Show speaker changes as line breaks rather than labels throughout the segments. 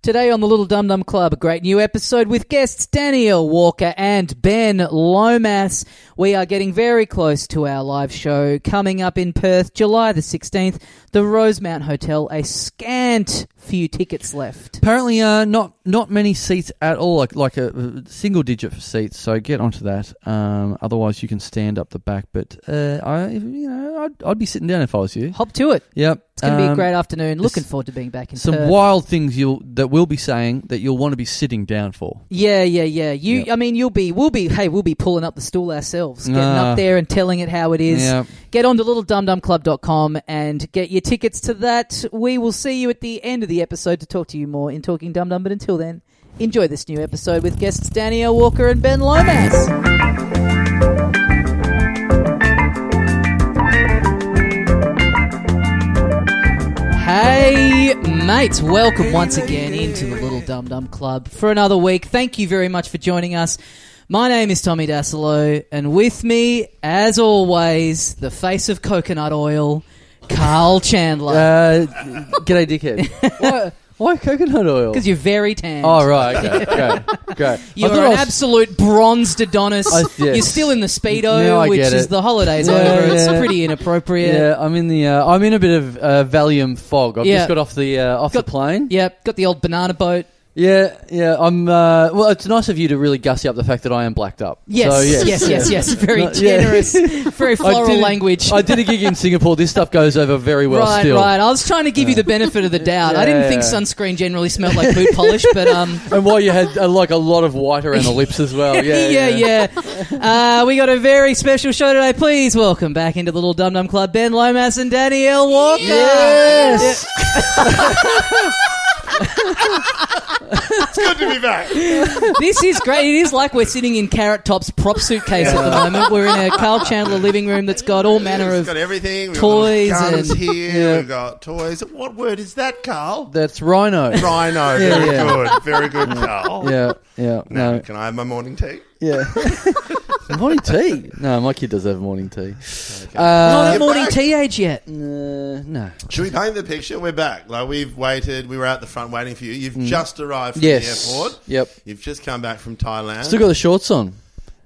Today on the Little Dum Dum Club, a great new episode with guests Danielle Walker and Ben Lomas. We are getting very close to our live show coming up in Perth, July the 16th, the Rosemount Hotel. A scant few tickets left.
Apparently, uh, not not many seats at all. Like like a, a single digit for seats. So get onto that. Um, otherwise, you can stand up the back. But uh, I, you know, I'd, I'd be sitting down if I was you.
Hop to it.
Yep,
It's going to be a
um,
great afternoon. Looking
s-
forward to being back in
Some
Perth.
wild things you'll that we'll be saying that you'll want to be sitting down for.
Yeah, yeah, yeah. You,
Yep.
I mean, you'll be, we'll be, hey, we'll be pulling up the stool ourselves, getting
Ah.
up there and telling it how it is.
Yep.
Get on to littledumdumclub.com and get your tickets to that. We will see you at the end of the episode to talk to you more in Talking Dum Dum. But until then, enjoy this new episode with guests Danielle Walker and Ben Lomas. Hey, mates, welcome once again into the Little Dum Dum Club for another week. Thank you very much for joining us. My name is Tommy Dasilo, and with me, as always, the face of coconut oil, Carl Chandler.
Uh, g'day, dickhead. why, why coconut oil?
Because you're very tan.
Oh right, okay, great, great. I
You're
thought
an
I was-
absolute bronzed Adonis.
I- yes.
You're still in the
Now I
Speedo, which
get
is
it.
the holidays
Yeah,
over. It's
yeah.
pretty inappropriate.
Yeah, I'm in the uh, I'm in a bit of uh, Valium fog. I've
Yeah.
just got off the uh, off
Got-
the plane.
Yep, got the old banana boat.
Yeah, yeah. I'm. Uh, well, it's nice of you to really gussy up the fact that I am blacked up.
Yes,
So,
yes, yes, yes,
yeah.
Very
No, yeah.
generous, very
I
floral
did a-
language.
I did a gig in Singapore. This stuff goes over very well.
right,
still.
right. I was trying to give you the benefit of the doubt. I
Yeah,
didn't
yeah,
think
yeah.
sunscreen generally smelled like boot polish, but um,
And while you had uh, like a lot of white around the lips as well. Yeah,
yeah, yeah. Uh, we got a very special show today. Please welcome back into the Little Dum Dum Club, Ben Lomas and Danielle Walker.
Yes.
Good to be back.
Yeah. This is great. It is like we're sitting in Carrot Top's prop suitcase at the moment. We're in a Carl Chandler living room that's got all manner
We've
of.
got everything. We've
toys
got guns
and-
here.
Yeah.
We've got toys. What word is that, Carl?
That's rhino.
Rhino. Very
yeah.
good. Very good, Carl.
Yeah, yeah.
Now,
No,
can I have my morning tea?
yeah. morning tea. No, my kid does have morning tea.
Not
Uh,
at morning tea age yet.
uh, no.
Should we paint the picture? We're back. Like we've waited. We were out the front waiting for you. You've just arrived from
Mm. Yes.
the airport.
Yep.
You've just come back from Thailand.
Still got the shorts on.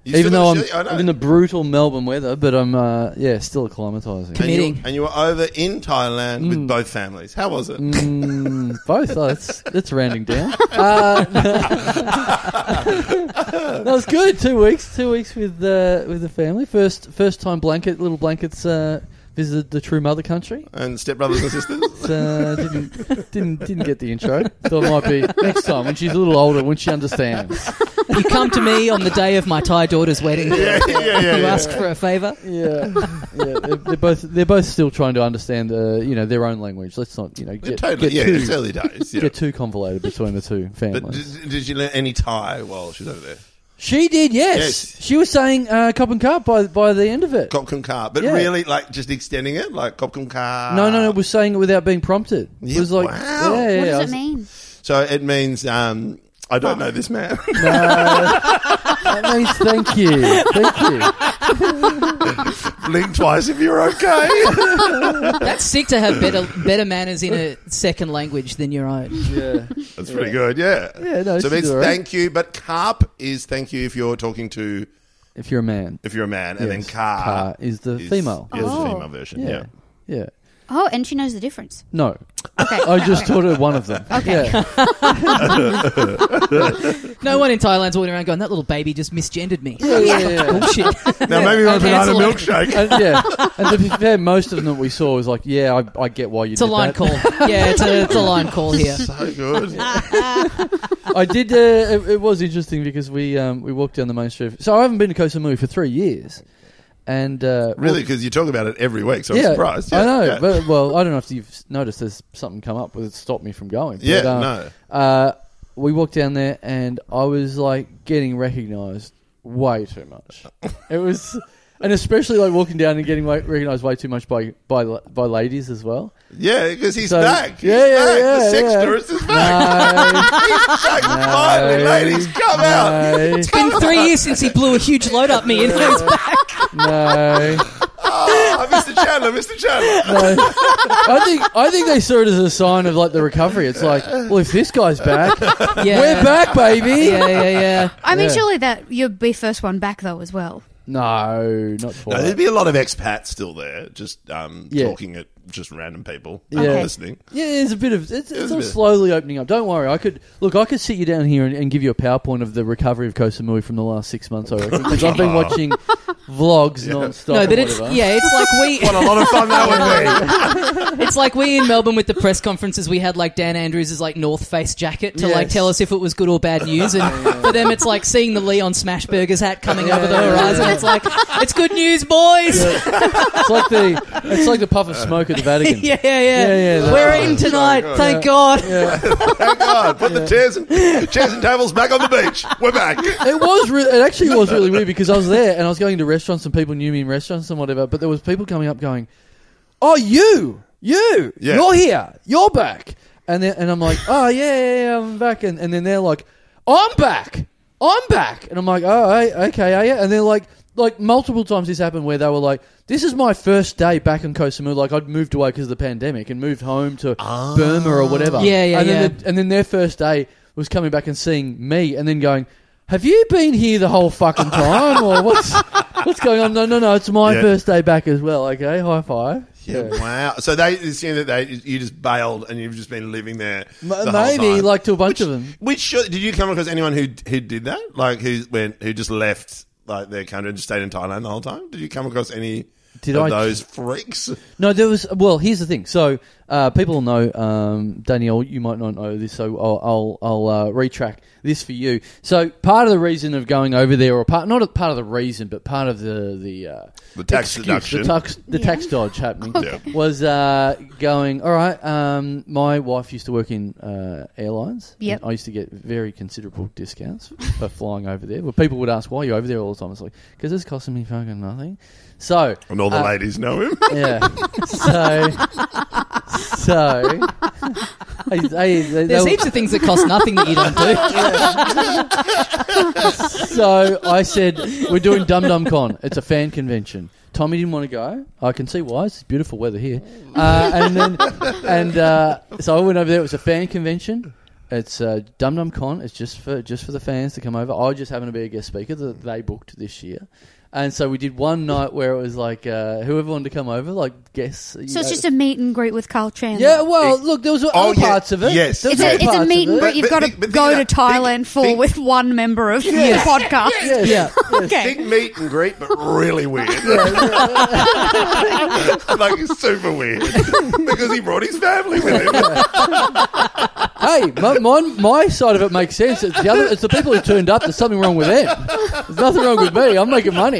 You still
Even
got
though
the
I'm,
shirt? I know.
I'm in the brutal Melbourne weather, but I'm uh, yeah still acclimatizing.
and you,
Committing.
and you were over in Thailand with both families. How was it?
Mm, both. Oh, it's, it's rounding down. Uh, that was good. Two weeks. Two weeks with uh, with the family. First first time blanket. Little blankets uh, visited the true mother country.
And stepbrothers and sisters.
Uh, didn't didn't didn't get the intro. Thought it might be next time when she's a little older when she understands.
You come to me on the day of my Thai daughter's wedding.
yeah, yeah, yeah.
You
yeah.
ask for a favour.
Yeah, yeah. They're, they're both they're both still trying to understand uh, you know their own language. Let's not you know get,
totally.
get
yeah,
too
it's early days. Yeah.
get too convoluted between the two families.
But did, did you learn any Thai while she was over there?
She did, yes.
Yes.
She was saying uh, cop and cup by by the end of it.
Copcom car, but
Yeah.
really like just extending it, like Copcom car.
No, no, no. Was saying it without being prompted.
Yeah,
it was like,
wow.
yeah, yeah,
What
I
does
was-
it mean?
So it means um, I don't know this man.
That means thank you, thank you.
Blink twice if you're okay.
That's sick to have better better manners in a second language than your own.
Yeah,
That's pretty good. Yeah.
Yeah, no,
so
she's
it means
all right.
thank you, but carp is thank you if you're talking to
if you're a man,
if you're a man, and then
Yes.
car,
Car is the female.
Is
Oh.
the female version. Yeah.
yeah, yeah.
Oh, and she knows the difference.
No,
Okay.
I just taught her one of them.
Okay.
Yeah.
No one in Thailand's walking around going, "That little baby just misgendered me."
Yeah, yeah, yeah, yeah.
Bullshit.
Now maybe
Yeah,
not a banana
cancel it.
milkshake.
And, yeah, and to be fair, most of them that we saw was like, yeah, I, I get why you.
It's a
did
line
that.
call. Yeah, it's a, it's a line call here.
so good.
I did. Uh, it, it was interesting because we um, we walked down the main street. So I haven't been to Koh Samui for three years, and uh,
Really, because you talk about it every week, so
yeah,
I'm surprised.
I
Yeah,
know.
yeah.
But, well, I don't know if you've noticed. There's something come up that stopped me from going. But,
Yeah,
uh,
no.
Uh, we walked down there, and I was like getting recognised way too much. it was, and especially like walking down and getting like, recognised way too much by by by ladies as well.
Yeah, because he's
So-
back. He's
Yeah, yeah,
back.
yeah,
the sex
yeah.
tourist is back.
No,
he's back. Finally, ladies, come out.
no,
It's been three years since he blew a huge load up me, and now he's back.
no.
oh, I missed the channel. I missed the channel.
I think I think they saw it as a sign of like the recovery. It's like, well, if this guy's back,
Yeah.
we're back, baby.
Yeah, yeah, yeah.
I mean,
Yeah.
surely that you'd be first one back though as well.
No, not for
No,
that.
there'd be a lot of expats still there, just um,
Yeah.
talking at just random people
Yeah.
not
Okay.
listening.
Yeah, it's a bit of it's, it's
was a
all
bit-
slowly opening up. Don't worry, I could look. I could sit you down here and, and give you a PowerPoint of the recovery of Kosamui from the last six months. I reckon because I've been watching vlogs non-stop.
No,
and
but it's
whatever.
yeah, it's like we
What a lot of fun that would be.
it's like we in Melbourne with the press conferences we had like Dan Andrews' like North Face jacket to like
Yes.
tell us if it was good or bad news and for them it's like seeing the Leon Smashburgers hat coming over the
Yeah, yeah,
horizon.
yeah.
It's like it's good news, boys. Yeah,
it's like the it's like the puff of smoke at the Vatican.
yeah, yeah.
yeah, that
We're
was- Oh
in tonight,
so good.
thank God.
Thank God. Put the chairs and chairs and tables back on the beach. We're back.
It was re- it actually was really weird because I was there and I was going to restaurants and people knew me in restaurants and whatever, but there was people coming up going, "Oh, you, you,
Yeah.
you're here, you're back," and then and I'm like, "Oh yeah, yeah, yeah I'm back," and, and then they're like, "I'm back, I'm back," and I'm like, "Oh, I- okay, are you?" And they're like. Like multiple times this happened where they were like, "This is my first day back in Koh Samui. Like I'd moved away because of the pandemic and moved home to Burma or whatever.
Yeah, yeah,
and then
yeah.
the- and then their first day was coming back and seeing me, and then going, "Have you been here the whole fucking time, or what's what's going on?" No, no, no, it's my
Yeah.
first day back as well. Okay, high five.
Yeah, wow. So they assume that they you just bailed and you've just been living there.
M-
the whole
maybe
time.
like to a bunch of them.
Which show, did you come across anyone who who did that? Like who went who just left like their country and just stayed in Thailand the whole time? Did you come across any
Did
of
I-
those freaks?
No, there was. Well, here's the thing. So uh, people know um, Danielle. You might not know this, so I'll I'll, I'll uh, retrack this for you. So part of the reason of going over there, or part not a part of the reason, but part of the the uh,
The tax
excuse,
deduction.
the tax the
Yeah.
tax dodge happening
Yeah.
was uh, going. All right, um, my wife used to work in uh, airlines.
Yep.
and I used to get very considerable discounts for flying over there. But people would ask, "Why are you over there all the time?" It's like because it's costing me fucking nothing. So
And all the
uh,
ladies know him.
yeah. So, so, I, I, they- they
There's
were-
heaps of things that cost nothing that you don't do.
so I said we're doing Dum Dum Con. It's a fan convention. Tommy didn't want to go. I can see why. It's beautiful weather here. Uh, and then, and uh, so I went over there. It was a fan convention. It's uh, Dum Dum Con. It's just for just for the fans to come over. I just happened to be a guest speaker that they booked this year. And so we did one night where it was like uh, whoever wanted to come over, like guests. you
So it's
know.
just a meet and greet with Carl Chandler.
Yeah, well, look, there was other
Oh, yeah.
parts of it.
Yes.
There was
It's a,
other
it's a
parts of
meet and
it.
greet
But-
you've got
but-
to
but
go
think
to
that-
Thailand
think-
for
think-
with one member of
Yes.
the podcast.
Yeah, yeah.
Okay.
Big meet and greet, but really weird. like super weird because he brought his family with him.
hey, my, my, my side of it makes sense. It's the, other, it's the people who turned up. There's something wrong with them. There's nothing wrong with me. I'm making money.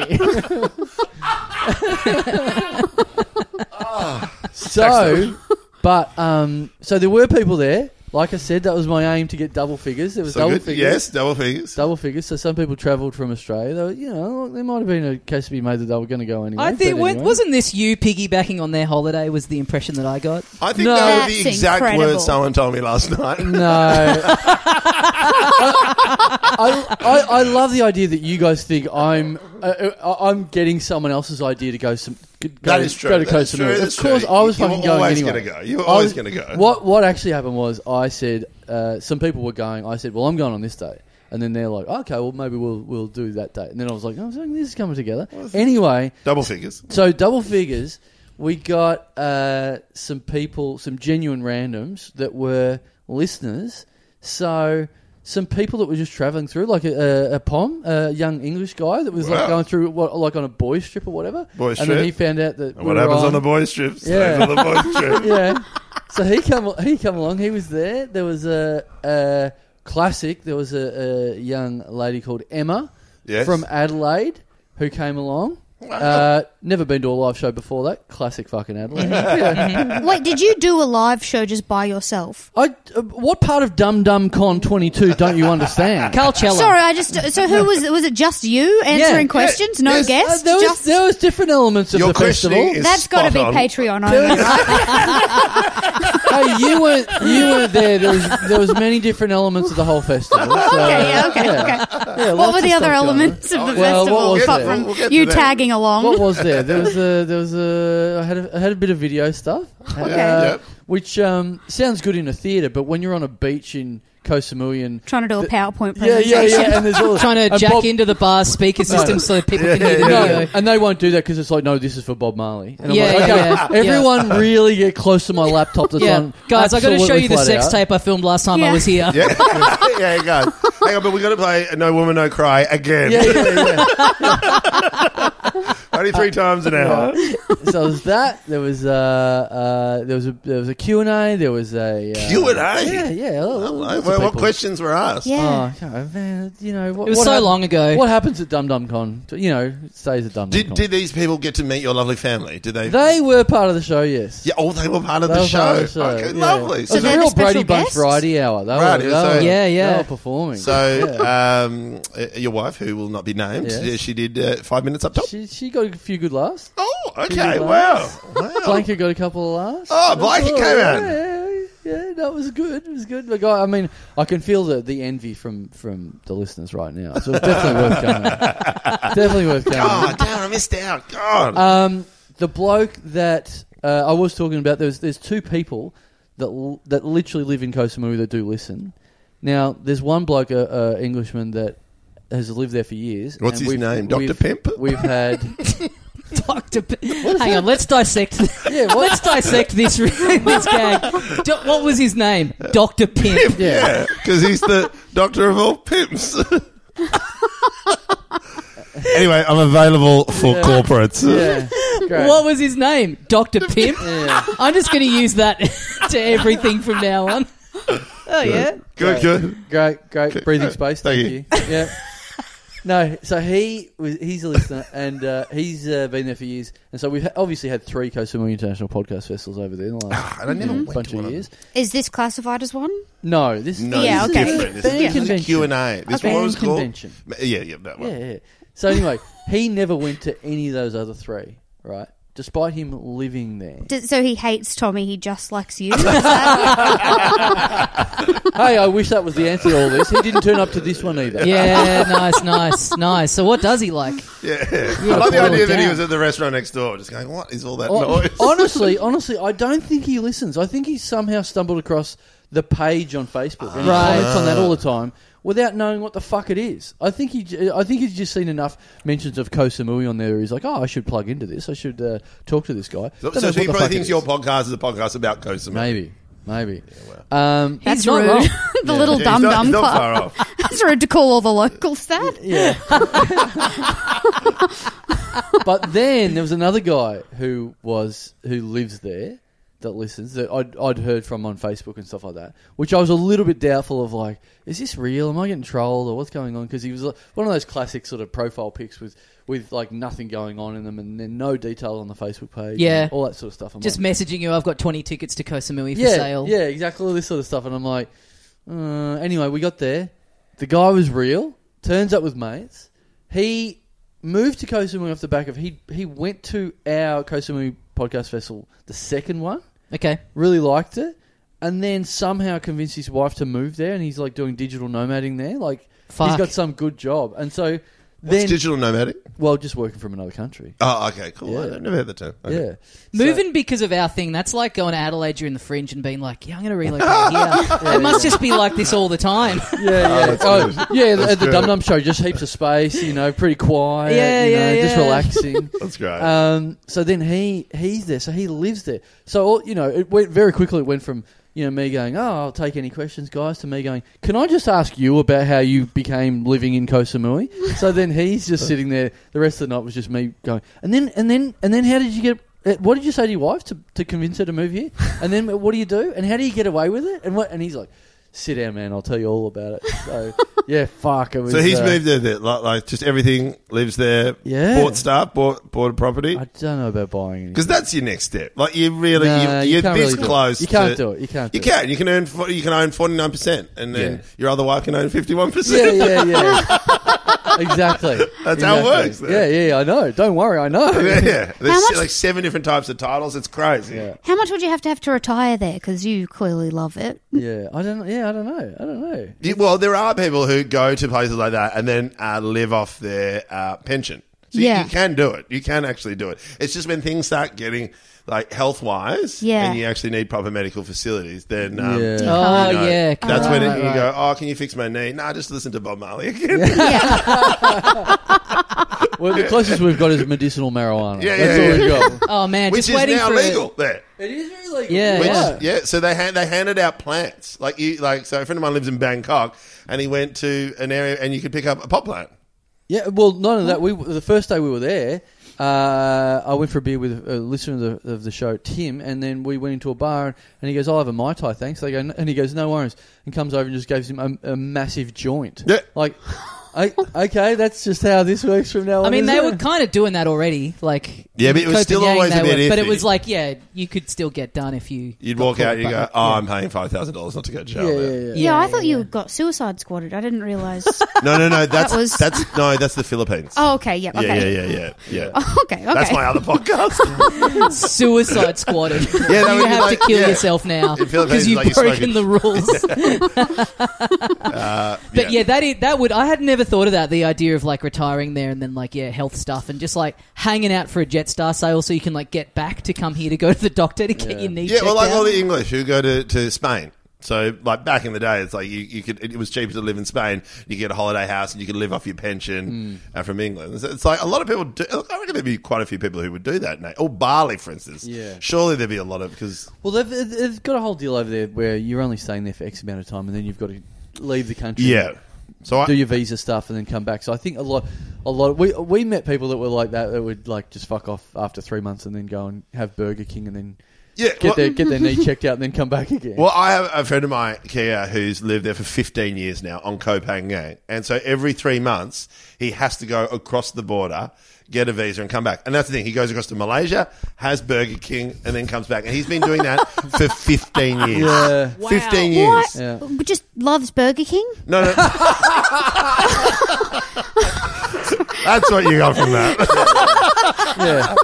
so, but um, so there were people there. Like I said, that was my aim to get double figures. There was
So
double
good.
figures.
Yes, double figures.
Double figures. So some people travelled from Australia. They were, you know, there might have been a case to be made that they were going to go anyway.
I think
but anyway.
wasn't this you piggybacking on their holiday was the impression that I got.
I think
No.
that was
That's
the exact
incredible.
words someone told me last night.
No. I, I, I love the idea that you guys think I'm uh, I'm getting someone else's idea to go some. Go,
That is true.
Go to
That
Koh
is true.
Samui.
That
Of
is
course,
true.
I was
You were
fucking going
always
anyway.
gonna go. You were
I
always
was-
gonna go.
What What actually happened was I said uh, some people were going. I said, "Well, I'm going on this day," and then they're like, "Okay, well, maybe we'll we'll do that day." And then I was like, "Oh, so this is coming together." Anyway,
Double figures.
so double figures, we got uh, some people, some genuine randoms that were listeners. So some people that were just traveling through, like a, a, a pom, a young English guy that was like
Wow.
going through, what, like on a boys trip or whatever.
Boys
and
trip.
then he found out that
And
we
what
were
happens on the boys' trip? stays
Yeah.
on the boys' trip.
yeah. So he come he come along. He was there. There was a, a classic. There was a, a young lady called Emma
Yes.
from Adelaide who came along. Uh, never been to a live show before that. Classic fucking Adelaide. Yeah.
Wait, did you do a live show just by yourself?
I, uh, what part of Dum Dum Con 22 don't you understand?
Carl Cella.
Sorry, I just. So who was? Was it just you answering
Yeah.
questions? No
Yes.
Uh,
guests.
there, was,
just
there was different elements of
Your
the festival.
questioning is
that's got to
spot
be
on.
Patreon only. right?
hey, you weren't you weren't there. There was, there was many different elements of the whole festival. So,
Okay, yeah, okay,
yeah.
okay.
Yeah,
What
lots
were the
of
other
stuff going on.
elements of the
well, what
festival
was
apart
it?
from
We'll get to
you
that.
tagging along?
What was there? yeah, there was a there was a I had a, I had a bit of video stuff, uh,
Yep.
which um, sounds good in a theater, but when you're on a beach in Koh Samui and
Trying to do a PowerPoint
yeah,
presentation.
yeah, yeah, and there's all
Trying to
and
jack
Bob-
into the bar speaker system so that people can hear the
No,
video.
and they won't do that because it's like, no, this is for Bob Marley. And I'm
Yeah,
like,
yeah,
okay,
yeah.
everyone really get close to my laptop. That's
Yeah,
on
guys, I got to show
absolutely
you the
flat
sex
out.
tape I filmed last time I
Yeah.
was here.
Yeah, yeah, it goes. Hang on, but we got to play No Woman, No Cry again.
Yeah, yeah,
Only three times an hour.
yeah. so it was that. There was uh, uh, there was a there was a Q and A. There was a uh,
Q&A?
Yeah, yeah. all- all
Well,
sorts of
what
people.
questions were asked?
Yeah.
Oh, God, man, you know what,
It was
what
so
hap-
long ago.
What happens at Dum Dum Con? You know, it stays at Dum Dum
Did,
Con.
did these people get to meet your lovely family? Did they?
they were part of the show? Yes.
yeah, oh, they were part of,
They
the,
were
show.
part of the show,
Okay,
uh, yeah.
lovely.
It was
So,
So
a
they're the
real Brady
special
Bunch
guests?
variety hour. They were-
Variety,
they
so-
were-
Yeah, yeah.
They were performing.
so um, uh, your wife, who will not be named,
Yes.
yeah, she did uh, five minutes up top.
she she got a few good laughs.
oh, okay,
did
wow,
laugh.
wow.
Blanket got a couple of laughs.
Oh, Blanket
That's all
came
right.
out.
Yeah, yeah, yeah, that was good. It was good. Like, I I mean, I can feel the, the envy from, from the listeners right now. So it's definitely worth going. definitely worth going.
God, damn, I missed out. God,
Um, the bloke that uh, I was talking about, there's there's two people that l- that literally live in Koh Samui that do listen. Now, there's one bloke, a uh, uh, Englishman that has lived there for years. and
What's his
we've-
name? Dr.
we've-
Pimp?
We've had
Doctor, hang on, let's dissect.
yeah, what,
let's dissect this this gag. Do- what was his name? Doctor Pimp.
yeah.
yeah, because he's the doctor of all pimps. anyway, I'm available for
Yeah.
corporates.
yeah, great.
What was his name? Doctor Pimp.
Yeah.
I'm just going to use that to everything from now on. Oh yeah.
Good, good.
Great, great breathing space. Thank,
Thank
you. yeah. No, so he was he's a listener and uh, he's uh, been there for years, and so we've ha- obviously had three Koh Samui International Podcast Festivals over there in the last
And I never
you know, Mm. bunch
went to one
of
of
years.
Is this classified as one?
No, this
No,
Yeah,
this
okay.
is different. This is,
Fan
this is a
convention.
Q and A. This
Okay.
one was called.
Convention.
Yeah, yeah, that one.
Yeah, yeah. So anyway, he never went to any of those other three, right? Despite him living there.
D- So he hates Tommy. He just likes you.
hey, I wish that was the answer to all this. He didn't turn up to this one either.
Yeah. Nice. Nice. Nice. So what does he like?
Yeah. I like the
cool,
idea that he
damn.
was at the restaurant next door, just going, "What is all that
Hon-
noise?"
honestly, honestly, I don't think he listens. I think he somehow stumbled across the page on Facebook and he
Right.
comments on that all the
Ah.
time without knowing what the fuck it is. I think he, j- I think he's just seen enough mentions of Koh Samui on there. He's like, oh, I should plug into this. I should uh, talk to this guy.
so
Don't
so
know what
he
the
probably
fuck it
thinks
is.
your podcast is a podcast about Koh Samui.
maybe, maybe. um,
He's
That's
not
rude.
wrong.
the little
Yeah,
dum
he's not,
dum
he's not
club.
far off.
That's rude to call all the locals that.
Yeah. but then there was another guy who was who lives there that listens that I'd, I'd heard from on Facebook and stuff like that, which I was a little bit doubtful of. Like, is this real? Am I getting trolled or what's going on? Because he was like, one of those classic sort of profile pics with with like nothing going on in them and then no detail on the Facebook page.
Yeah.
and all that sort of stuff. I'm
Just
like,
messaging you. I've got 20 tickets to Koh Samui for
yeah,
sale.
yeah, exactly all this sort of stuff. And I'm like, uh, anyway, we got there. The guy was real. Turns up with mates. He moved to Koh Samui off the back of he he went to our Koh Samui podcast festival, the second one.
Okay.
Really liked it, and then somehow convinced his wife to move there, and he's like doing digital nomading there. Like he's
Fuck.
got some good job, and so
What's
then
digital nomadic?
well, just working from another country.
Oh, okay, cool.
Yeah.
I don't- never heard that term. Okay.
Yeah, So-
Moving because of our thing, that's like going to Adelaide during the fringe and being like, yeah, I'm going to relocate here. it must just be like this all the time.
Yeah, yeah,
Oh,
Oh, yeah. at the
good.
Dum Dum Show, just heaps of space, you know, pretty quiet,
Yeah,
you
yeah,
know, just
yeah.
relaxing.
That's great.
Um, so then he he's there, so he lives there. So all, you know, it went very quickly. It went from you know me going, oh, I'll take any questions, guys, to me going, can I just ask you about how you became living in Koh Samui? so then he's just sitting there. The rest of the night was just me going, and then and then and then how did you get? uh, What did you say to your wife to, to convince her to move here? And then what do you do? And how do you get away with it? And what? And he's like, sit down, man. I'll tell you all about it. So yeah, fuck. It was,
so he's
uh,
moved there, there like, like just everything lives there.
Yeah.
bought stuff, bought bought a property.
I don't know about buying anything.
Because that's your next step. Like you really,
Nah,
you,
you
you're
can't
this
really do it.
close.
You can't
to-
do it. You can't
You
do it.
can. You can earn. fo- You can own forty nine percent, and then
Yeah.
your other wife can own fifty one
Yeah,
percent.
yeah, yeah. exactly.
That's how it
Exactly.
works, though.
Yeah, yeah, I know. Don't worry, I know.
Yeah, There's
much-
like seven different types of titles. It's crazy.
Yeah.
How much would you have to have to retire there? Because you clearly love it.
Yeah, I don't. Yeah, I don't know. I don't know.
You- well, there are people who go to places like that and then uh, live off their uh, pension. So So you-
Yeah.
you, can do it. You can actually do it. It's just when things start getting like health wise,
Yeah.
and you actually need proper medical facilities, then um,
Yeah.
you
Oh,
know,
yeah.
that's when
right,
it, you
right.
go. Oh, can you fix my knee? Nah, just listen to Bob Marley again. Yeah,
yeah.
Well, the closest we've got is medicinal marijuana.
Yeah,
That's
yeah,
all
yeah.
we've got.
Oh, man.
which
just
is
waiting
now
for
legal there.
It is really
Yeah,
Which,
yeah.
yeah. so they hand, they handed out plants. Like you, like so. A friend of mine lives in Bangkok, and he went to an area, and you could pick up a pot plant.
Yeah, well, none of that. We the first day we were there, uh, I went for a beer with a listener of the, of the show, Tim, and then we went into a bar, and he goes, "I'll have a mai tai, thanks." They go, and he goes, "No worries," and comes over and just gives him a, a massive joint.
Yeah.
like, I, okay, that's just how this works from now on.
I mean,
isn't
they
it?
were kind of doing that already. Like,
Yeah, but
in
it was still
Copenhagen
always
they
a
were,
bit
But it
iffy.
was like, yeah, you could still get done if you.
You'd
got
walk
caught
out, you go,
back.
"Oh, I'm paying five thousand dollars not to go to jail."
yeah,
now."
yeah, yeah.
yeah, I
yeah,
thought you got suicide squatted. I didn't realise.
No, no, no. That's
was-
that's no. That's the Philippines.
oh, okay. Yep.
yeah,
Okay. Oh,
yeah, yeah, yeah, yeah.
Okay. Okay.
That's my other podcast.
Suicide squatted.
that
you
would be
have
like-
to kill
yeah.
yourself now
In
because
Philippines, it's
you've
like
broken
you're smoking.
the rules.
uh,
But yeah, that is, that would I had never thought of that. The idea of like retiring there and then like yeah, health stuff and just like hanging out for a Jetstar sale so you can like get back to come here to go to the doctor to get your knee
yeah.
checked
Well, like
out.
all the English who go to, to Spain. So, like back in the day, it's like you, you could it was cheaper to live in Spain. You get a holiday house and you could live off your pension uh, from England. So it's like a lot of people. Do, I reckon there'd be quite a few people who would do that. Nate. Or Bali, for instance.
Yeah.
Surely there'd be a lot of because
Well, they've, they've got a whole deal over there where you're only staying there for X amount of time, and then you've got to leave the country.
yeah. So I,
do your visa stuff and then come back. So I think a lot, a lot. We we met people that were like that that would like just fuck off after three months and then go and have Burger King and then
yeah.
get
well-
their get their knee checked out and then come back again.
Well, I have a friend of mine, Kia, who's lived there for 15 years now on Koh Phangan. And so every three months, he has to go across the border, get a visa, and come back. And that's the thing. He goes across to Malaysia, has Burger King, and then comes back. And he's been doing that for 15 years.
Yeah.
15 years.
What?
Yeah.
Just loves Burger King.
No, no. that's what you got from that.
yeah,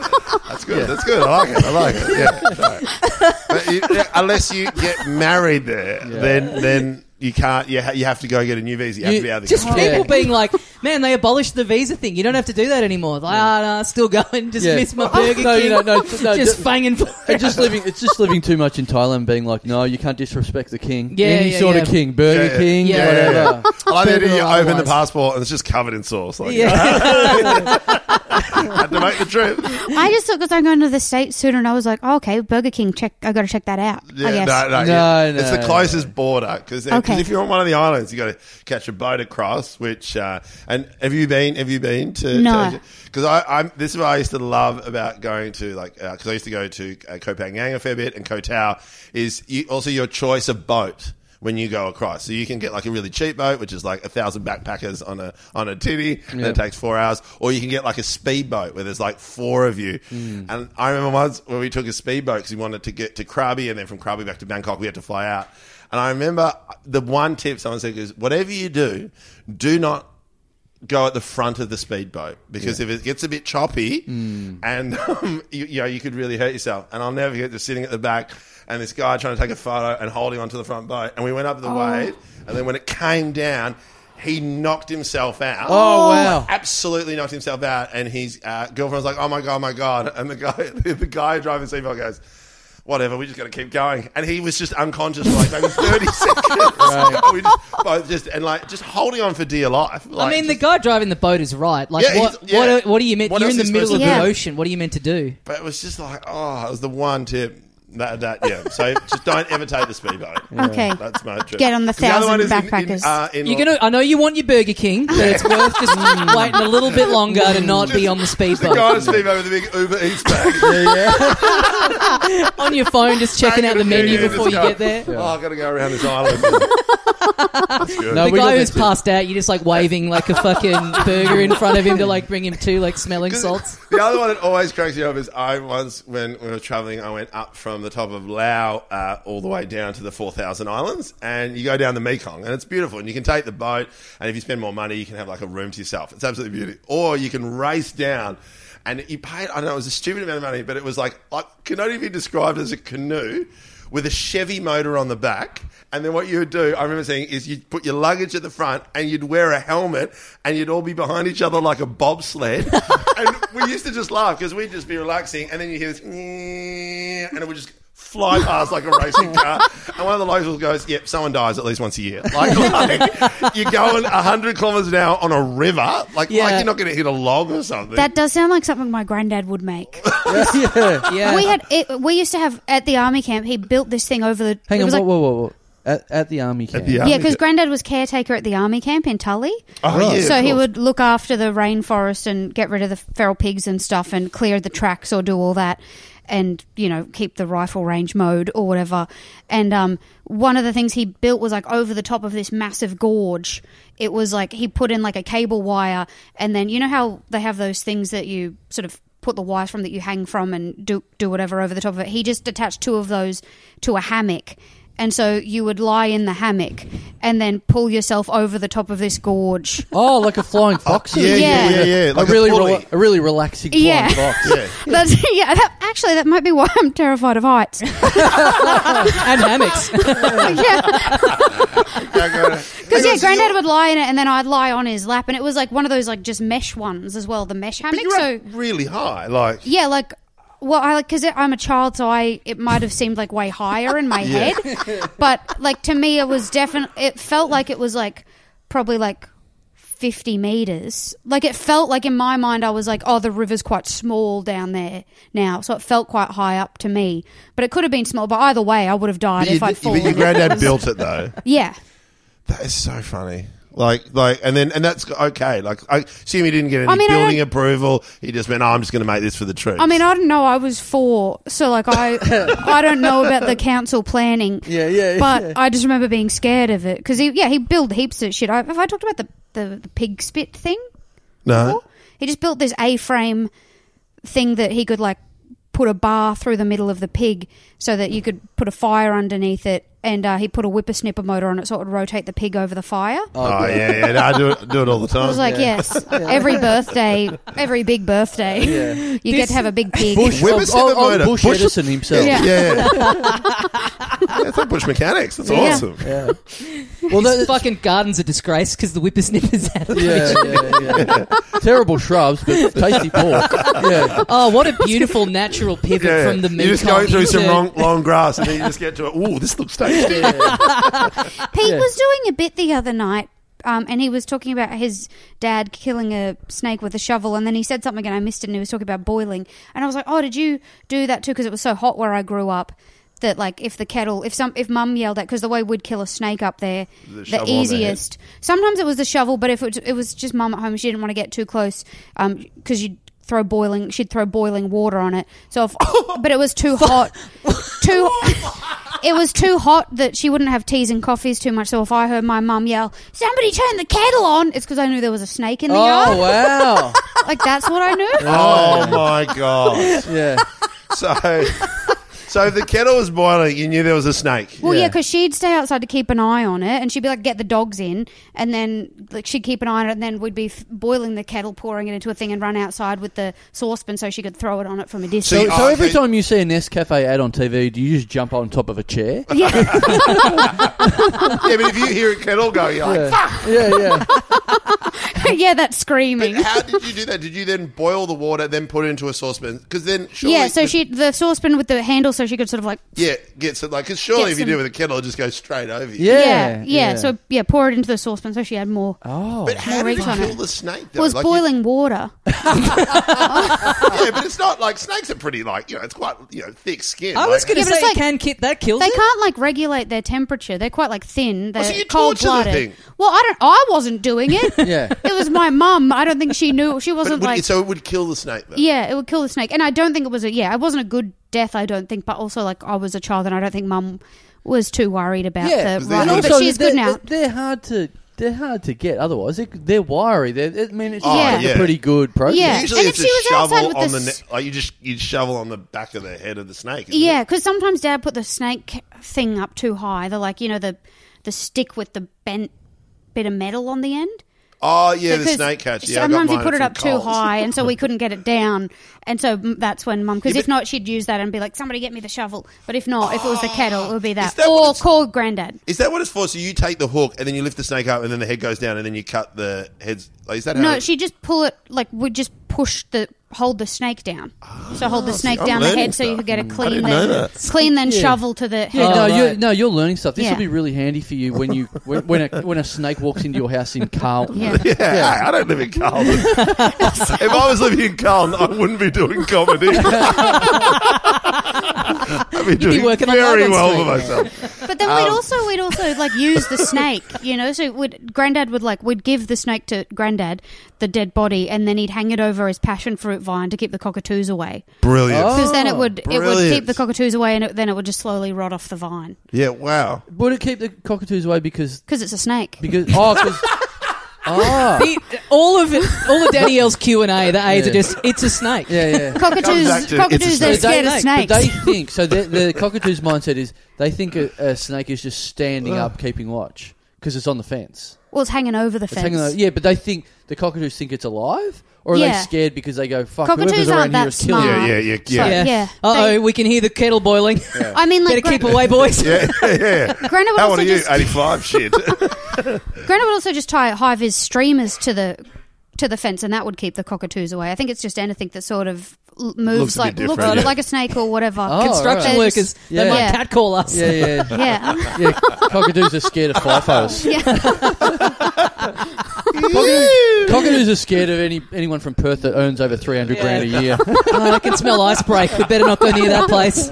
That's good. That's good. I like it. I like it. Yeah. right. But you, yeah, unless you get married there,
Yeah.
then then you can't. You, ha- you have to go get a new visa. You, have
You-
to be out of the
just
country.
people
Yeah.
being like, man, they abolished the visa thing. You don't have to do that anymore. Like, ah, nah, still going. Just
Yeah.
miss my Burger
no,
King.
no, no, no,
just
d-
fanging for it.
it's just living. It's just living too much in Thailand. Being like, no, you can't disrespect the king.
Yeah,
any
yeah,
sort
yeah.
of king, Burger
Yeah, yeah.
King,
Yeah,
whatever.
yeah, I like the
Burger
idea you
or
open the
otherwise.
passport and it's just covered in sauce. Like,
Yeah.
had to make the trip.
I just thought because I'm going to the states sooner, and I was like, oh, okay, Burger King. Check. I got to check that out. I
Yeah,
guess.
no, no,
No,
yeah.
no,
it's the
no.
closest border because
Okay.
if you're on one of the islands, you got to catch a boat across. Which uh, and have you been? Have you been to?
No.
Because I, I'm. This is what I used to love about going to like because I used to go to uh, Koh Phangan a fair bit and Koh Tao is you, also your choice of boat. When you go across, so you can get like a really cheap boat, which is like a thousand backpackers on a on a titty, and it takes four hours. Or you can get like a speedboat where there's like four of you. And I remember once when we took a speedboat because we wanted to get to Krabi, and then from Krabi back to Bangkok, we had to fly out. And I remember the one tip someone said is whatever you do, do not go at the front of the speedboat because if it gets a bit choppy
Hmm.
and um, you, you know you could really hurt yourself. And I'll never forget just sitting at the back and this guy trying to take a photo and holding onto the front boat. And we went up
Oh.
the wave, and then when it came down. He knocked himself out.
Oh, wow.
Absolutely knocked himself out, and his uh, girlfriend was like, "Oh my god, my god!" And the guy, the guy driving the seatbelt goes, "Whatever, we just got to keep going." And he was just unconscious for like maybe thirty seconds. We just, both just and like just holding on for dear life.
I
Like,
mean,
just-
the guy driving the boat is right. Like,
Yeah,
what,
he's- yeah.
what, what are you meant?
What
you're
else
in the
is he
middle of
supposed to
the
do?
ocean. What are you meant to do?
But it was just like, oh, it was the one tip. That, that yeah. So just don't ever take the speedboat.
Okay.
That's my tip.
Get on the
'Cause other one
1,000
is in- in,
backpackers.
uh, in-
You're gonna. I know you want your Burger King, but it's worth just waiting a little bit longer to not be on the
the guy on
speedboat.
the speedboat with the big Uber Eats bag.
On your phone, just checking out the menu
Yeah,
before you
just
get
go,
there.
Oh, I got to go around this island. That's good.
No,
The
we got
guy who's
this-
passed out, you're just like waving like a fucking burger in front of him to like bring him to like smelling salts.
The other one that always cracks me up is I once, when we were traveling, I went up from the top of Lao uh, all the way down to the 4,000 Islands, and you go down the Mekong, and it's beautiful. And you can take the boat, and if you spend more money, you can have like a room to yourself. It's absolutely beautiful. Or you can race down. And you paid, I don't know, it was a stupid amount of money, but it was like, like can only be described as a canoe with a Chevy motor on the back. And then what you would do, I remember seeing, is you'd put your luggage at the front and you'd wear a helmet and you'd all be behind each other like a bobsled. and we used to just laugh because we'd just be relaxing and then you hear this, "Nyeh," and it would just fly past like a racing car. And one of the locals goes, yep, someone dies at least once a year. Like, like, you're going 100 kilometres an hour on a river. Like,
Yeah.
like you're not going to hit a log or something.
That does sound like something my granddad would make.
yeah.
Yeah.
We had it, we used to have at the army camp. He built this thing over the.
Hang
it
on,
was
whoa,
like,
whoa, whoa, whoa. At, at the army camp.
the ar-
Yeah,
Army
because
camp.
granddad was caretaker at the army camp in Tully.
Oh,
Right.
yeah, of
so he
course.
would look after the rainforest and get rid of the feral pigs and stuff and clear the tracks or do all that and you know keep the rifle range mode or whatever and um, one of the things he built was like over the top of this massive gorge it was like he put in like a cable wire and then you know how they have those things that you sort of put the wires from that you hang from and do do whatever over the top of it he just attached two of those to a hammock and so you would lie in the hammock and then pull yourself over the top of this gorge
Oh, like a flying fox.
Uh, Yeah,
yeah,
yeah, yeah. Like
a
a
really,
pulley.
rela- a really relaxing flying
Yeah.
fox.
Yeah.
That's yeah. That, actually, that might be why I'm terrified of heights.
and hammocks.
yeah, because yeah, Granddad would lie in it, and then I'd lie on his lap, and it was like one of those like just mesh ones as well, the mesh
But
hammock.
you're
So
up really high. Like,
yeah, like. Well, I like because I'm a child, so I it might have seemed like way higher in my
Yeah.
head, but like to me, it was definitely it felt like it was like probably like 50 meters. Like it felt like in my mind, I was like, oh, the river's quite small down there now, so it felt quite high up to me. But it could have been small. But either way, I would have died
but, you,
if I'd
but your
fallen.
granddad built it though.
yeah,
That is so funny. Like, like, and then, and that's okay. Like, I assume he didn't get any
I mean, I
building
don't-
approval. He just went, oh, I'm just going to make this for the troops.
I mean, I don't know. I was four, so like I, I don't know about the council planning.
Yeah, yeah,
But
yeah.
I just remember being scared of it because he, yeah, he built heaps of shit. I, have I talked about the, the the pig spit thing?
no.
before? He just built this A-frame thing that he could like put a bar through the middle of the pig so that you could put a fire underneath it, and uh, he put a whippersnipper motor on it so it would rotate the pig over the fire.
Oh, yeah, yeah. No, I do it, do it all the time.
I was like,
Oh, yeah.
yes, every birthday, every big birthday,
Yeah.
you get to have a big pig.
Bush,
Whipper
oh,
Snapper
oh,
murder.
Bush,
Bush-
Edison himself.
Yeah.
yeah. yeah. Yeah, it's like Bush Mechanics. That's
Yeah.
awesome.
Yeah. Well,
His
that,
fucking garden's a disgrace because the whippersnippers out of
yeah,
reach.
yeah, yeah. Terrible shrubs, but tasty pork. Yeah.
Oh, what a beautiful natural pivot
Yeah.
from the
You're just going
Mekong
through some
into-
long, long grass and then you just get to it. Ooh, this looks tasty.
Pete
Yeah.
was doing a bit the other night, um, and he was talking about his dad killing a snake with a shovel, and then he said something and I missed it, and he was talking about boiling, and I was like, "Oh, did you do that too?" Because it was so hot where I grew up. That like if the kettle if some if mum yelled at because the way we'd kill a snake up there
The
the,
shovel on the
easiest sometimes it was the shovel but if it was, it was just mum at home she didn't want to get too close because you'd throw boiling she'd throw boiling water on it so if but it was too hot too it was too hot that she wouldn't have teas and coffees too much. So if I heard my mum yell, "Somebody turn the kettle on," it's because I knew there was a snake in the
Oh
yard.
wow.
Like that's what I knew.
oh, my God.
Yeah.
So, so if the kettle was boiling, you knew there was a snake.
Well, yeah,
Yeah.
because she'd stay outside to keep an eye on it, and she'd be like, "Get the dogs in," and then like she'd keep an eye on it, and then we'd be f- boiling the kettle, pouring it into a thing, and run outside with the saucepan so she could throw it on it from a distance.
So,
See,
so
I
every
think-
time you see a Nescafe ad on TV, do you just jump on top of a chair?
yeah,
Yeah, but if you hear a kettle go, you're like, fuck.
Yeah, yeah.
yeah, that's screaming.
How did you do that? Did you then boil the water, then put it into a saucepan? Because then, surely
Yeah, so
the-
she the saucepan with the handle, so she could sort of like
yeah gets it like because surely
Get
if you
some-
do it with a kettle, it just goes straight over you.
Yeah,
yeah, yeah.
yeah.
So yeah, pour it into the saucepan, so she had more.
Oh.
But how did
reach
you
on
kill
it.
the snake? Though?
Well, it's
Like, you-
boiling water.
yeah, but it's not like snakes are pretty like you know it's quite you know thick skin.
I
like-
was going to
Yeah, but
say,
Oh, it's like-
can ki- that kills
They
it?
can't like regulate their temperature. They're quite like thin. They're
Oh, so you
cold
torture the
blooded.
thing.
Well, I don't. I wasn't doing it.
Yeah.
it was my mum. I don't think she knew. She
But it
wasn't
would-
like.
so it would kill the snake. Though.
yeah, it would kill the snake, and I don't think it was a. Yeah, it wasn't a good death. I don't think, but also like I was a child, and I don't think mum was too worried about
Yeah,
the.
they-
Right,
And
but
also
she's
they're,
good now.
They're they're hard to they're hard to get. Otherwise, they're, they're wiry. They're, I mean, it's
Oh,
Yeah.
a
yeah.
pretty good process.
Yeah.
Usually
And
it's
if she
a
was outside
shovel
with
on
the
the
s-
ne- like you just you shovel on the back of the head of the snake. isn't
Yeah,
it?
because sometimes Dad put the snake thing up too high. They're like you know the the stick with the bent bit of metal on the end.
Oh yeah, the
Because
snake catch. Yeah, I got
sometimes you
mine
put it
from
up too
Coles.
high, and so we couldn't get it down, and so mm, that's when mum. Because
Yeah,
if
but-
not, she'd use that and be like, "Somebody get me the shovel." But if not, if it was the kettle, it would be that,
that what
or
it's-
call granddad.
Is that what it's for? So you take the hook and then you lift the snake up and then the head goes down and then you cut the heads. Like, is that how
No,
it-
she'd just pull it like would just push the hold the snake down. So hold the snake
Ah, I'm
down the
learning
head so you
stuff.
could get a clean
didn't
then
know that.
clean then
Yeah.
shovel to the
Yeah,
head.
no,
right.
you're, no, you're learning stuff. This
Yeah.
will be really handy for you when you when, when, a, when a snake walks into your house in Carlton.
Yeah.
Yeah, hey, I don't live in Carlton. if I was living in Carlton, I wouldn't be doing comedy. I'd be doing
working on
very
Logan
well
Street.
for myself.
But then
Um.
we'd also we'd also like use the snake, you know. So we'd granddad would like we'd give the snake to granddad, the dead body, and then he'd hang it over his passion fruit vine to keep the cockatoos away.
Brilliant.
Oh.
Because then it would it would keep
brilliant.
the cockatoos away, and it, then it would just slowly rot off the vine
Yeah, wow.
Would it keep the cockatoos away because
because it's a snake.
because oh 'cause- ah
He, all of all of Danielle's Q and A, the A's
Yeah.
are just it's a snake.
yeah yeah.
Comes back
Cockatoos,
to it's
cockatoos,
a
they're
snake.
scared of
They-
But
snakes.
they think so. The, the cockatoo's mindset is they think a, a snake is just standing up, keeping watch because it's on the fence.
Well, it's hanging over the
It's
fence.
hanging over- yeah, but they think the cockatoos think it's alive, or are
Yeah.
they scared because they go fuck?
Cockatoos
whoever's
aren't
around
that
here is killing.
smart.
me."
Yeah, yeah, yeah, yeah.
So-
yeah.
Yeah.
Uh
They-
oh, we can hear the kettle boiling.
I mean, like
Better keep
gran-
away, boys.
Grandad would
How old are
also
you?
just
85? Shit.
Grandad would also just tie hive his streamers to the to the fence, and that would keep the cockatoos away. I think it's just anything that sort of l-
Looks
moves
a bit
like looks
different, yeah.
like a snake or whatever.
Oh,
Construction
right.
They're
workers,
just-
they
Yeah.
might
Yeah.
catcall us.
Yeah, yeah, yeah.
Yeah.
cockatoos are scared of FIFOs.
yeah.
Cockatoos, cockatoos are scared of any anyone from Perth that earns over three hundred grand a year.
Oh, I can smell ice break. We better not go near that place.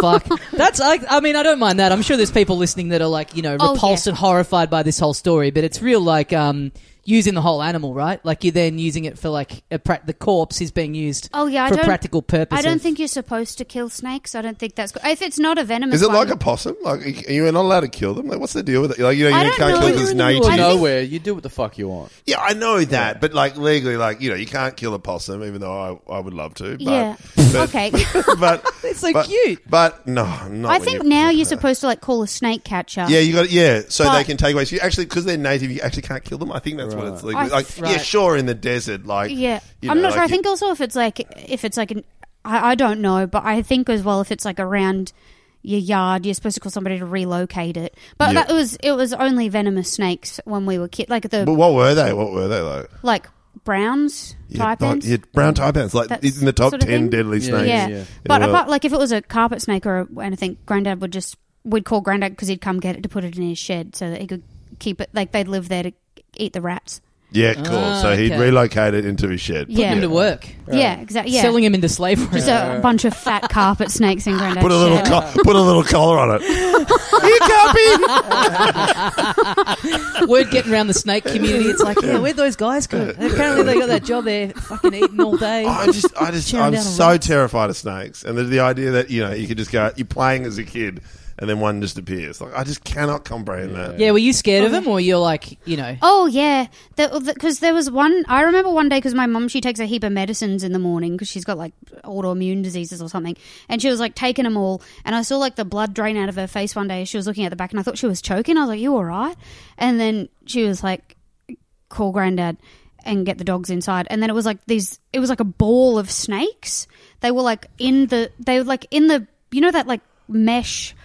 Fuck. That's. I, I mean, I don't mind that. I'm sure there's people listening that are like, you know,
Oh,
repulsed
yeah.
and horrified by this whole story. But it's real, like, um, using the whole animal, right? Like you're then using it for like a prac the corpse is being used.
Oh, yeah, I
for
don't-
practical purposes.
I don't think you're supposed to kill snakes. I don't think that's good. If it's not a venomous
Is it
one-
like a possum? Like, are you not allowed to kill them? Like, what's the deal with it? Like, you know,
I
you
don't
can't
know.
kill
You're
this
in the middle
nature.
of
Or
I think-
nowhere, you do what the fuck you want.
Yeah, I know that, but like legally, like you know, you can't kill a possum, even though I, I would love to. But,
Yeah.
but-
Okay.
but
It's so
but-
cute.
But no, not.
I
when
think
you-
now you're supposed to like call a snake catcher.
Yeah, you got. Yeah, so
But-
they can take away. So you actually, because they're native, you actually can't kill them. I think that's what it's like.
I-
like yeah,
Right.
sure, in the desert, like
Yeah.
you
I'm
know,
not sure.
like
I think also if it's like if it's like an I, I don't know, but I think as well if it's like around your yard, you're supposed to call somebody to relocate it. But
Yeah.
that was it was only venomous snakes when we were kids, like the
But what were they? What were they like?
like browns
Yeah,
type
but-
ends.
yeah, brown taipans, like
That's
it's in the top
sort of
ten
thing.
deadly
Yeah,
snakes.
Yeah.
yeah.
But
Yeah.
apart, like if it was a carpet snake or anything, Grandad would just we'd call Grandad because he'd come get it to put it in his shed so that he could keep it. Like they'd live there to eat the rats.
Yeah, cool.
Ah,
so he'd
okay.
relocate it into his shed.
Yeah.
Putting him to work.
Yeah, exactly. Yeah,
Selling him into slavery.
just a bunch of fat carpet snakes in Grandad's
Put a little
shed.
col- put a little collar on it. you copy?
Word getting around the snake community. It's like, yeah, where'd those guys go? Apparently they got that job there, fucking eating all day.
I just, I just,
Tearing
I'm
down a
so terrified of snakes, and the, the idea that you know you could just go, you're playing as a kid, and then one just appears. Like I just cannot comprehend that.
Yeah, were you scared of him, or you're like, you know?
Oh yeah, because the, 'cause there was one. I remember one day because my mum she takes a heap of medicines in the morning because she's got like autoimmune diseases or something, and she was like taking them all. And I saw like the blood drain out of her face one day. as She was looking at the back, and I thought she was choking. I was like, "You all right?" And then she was like, "Call granddad." And get the dogs inside, and then it was like these. It was like a ball of snakes. They were like in the. They were like in the. You know that like mesh.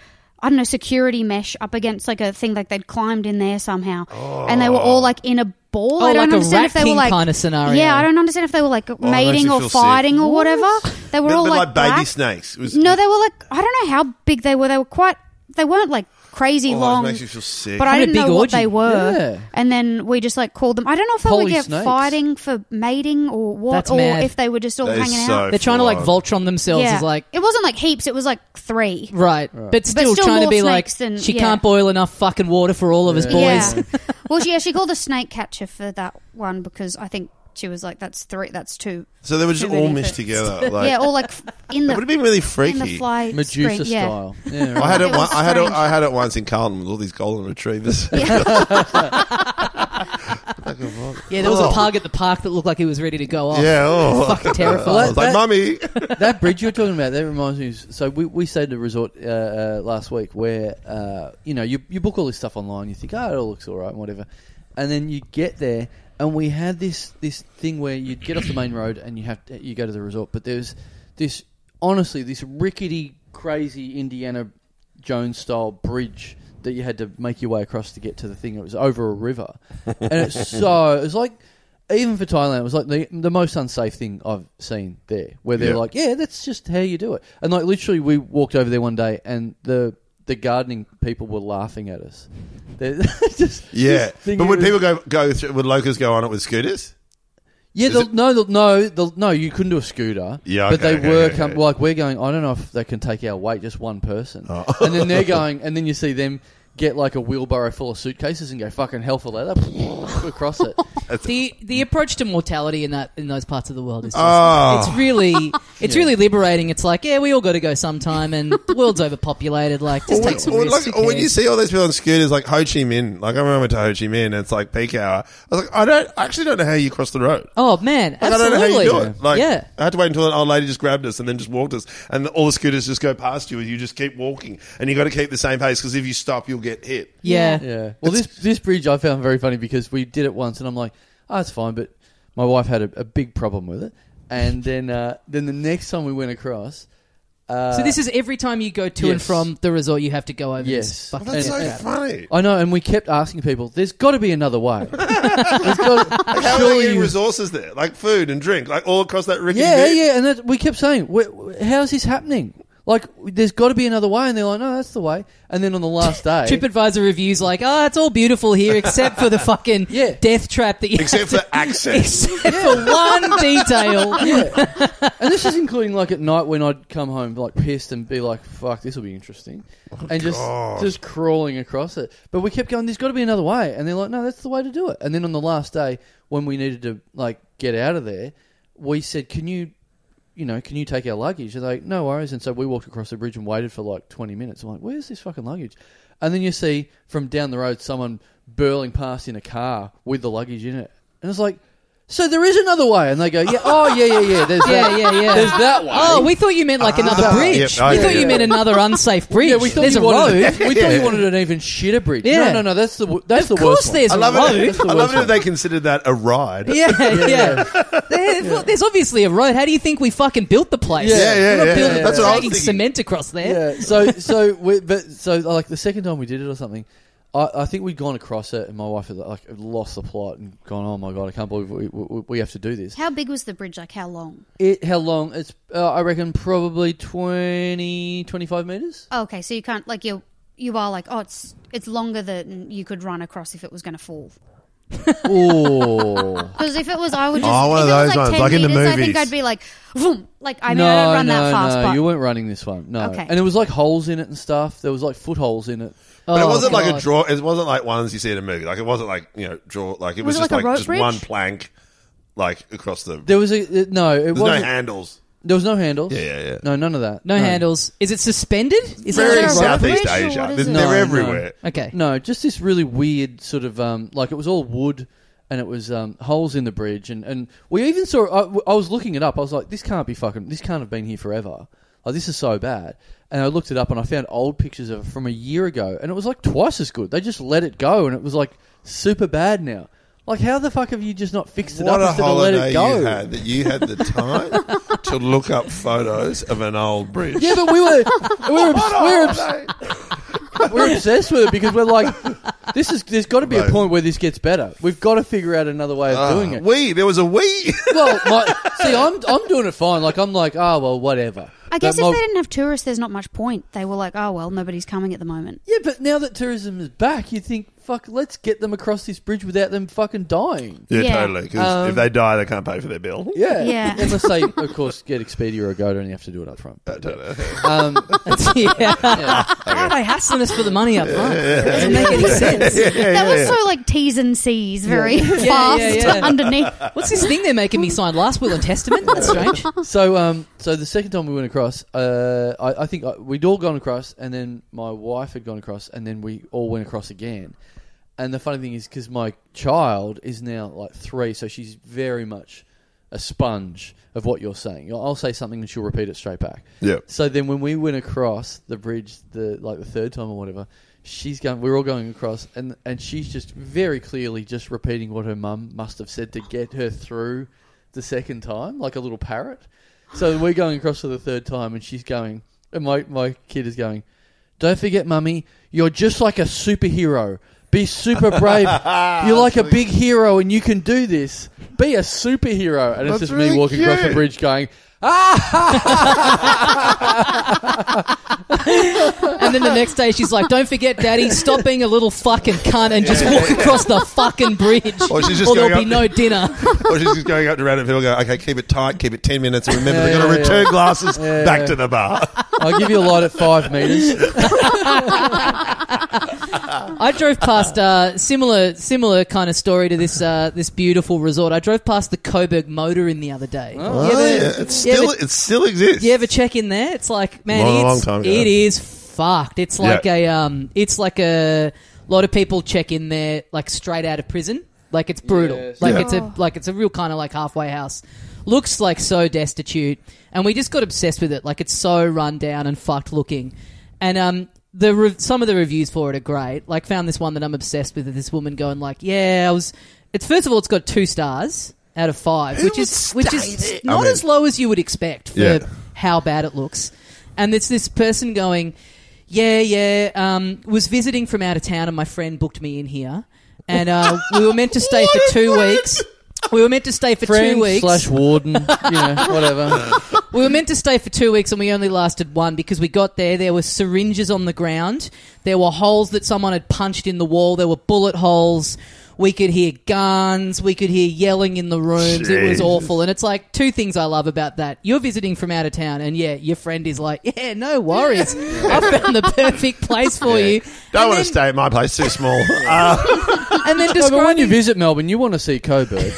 I don't know security mesh up against like a thing like they'd climbed in there somehow, and they were all like in a ball.
Oh,
I don't
like a
understand
Rat
if they
King
were like
kinda scenario.
Yeah, I don't understand if they were like
makes
mating
me
or
feel sick.
fighting or whatever. They were
But,
all
but like, baby
black.
snakes. It was,
No, they were like I don't know how big they were. They were quite. They weren't like crazy
oh,
long.
It makes you feel sick.
But I
Kinda
didn't know
big
what
orgy.
they were.
Yeah.
And then we just like called them. I don't know if they were
Holy
get
snakes.
fighting for mating or what,
That's
or
mad.
if they were just all
That is
hanging
so
out.
They're trying to like
full on.
Voltron themselves as like
it wasn't like heaps. It was like three.
right, but still,
still
trying to
more
be like
snakes than-
she
yeah.
can't boil enough fucking water for all of us boys.
Yeah. well, she, yeah, she called a snake catcher for that one because I think she was like, "That's three. That's two.
So they were just
Too
all
many
mixed
for-
together. Like,
yeah, or like f- in
it
the
would have been really
in the
freaky.
fly
Medusa
spring, yeah.
style. Yeah,
I
right.
had it.
It
One,
was
I had it.
strange.
I had it once in Carlton with all these golden retrievers.
Yeah, there was a
Oh.
pug at the park that looked like he was ready to go off.
yeah. Oh.
Fucking
I
terrifying.
was
That-
like, mummy.
that bridge you're talking about that reminds me. So we we stayed at a resort uh, uh, last week where uh, you know you you book all this stuff online. You think oh it all looks all right and whatever, and then you get there, and we had this this thing where you'd get off the main road and you have to, you go to the resort, but there's this honestly this rickety, crazy Indiana Jones style bridge that you had to make your way across to get to the thing. It was over a river, and it's so it was like. Even for Thailand, it was like the, the most unsafe thing I've seen there. Where they're
Yeah.
like, "Yeah, that's just how you do it." And like literally, we walked over there one day, and the the gardening people were laughing at us. They're just
Yeah,
just thinking
but would
it was-
people go go through? Would locals go on it with scooters?
yeah,
Is
the,
it-
no, the, no, the, no. You couldn't do a scooter.
Yeah,
but
okay,
they
okay,
were
okay,
com-
okay.
like we're going. I don't know if they can take our weight, just one person.
Oh.
And then they're going, and then you see them get like a wheelbarrow full of suitcases and go fucking hell for leather across it.
the the approach to mortality in that in those parts of the world is just,
Oh.
it's really it's really liberating. It's like yeah, we all got to go sometime, and the world's overpopulated. Like just take some
or,
risks.
like,
who
or when you
cares?
see all those people on scooters, like Ho Chi Minh, like I remember to Ho Chi Minh, and it's like peak hour. I was like, I don't I actually don't know how you cross the road.
oh man,
Like,
absolutely.
I don't know how you do it. Like,
yeah.
I had to wait until an old lady just grabbed us and then just walked us, and all the scooters just go past you, and you just keep walking, and you got to keep the same pace because if you stop, you'll get hit.
yeah,
Yeah. Well, this this bridge I found very funny because we did it once, and I'm like, oh, it's fine. But my wife had a, a big problem with it, and then uh, then the next time we went across, uh,
So this is every time you go to and
yes.
from the resort, you have to go over. This
Yes.
fucking
Oh, That's
And-
so
crap.
funny.
I know, and we kept asking people, "There's got to be another way." There's gotta-
How are they
surely
getting
you-
resources there, like food and drink, like all across that rickety
yeah,
bit?
yeah, and that, we kept saying, "Wh- wh- "How's this happening?" Like, there's got to be another way, and they're like, "No, that's the way." And then on the last day,
TripAdvisor reviews like, oh, it's all beautiful here except for the fucking
Yeah.
death trap that you have
Except for
to,
access.
except for one detail.
and this is including like at night when I'd come home like pissed and be like, "Fuck, this will be interesting," and just
God.
just crawling across it. But we kept going. There's got to be another way, and they're like, "No, that's the way to do it." And then on the last day, when we needed to like get out of there, we said, "Can you?" You know, can you take our luggage? And they're like, no worries. And so we walked across the bridge and waited for like 20 minutes. I'm like, where's this fucking luggage? And then you see from down the road someone burling past in a car with the luggage in it. And it's like, so there is another way. And they go, yeah, oh, yeah, yeah, yeah. There's
Yeah,
that.
yeah, yeah.
There's that one.
Oh, we thought you meant like another
Ah,
bridge.
yeah, I
we thought
get
you
it.
meant another unsafe bridge.
Yeah, we thought
there's
you
a
wanted,
road.
We thought you wanted an even shitter bridge.
Yeah.
No, no, no. That's the w- that's
Of
the worst.
course
one.
there's
I love
road.
it. I love it if they considered that a ride.
Yeah, yeah. There- There's obviously a road. How do you think we fucking built the place?
Yeah, yeah,
We're not
yeah,
building-
yeah. That's what I was
dragging
thinking.
cement across there.
Yeah. So so we, but so like the second time we did it or something, I, I think we'd gone across it and my wife had like had lost the plot and gone, oh my god, I can't believe we, we, we have to do this.
How big was the bridge? Like how long?
It how long? It's uh, I reckon probably 20, 25 meters.
Oh, okay, so you can't like you you are like oh it's it's longer than you could run across if it was going to fall.
Oh.
Because if it was, I would just
Oh, one
if
of
it
those
was like
ones,
10
like in the
meters, I think
movies.
I'd be like, boom. Like I mean,
no,
I don't run
no,
that fast,
no,
but
you weren't running this one. No,
Okay.
and there was like holes in it and stuff. There was like footholes in it.
But
Oh,
it wasn't like
God.
a draw. It wasn't like ones you see in a movie. Like it wasn't like you know draw. Like it was,
Was it
just
like a
like,
rope
just
bridge?
one plank, like across the.
There was a uh, no. It
There's no
wasn't.
handles.
There was no handles.
Yeah, yeah, yeah.
No, none of that.
No handles. Is it suspended? Is
Very
it just
Very
a road?
rope
Southeast
bridge or
Asia.
what is
They're,
it?
they're
No, no.
everywhere.
Okay.
No, just this really weird sort of um, like it was all wood and it was um, holes in the bridge and, and we even saw. I, I was looking it up. I was like, this can't be fucking. This can't have been here forever. Like this is so bad. And I looked it up and I found old pictures of it from a year ago and it was like twice as good. They just let it go and it was like super bad now. Like how the fuck have you just not fixed it
What
up
a
instead of let
holiday
it go?
you had that you had the time to look up photos of an old bridge.
Yeah, but we were we were, we were We're obsessed with it because we're like, this is. There's got to be a
Right.
point where this gets better. We've got to figure out another way of
Ah.
doing it.
We there was a we.
Well, my, see, I'm I'm doing it fine. Like I'm like, ah, well, whatever.
I guess
But
if
my-
they didn't have tourists, there's not much point. They were like, oh well, nobody's coming at the moment.
yeah, but now that tourism is back, you think, fuck, let's get them across this bridge without them fucking dying.
yeah,
Yeah.
totally. Because if they die, they can't pay for their bill.
um, Yeah,
Yeah.
Unless they, of course, get Expedia or Go, and you have to do it up front.
I don't know.
Um,
yeah. Why are they hassling us for the money up front? Doesn't make any sense.
that was so like T's and C's, very
yeah,
fast
yeah.
underneath.
What's this thing they're making me sign? Last will and testament. That's strange.
so um, so the second time we went across, uh, I, I think I, we'd all gone across, and then my wife had gone across, and then we all went across again. And the funny thing is, because my child is now like three, so she's very much a sponge of what you're saying. I'll I'll say something, and she'll repeat it straight back.
Yeah.
So then, when we went across the bridge, the like the third time or whatever, she's going. We're all going across, and and she's just very clearly just repeating what her mum must have said to get her through the second time, like a little parrot. So we're going across for the third time, and she's going, and my my kid is going. Don't forget, mummy, you're just like a superhero. Be super brave. You're like a big hero, and you can do this. Be a superhero, and it's
That's
just me
really
walking across the
cute.
bridge, going, ah.
And then the next day she's like, "Don't forget, Daddy, stop being a little fucking cunt and just walk across the fucking bridge,
Or she's just
or there'll
going
be
up-
no dinner."
or she's just going up to random people, going, "Okay, keep it tight, keep it ten minutes, and remember
Yeah,
they're going
yeah,
to return glasses
Yeah,
back
yeah.
to the bar."
I'll give you a light at five meters.
I drove past uh, similar similar kind of story to this uh, this beautiful resort. I drove past the Coburg Motor Inn the other day.
Oh.
You
Oh,
ever-
yeah, it
you ever-
still it still exists.
You ever check in there? It's like man,
Long,
it's,
long time ago.
it is fucked. It's like
Yeah.
a um, it's like a lot of people check in there like straight out of prison. Like it's brutal.
Yes.
Like
Yeah.
it's a
Oh.
like it's a real kind of like halfway house. Looks like so destitute, and we just got obsessed with it. Like it's so run down and fucked looking, and um. The re- some of the reviews for it are great. Like, found this one that I'm obsessed with. of This woman going like, "Yeah, I was." It's first of all, it's got two stars out of five,
Who
which
would
is which
stay
is
there? I
not
mean-
as low as you would expect for
Yeah.
how bad it looks. And it's this person going, yeah, yeah, um, was visiting from out of town and my friend booked me in here. And uh, we were meant to stay for two weeks. We were meant to stay for two
Friend
weeks.
slash warden, you know, whatever.
We were meant to stay for two weeks and we only lasted one because we got there. There were syringes on the ground. There were holes that someone had punched in the wall. There were bullet holes. We could hear guns. We could hear yelling in the rooms. It was
Jesus.
awful. And it's like two things I love about that. You're visiting from out of town, and yeah, your friend is like, yeah, no worries. I found the perfect place for
Yeah.
you.
Don't
And
want
then-
to stay at my place. Too small. Uh,
And then
No, but when you
describing
visit Melbourne, you want to see Coburg.
and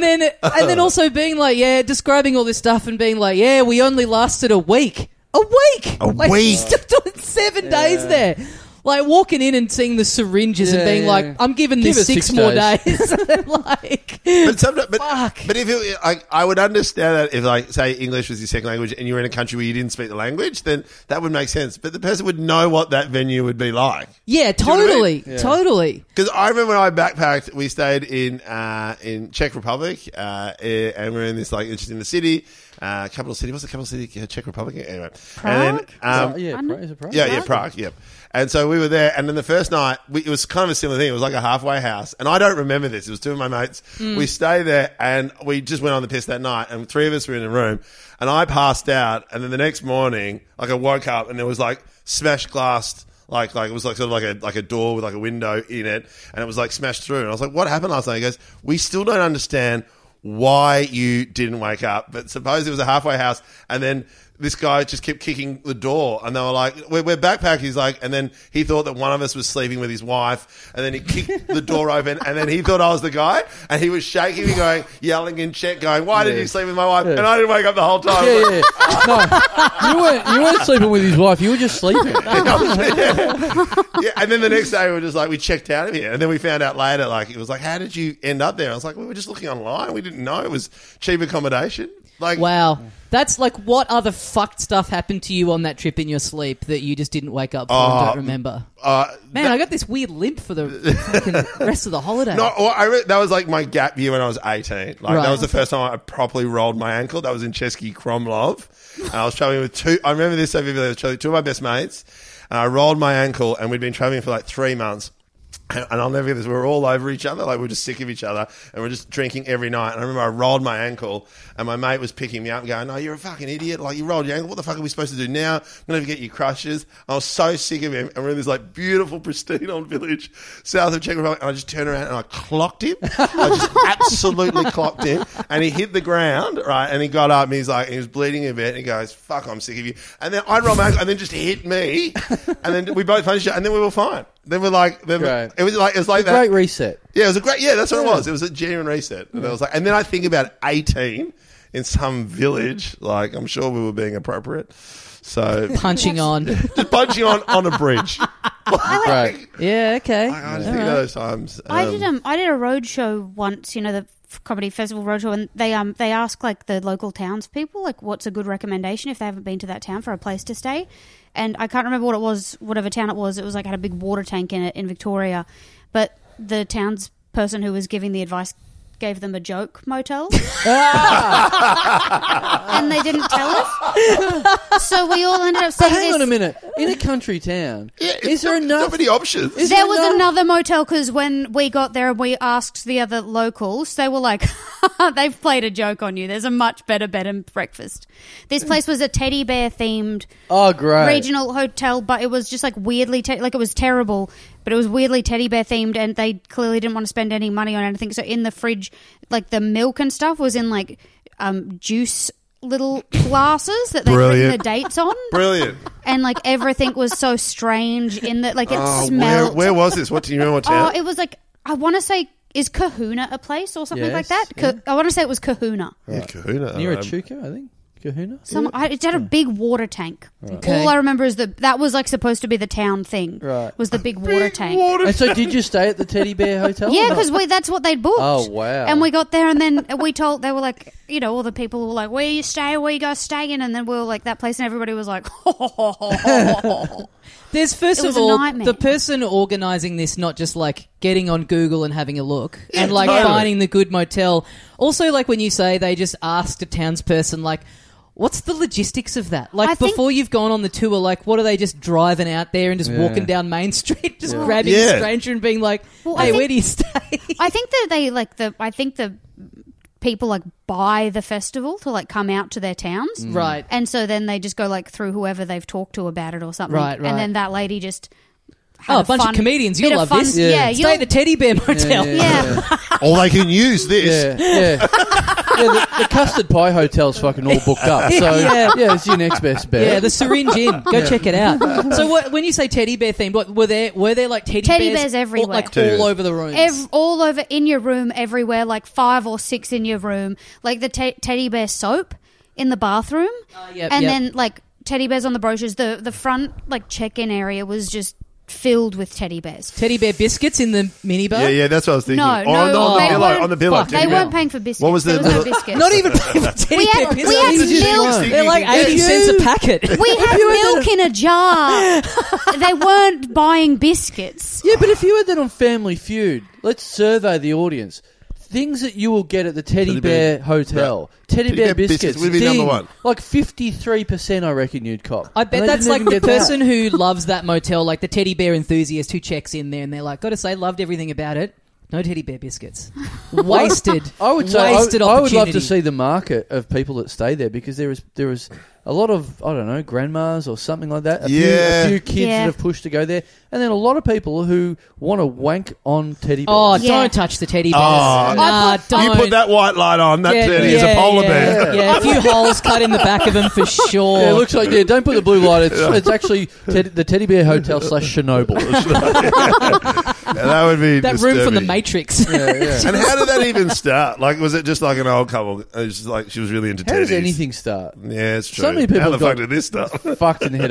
then and then also being like, yeah, describing all this stuff and being like, yeah, we only lasted a week, a week,
A
like,
week.
Still doing seven days there. Like walking in and seeing the syringes and
Yeah,
being
yeah,
like,
yeah.
"I'm giving
Give
this
it
six,
six
more days."
days.
like,
but sometimes, but,
Fuck.
but if it, I, I would understand that if like say English was your second language and you were in a country where you didn't speak the language, then that would make sense. But the person would know what that venue would be like.
yeah,
you know what I
totally,
mean?
totally.
Because I remember when I backpacked, we stayed in uh, in Czech Republic, uh, eh, and we are in this like interesting the city, uh, capital city. What's the capital city? Yeah, Czech Republic. Anyway, and then um,
Uh, yeah,
I'm-
Pra- is it Prague?
yeah, yeah, Prague. Yep. And so we were there, and then the first night we, it was kind of a similar thing. It was like a halfway house, and I don't remember this. It was two of my mates. We stayed there, and we just went on the piss that night. And three of us were in a room, and I passed out. And then the next morning, like I woke up, and there was like smashed glass. Like, like it was like sort of like a like a door with like a window in it, and it was like smashed through. And I was like, "What happened last night?" He goes, "We still don't understand why you didn't wake up. But suppose it was a halfway house, and then this guy just kept kicking the door, and they were like, "We're, we're backpacked." He's like, and then he thought that one of us was sleeping with his wife, and then he kicked the door open, and then he thought I was the guy, and he was shaking me, going, yelling in check, going, "Why did
Yeah.
you sleep with my wife?"
Yeah.
And I didn't wake up the whole time.
Yeah, yeah, yeah. No, you weren't. You weren't sleeping with his wife. You were just sleeping.
yeah, and then the next day we were just like we checked out of here, and then we found out later, like it was like, how did you end up there? I was like, we were just looking online, we didn't know it was cheap accommodation. Like,
Wow, that's like what other fucked stuff happened to you on that trip in your sleep that you just didn't wake up for and
Oh,
don't remember?
uh,
Man, I got this weird limp for the fucking rest of the holiday.
No, or I re- that was like my gap year when I was 18. Like
Right.
that was the first time I properly rolled my ankle. That was in Chesky Kromlov. And I was traveling with two. I remember this so vividly. I was traveling with two of my best mates, and I rolled my ankle, and we'd been traveling for like three months. And and I'll never forget this. We were all over each other, like we were just sick of each other, and we are just drinking every night. And I remember I rolled my ankle, and my mate was picking me up, going, "No, you're a fucking idiot! Like you rolled your ankle. What the fuck are we supposed to do now? I'm gonna get your crushes." I was so sick of him, and we're in this like beautiful, pristine old village south of Czech Republic, and I just turned around and I clocked him. I just absolutely clocked him, and he hit the ground right, and he got up, and he's like, he was bleeding a bit, and he goes, "Fuck, I'm sick of you." And then I rolled my ankle, and then just hit me, and then we both punched each other, and then we were fine. Then we're like, then
Great.
it was like it was like that.
Great reset.
Yeah, it was a great. Yeah, that's what it was. It was a genuine reset. And I was like, and then I think about eighteen in some village. Like I'm sure we were being appropriate. So
punching on.
just punching on on a bridge.
Right.
Yeah, okay.
I just
All
think
right.
of those times.
I
um,
did um I did a road show once, you know, the f- comedy festival road show, and they um they ask like the local townspeople like what's a good recommendation if they haven't been to that town for a place to stay, and I can't remember what it was, whatever town it was. It was like had a big water tank in it in Victoria, but the town's person who was giving the advice gave them a joke motel,
Ah!
and they didn't tell us, so we all ended up staying.
Hang
there.
on a minute. In a country town,
Yeah,
is
it's
there
not- not
enough?
many options?
Is
there
there
was
enough-
another motel because when we got there and we asked the other locals, they were like, "They've played a joke on you." There's a much better bed and breakfast.
Hmm.
This place was a teddy bear themed
Oh, great.
regional hotel, but it was just like weirdly te- like it was terrible, but it was weirdly teddy bear themed, and they clearly didn't want to spend any money on anything. So in the fridge, like the milk and stuff was in like um, juice little glasses that they put the
Brilliant.
dates on,
Brilliant.
and like everything was so strange in that like it
Oh, where,
smelled.
where was this? What do you remember? What town?
Oh, it was like I want to say is Kahuna a place or something like
Yes,
that? Ka- I want to say it was Kahuna.
yeah, Kahuna.
Near a
Um,
Chuka, I think. Kahuna?
Some I, it had a big water tank.
Okay.
All I remember is that that was like supposed to be the town thing.
Right.
Was the big water tank?
And so, did you stay at the Teddy Bear Hotel?
Yeah,
or not?
because that's what they'd booked.
Oh, wow.
And we got there, and then we told they were like, you know, all the people were like, "Where you stay? Where you go staying?" And then we were like that place, and everybody was like,
There's first
It
of
was a
all
nightmare.
the person organising this, not just like getting on Google and having a look and like
totally.
finding the good motel. Also, like when you say they just asked a townsperson, like, what's the logistics of that? Like
I think-
before you've gone on the tour, like what are they just driving out there and just walking down Main Street, just grabbing
Yeah.
a stranger and being like,
Well,
hey,
I think-
where do you stay?
I think that they like the. I think the people like buy the festival to like come out to their
Mm.
towns,
right.
and so then they just go like through whoever they've talked to about it or something,
Right, right.
And then that lady just. had
Oh, a bunch of
fun-
comedians.
bit
You
of
love
fun-
this.
Yeah,
Stay
you'll-
at the Teddy Bear Motel.
yeah.
Or they can use this.
Yeah, yeah. yeah the, the custard pie hotel's fucking all booked up. So
Yeah.
yeah, it's your next best bet.
Yeah, the syringe in. Go check it out. So, what, when you say teddy bear themed, what were there? Were there like teddy,
Teddy
bears,
bears everywhere.
all- like
Teddy
all
bears.
over the rooms?
Ev- all over in your room, everywhere, like five or six in your room, like the te- teddy bear soap in the bathroom,
Uh, yep,
and
yep.
then like teddy bears on the brochures. The the front like check-in area was just filled with teddy bears.
teddy bear biscuits in the minibar.
Yeah, yeah, that's what I was thinking.
No,
Or on,
no,
the, Oh, on the
they
pillow,
weren't-
on the pillow.
fuck,
Teddy
They
bear.
weren't paying for biscuits.
What was the-
there was no
the-
biscuits.
Not even paying for teddy
We
bear
had, we
biscuits.
had
It's just
milk.
plastic.
They're like
If
eighty
you-
cents a packet.
We had milk in a jar. they weren't buying biscuits.
Yeah, but if you had that on Family Feud, let's survey the audience. Things that you will get at the Teddy,
Teddy
Bear,
Bear.
Hotel, Teddy,
Teddy
Bear,
Bear
biscuits,
biscuits would be
ding,
number one.
Like fifty three percent, I reckon you'd cop.
I
And
bet
they
that's
didn't
like
even
the
get that.
person who loves that motel, like the teddy bear enthusiast who checks in there and they're like, "Got to say, loved everything about it. No teddy bear biscuits. wasted.
I would say I
wasted
would- I, would love
opportunity.
to see the market of people that stay there because there is there is a lot of I don't know grandmas or something like that. A
Yeah.
few, a few kids
Yeah.
that have pushed to go there, and then a lot of people who want to wank on teddy bears.
Oh,
Yeah.
don't touch the teddy bears.
Oh,
nah, don't.
You put that white light on, that teddy is a polar
yeah,
bear.
Yeah, a few holes cut in the back of them for sure.
Yeah, it looks like yeah. Don't put the blue light. It's, it's actually ted- the Teddy Bear Hotel slash Chernobyl.
Yeah, That would be
that room from the
disturbing.
Matrix.
And how did that even start? Like, was it just like an old couple? It was just like she was really into
How
teddies.
does anything start?
Yeah, it's true.
So many people
How the
got-
fuck did this stuff?
Fucked in the head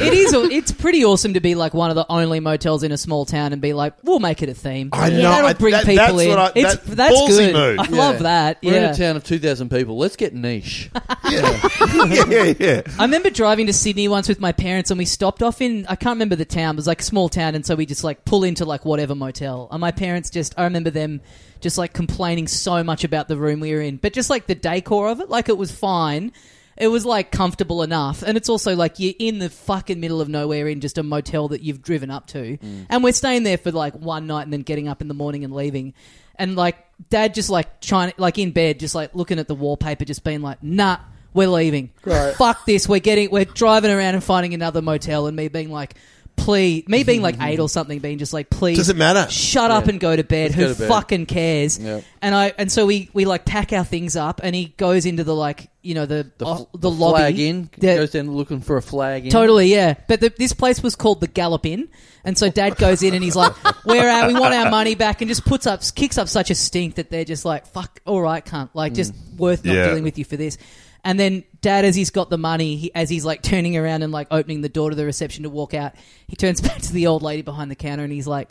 it is. a- It's pretty awesome to be like one of the only motels in a small town and be like, we'll make it a theme.
I
Yeah,
know.
That'll
I-
bring
that-
people
that's
in.
what I-
it's
that
that's good.
ballsy move.
I love that.
We're in
Yeah.
a town of two thousand people. Let's get niche.
yeah, yeah, yeah.
I remember driving to Sydney once with my parents, and we stopped off in I can't remember the town. It was like a small town, and so we just like pull into like whatever motel. And my parents just I remember them just like complaining so much about the room we were in, but just like the decor of it, like it was fine. It was like comfortable enough, and it's also like you're in the fucking middle of nowhere in just a motel that you've driven up to, and we're staying there for like one night and then getting up in the morning and leaving, and like dad just like trying like in bed just like looking at the wallpaper, just being like, nah, we're leaving.
Right.
Fuck this. We're getting. We're driving around and finding another motel, and me being like, please, me being like eight or something, being just like, please,
Does it matter?
Shut up
Mm-hmm. Yeah.
and go to bed.
Just
Who
go to bed.
fucking cares?
Yeah.
And I and so we we like pack our things up, and he goes into the like you know the uh,
The,
the,
f-
the lobby.
flag in
Yeah.
goes down looking for a flag in.
Totally, yeah. But the, this place was called the Gallop Inn, and so Dad goes in and he's like, "Where are we? Want our money back?" And just puts up, kicks up such a stink that they're just like, "Fuck, all right, cunt, like just worth not
Yeah.
dealing with you for this." And then dad, as he's got the money, he, as he's like turning around and like opening the door to the reception to walk out, he turns back to the old lady behind the counter and he's like,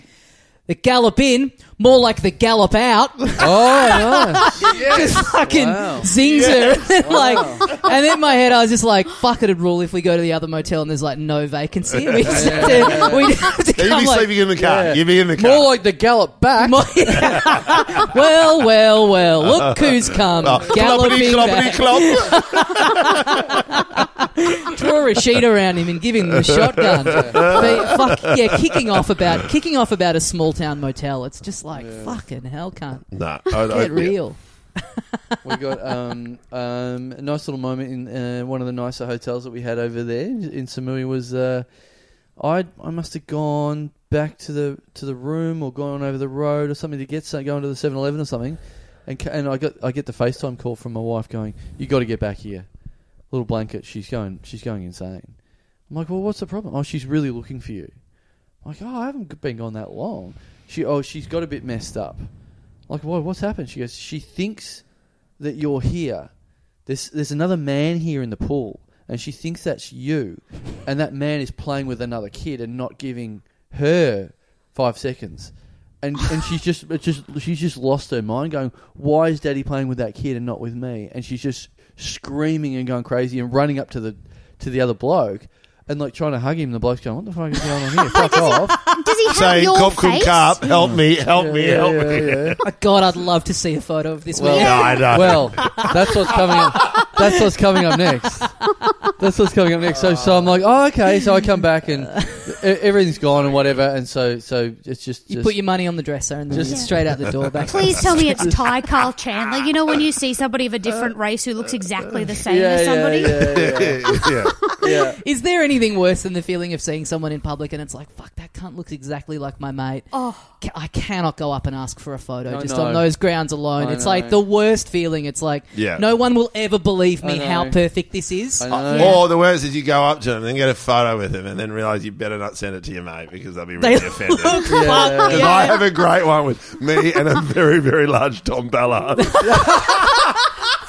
the gallop in, more like the gallop out.
Oh, nice.
just fucking
Wow.
zings her. And like, and in my head, I was just like, "Fuck it'd rule if we go to the other motel and there's like no vacancy. We just have to, we just have to
You'd
come
be
like,
sleeping in the car.
Yeah.
You'd be in the car.
More like the gallop back.
Mo- well, well, well. Look who's come.
Oh, cloppity,
Galloping
cloppity,
back.
clop.
Draw a sheet around him and give him the shotgun. But fuck yeah, kicking off about kicking off about a small town motel. It's just like fucking hell, can't
Nah, I, I,
get real.
we got um, um, a nice little moment in uh, one of the nicer hotels that we had over there in Samui was uh, I I must have gone back to the to the room or gone over the road or something to get some, going to the 7-Eleven or something, and ca- and I got I get the FaceTime call from my wife going you got to get back here, little blanket she's going she's going insane. I'm like well what's the problem? Oh she's really looking for you. I'm like oh I haven't been gone that long. She oh she's got a bit messed up. Like what what's happened? She goes she thinks that you're here. There's there's another man here in the pool, and she thinks that's you, and that man is playing with another kid and not giving her five seconds, and and she's just it's just she's just lost her mind, going, why is Daddy playing with that kid and not with me? And she's just screaming and going crazy and running up to the to the other bloke. And like trying to hug him, the bloke's going, "What the fuck is going on here? Fuck off!"
Does he have
Say,
your
cop, cum,
face?
carp, help me, help me,
Yeah,
help
yeah,
me.
yeah.
Oh, God, I'd love to see a photo of this.
Well,
man.
No, I know.
Well, that's what's coming. Up, that's what's coming up next. That's what's coming up next. So, so I'm like, oh, okay. So I come back and e- everything's gone and whatever. And so, so it's just,
you
just
put your money on the dresser and then
Just-
just straight out the door back.
Please tell me it's Ty Carl Chandler. You know when you see somebody of a different race who looks exactly the same
yeah,
as
yeah,
somebody?
yeah, yeah,
yeah.
yeah.
Is there anything worse than the feeling of seeing someone in public and it's like, fuck, that cunt looks exactly like my mate?
Oh,
Ca- I cannot go up and ask for a photo
I
just
know.
on those grounds alone.
I
it's
know.
like the worst feeling. It's like,
Yeah.
no one will ever believe
I
me
know.
how perfect this is.
I
Oh,
know.
Or the worst is you go up to him and get a photo with him and then realize you better not send it to your mate because they'll be
They
really
look
offended.
fucked.
Yeah.
Because I have a great one with me and a very, very large Tom Ballard.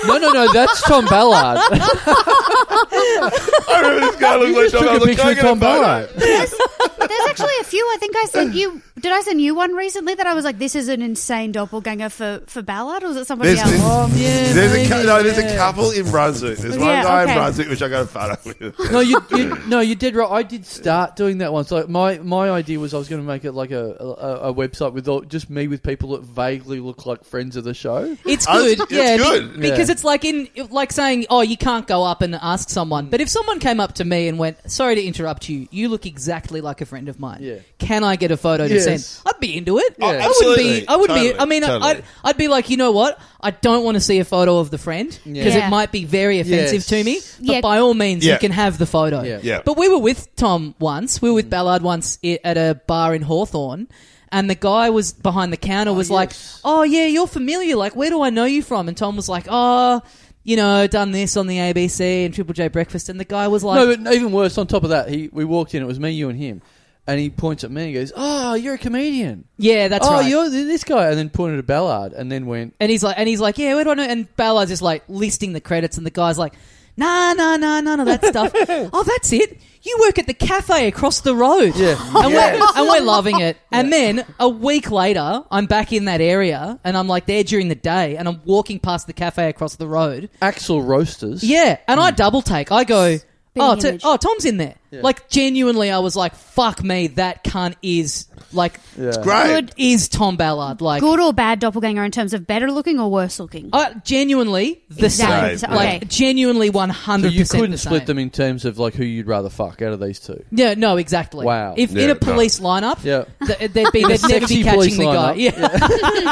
No, no, no. That's Tom Ballard.
I remember this guy looked
You
like
just took
Tom
a
Ballard. Like,
picture
Can I
of
get a
Tom
photo?
Ballard.
there's actually a few. I think I sent you. Did I send you one recently that I was like, "This is an insane doppelganger for for Ballard"? Or was it somebody
There's
else?
this-
Um, yeah,
There's a, cou-
maybe,
no, there's
yeah.
a couple in Brunswick. There's one
Yeah,
guy
okay.
in Brunswick which I got a photo with.
No, you, you no, you did right. I did start doing that once. Like my my idea was I was going to make it like a, a a website with all, just me with people that vaguely look like friends of the show.
It's
I was-
good,
it's
yeah, be-
good.
because
Yeah.
it's like in like saying, "Oh, you can't go up and ask someone." But if someone came up to me and went, "Sorry to interrupt you, you look exactly like a friend of mine.
Yeah.
Can I get a photo
Yes.
to send?" I'd be into it.
Oh,
I wouldn't
absolutely.
be. I wouldn't be.
Totally.
I mean,
Totally.
I'd, I'd be like, you know what? I don't want to see a photo of the friend because
Yeah.
it might be very offensive
Yes.
to me. But
Yeah.
by all means,
Yeah.
you can have the photo.
Yeah.
Yeah.
But we were with Tom once. We were with Ballard once i- at a bar in Hawthorne. And the guy was behind the counter was like,
yes.
"Oh yeah, you're familiar. Like, where do I know you from?" And Tom was like, "Oh, you know, done this on the ABC and Triple J Breakfast." And the guy was like,
no, but even worse. On top of that, he we walked in. It was me, you, and him. And he points at me and goes, "Oh, you're a comedian.
"Yeah, that's
oh,
right."
you're th- this guy." And then pointed at Ballard, and then went,
And he's like, and he's like, yeah, where do I know? And Ballard's just like listing the credits, and the guy's like, nah, nah, nah, none of that stuff. oh, that's it. You work at the cafe across the road.
Yeah.
And, we're, and we're loving it. And then a week later, I'm back in that area, and I'm like there during the day, and I'm walking past the cafe across the road.
"Axel Roasters."
Yeah. And
Hmm.
I double take. I go, oh, to,
image.
oh, Tom's in there. Like, genuinely, I was like, fuck me, that cunt is, like,
Yeah.
Great.
good is Tom Ballard. Like,
Good or bad doppelganger in terms of better looking or worse looking?
Uh, genuinely the
Exactly.
same.
Same.
Like
Okay.
genuinely one
So
hundred
you
percent.
couldn't
the same.
split them in terms of like who you'd rather fuck out of these two.
Yeah, no, exactly.
Wow.
If in
Yeah,
a police lineup,
Yeah.
th- they'd be they'd never
sexy
be
police
catching the guy.
lineup.
Yeah,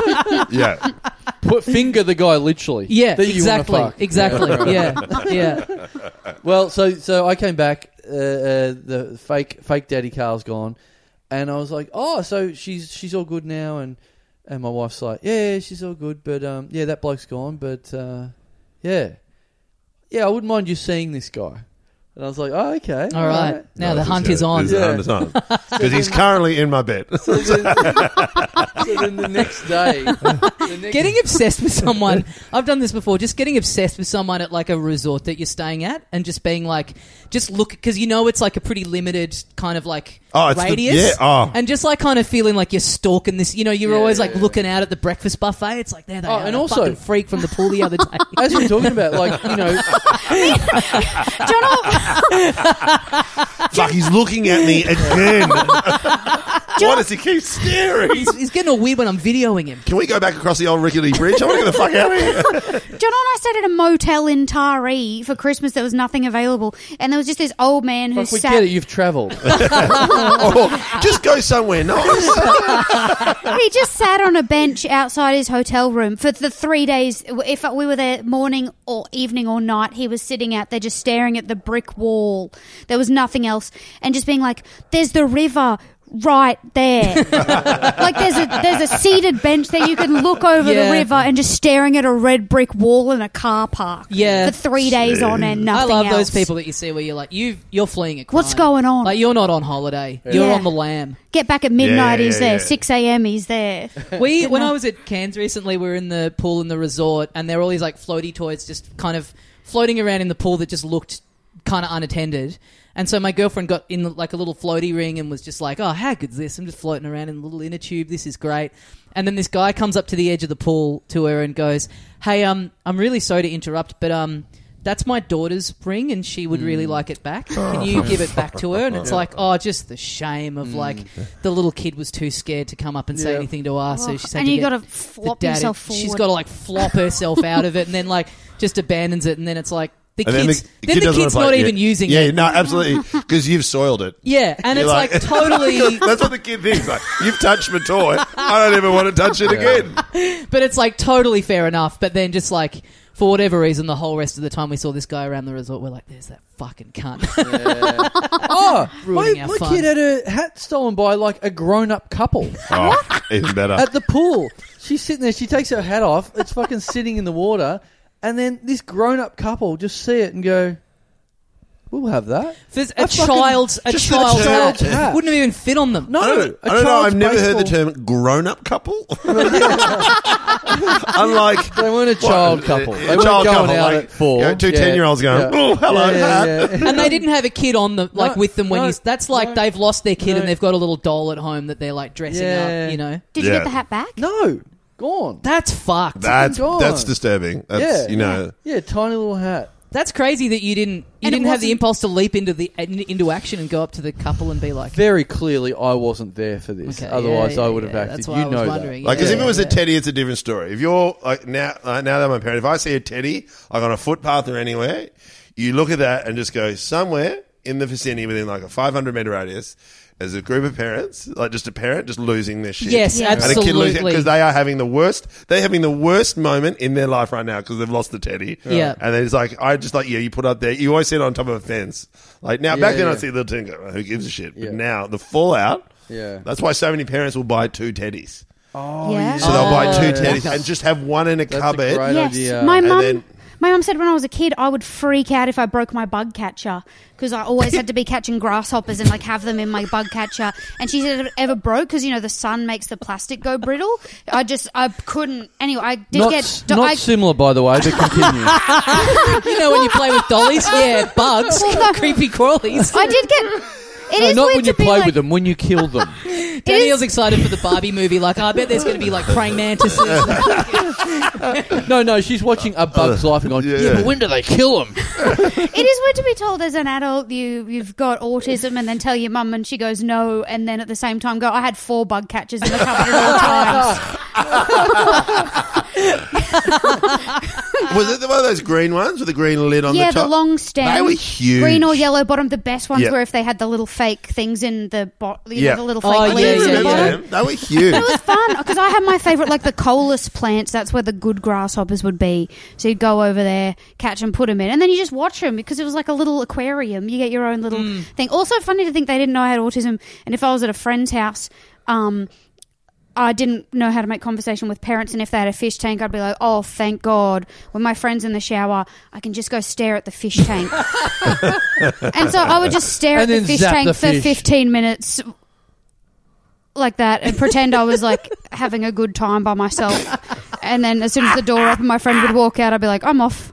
Yeah.
Put finger the guy literally.
yeah,
that you wanna
exactly,
fuck.
exactly.
right.
Yeah, yeah.
Well, so so I came back. Uh, uh, the fake fake daddy Carl's gone, and I was like, oh, so she's she's all good now, and and my wife's like, yeah, yeah, she's all good, but um, yeah, that bloke's gone, but uh, yeah, yeah, I wouldn't mind you seeing this guy, and I was like, oh, okay,
All right, now the hunt is on.
Yeah.
Because he's currently in my bed.
So then- so then the next day, the next
Getting obsessed with someone, I've done this before, just getting obsessed with someone at like a resort that you're staying at and just being like, just look, because you know it's like a pretty limited kind of like
Oh, it's the-
radius.
yeah, oh.
And just like kind of feeling like you're stalking this, you know, you're
Yeah,
always
yeah,
like
yeah.
looking out at the breakfast buffet. It's like, there they
Oh,
are.
and
that
also-
fucking freak from the pool the other day.
as we're talking about, like you know,
Fuck, he's looking at me again. Why does he keep staring?
he's, he's getting all weird when I'm videoing him.
Can we go back across the old rickety bridge? I want to get the fuck out of here.
John and I stayed at a motel in Taree for Christmas. There was nothing available, and there was just this old man who
fuck, we
sat.
get it. You've travelled.
Or just go somewhere nice.
he just sat on a bench outside his hotel room for the three days. If we were there morning or evening or night, he was sitting out there just staring at the brick wall. There was nothing else, and just being like, "There's the river." Right there, like there's a there's a seated bench that you can look over
Yeah.
the river and just staring at a red brick wall in a car park.
Yeah.
for three days on end,
I
nothing.
love those
else.
people that you see where you're like, you, you're fleeing a crime.
What's going on?
Like, you're not on holiday. You're
Yeah.
on the lamb.
Get back at midnight.
Yeah, yeah,
he's
yeah,
there.
yeah.
Six a.m. He's there.
We when I was at Cairns recently, we were in the pool in the resort, and there were all these like floaty toys just kind of floating around in the pool that just looked kind of unattended. And so my girlfriend got in like a little floaty ring and was just like, "Oh, how good's this? I'm just floating around in a little inner tube. This is great." And then this guy comes up to the edge of the pool to her and goes, "Hey, um, I'm really sorry to interrupt, but um." That's my daughter's ring, and she would really like it back. Can you give it back to her? And it's like, oh, just the shame of like the little kid was too scared to come up and say
Yeah.
anything to us. So she's had
and
to
you
get
got to
the
flop
dad in-
yourself forward.
She's got to like flop herself out of it, and then like just abandons it, and then it's like the
And
kids. Then the,
kid doesn't
kid's
wanna
not
play it.
even using
yeah,
it.
Yeah, no, absolutely. Because you've soiled it.
Yeah, and
You're
it's like,
like-
totally,
That's what the kid thinks. Like, you've touched my toy. I don't ever want to touch it again.
but it's like totally fair enough. But then just like for whatever reason, the whole rest of the time we saw this guy around the resort, we're like, "There's that fucking cunt."
Oh, my,
Ruining our
my
fun.
kid had a hat stolen by like a grown-up couple
Oh, even better.
at the pool. She's sitting there. She takes her hat off. It's fucking sitting in the water, and then this grown-up couple just see it and go, "We'll have that."
There's a
I fucking-
child's a
just a
child's
child's
hat.
hat.
wouldn't have even fit on them.
No,
I don't,
a
I don't know.
child's
I've never heard the
baseball-
term grown-up couple. Unlike
They weren't a child
What?
couple.
A
They weren't
child
going
couple,
out
like,
at four.
you know, two 10-year-olds going, "Oh, hello, hat."
yeah.
And they didn't have a kid on them, like
No,
with them when
no,
you. That's like
no,
they've lost their kid
no.
and they've got a little doll at home that they're like dressing
Yeah.
up. You know,
Did you
Yeah.
get the hat back?
No, gone.
that's fucked.
that's
gone.
that's disturbing. That's
yeah,
you know.
yeah, tiny little hat.
That's crazy that you didn't you
And it
didn't have the
wasn't-
impulse to leap into the in- into action and go up to the couple and be like,
Very clearly, I wasn't there for this.
Okay, yeah,
Otherwise,
yeah,
I would have
yeah,
acted.
that's
you
why I was
know
wondering,
that.
yeah.
Like, because if it was
Yeah.
a teddy, it's a different story. If you're like now, uh, now that I'm a parent, if I see a teddy, like on a footpath or anywhere, you look at that and just go somewhere in the vicinity within like a 500 meter radius. As a group of parents, like just a parent, just losing their shit.
Yes,
Yeah.
And a kid losing
absolutely.
because they are having the worst. They're having the worst moment in their life right now because they've lost the teddy.
Yeah.
And then it's like I just like yeah, you put up there. You always see it on top of a fence. Like now, back
Yeah,
then I
yeah.
see the little thing. Who gives a shit? But
Yeah.
now the fallout.
Yeah.
That's why so many parents will buy two teddies.
Oh,
Yeah.
So they'll buy
yeah.
two teddies and just have one in a
That's a
cupboard.
great-
Yes,
idea.
my
And
mum.
then-
my mum said when I was a kid, I would freak out if I broke my bug catcher because I always had to be catching grasshoppers and like have them in my bug catcher. And she said if it ever broke because you know the sun makes the plastic go brittle. I just I couldn't. Anyway, I did
Not,
get.
s- not
I,
similar, by the way, but continue.
you know when you play with dollies, yeah, bugs, creepy crawlies.
I did get. It
No,
is
not
weird
when
to
you
be
play
like,
with them, when you kill them.
Danielle's excited for the Barbie movie. Like, I bet there's going to be like praying mantises.
No, no, she's watching A Bug's Life and going, yeah,
Uh, Yeah.
but when do they kill them?
It is weird to be told as an adult you you've got autism and then tell your mum and she goes no and then at the same time go I had four bug catchers in the cupboard at all times.
Was it the- one of those green ones with the green lid on
yeah,
the top?
the long stem.
They were huge.
Green or yellow bottom. The best ones
Yeah.
were if they had the little fake things in the bot. You
Yeah.
know, the little
Oh,
fake
yeah,
I
leaves in
yeah,
the
remember
yeah.
bottom.
them. They were huge.
It was fun because I had my favourite, like the colas plants. That's where the good grasshoppers would be. So you'd go over there, catch them, put them in, and then you just watch them because it was like a little aquarium. You get your own little
Mm.
thing. Also, funny to think they didn't know I had autism. And if I was at a friend's house, um, I didn't know how to make conversation with parents, and if they had a fish tank, I'd be like, "Oh, thank God!" When my friend's in the shower, I can just go stare at the fish tank, and so I would just stare
And
at
then
the fish
zap
tank
the
for
fish.
fifteen minutes, like that, and pretend I was like having a good time by myself. and then as soon as the door opened, my friend would walk out. I'd be like, I'm off.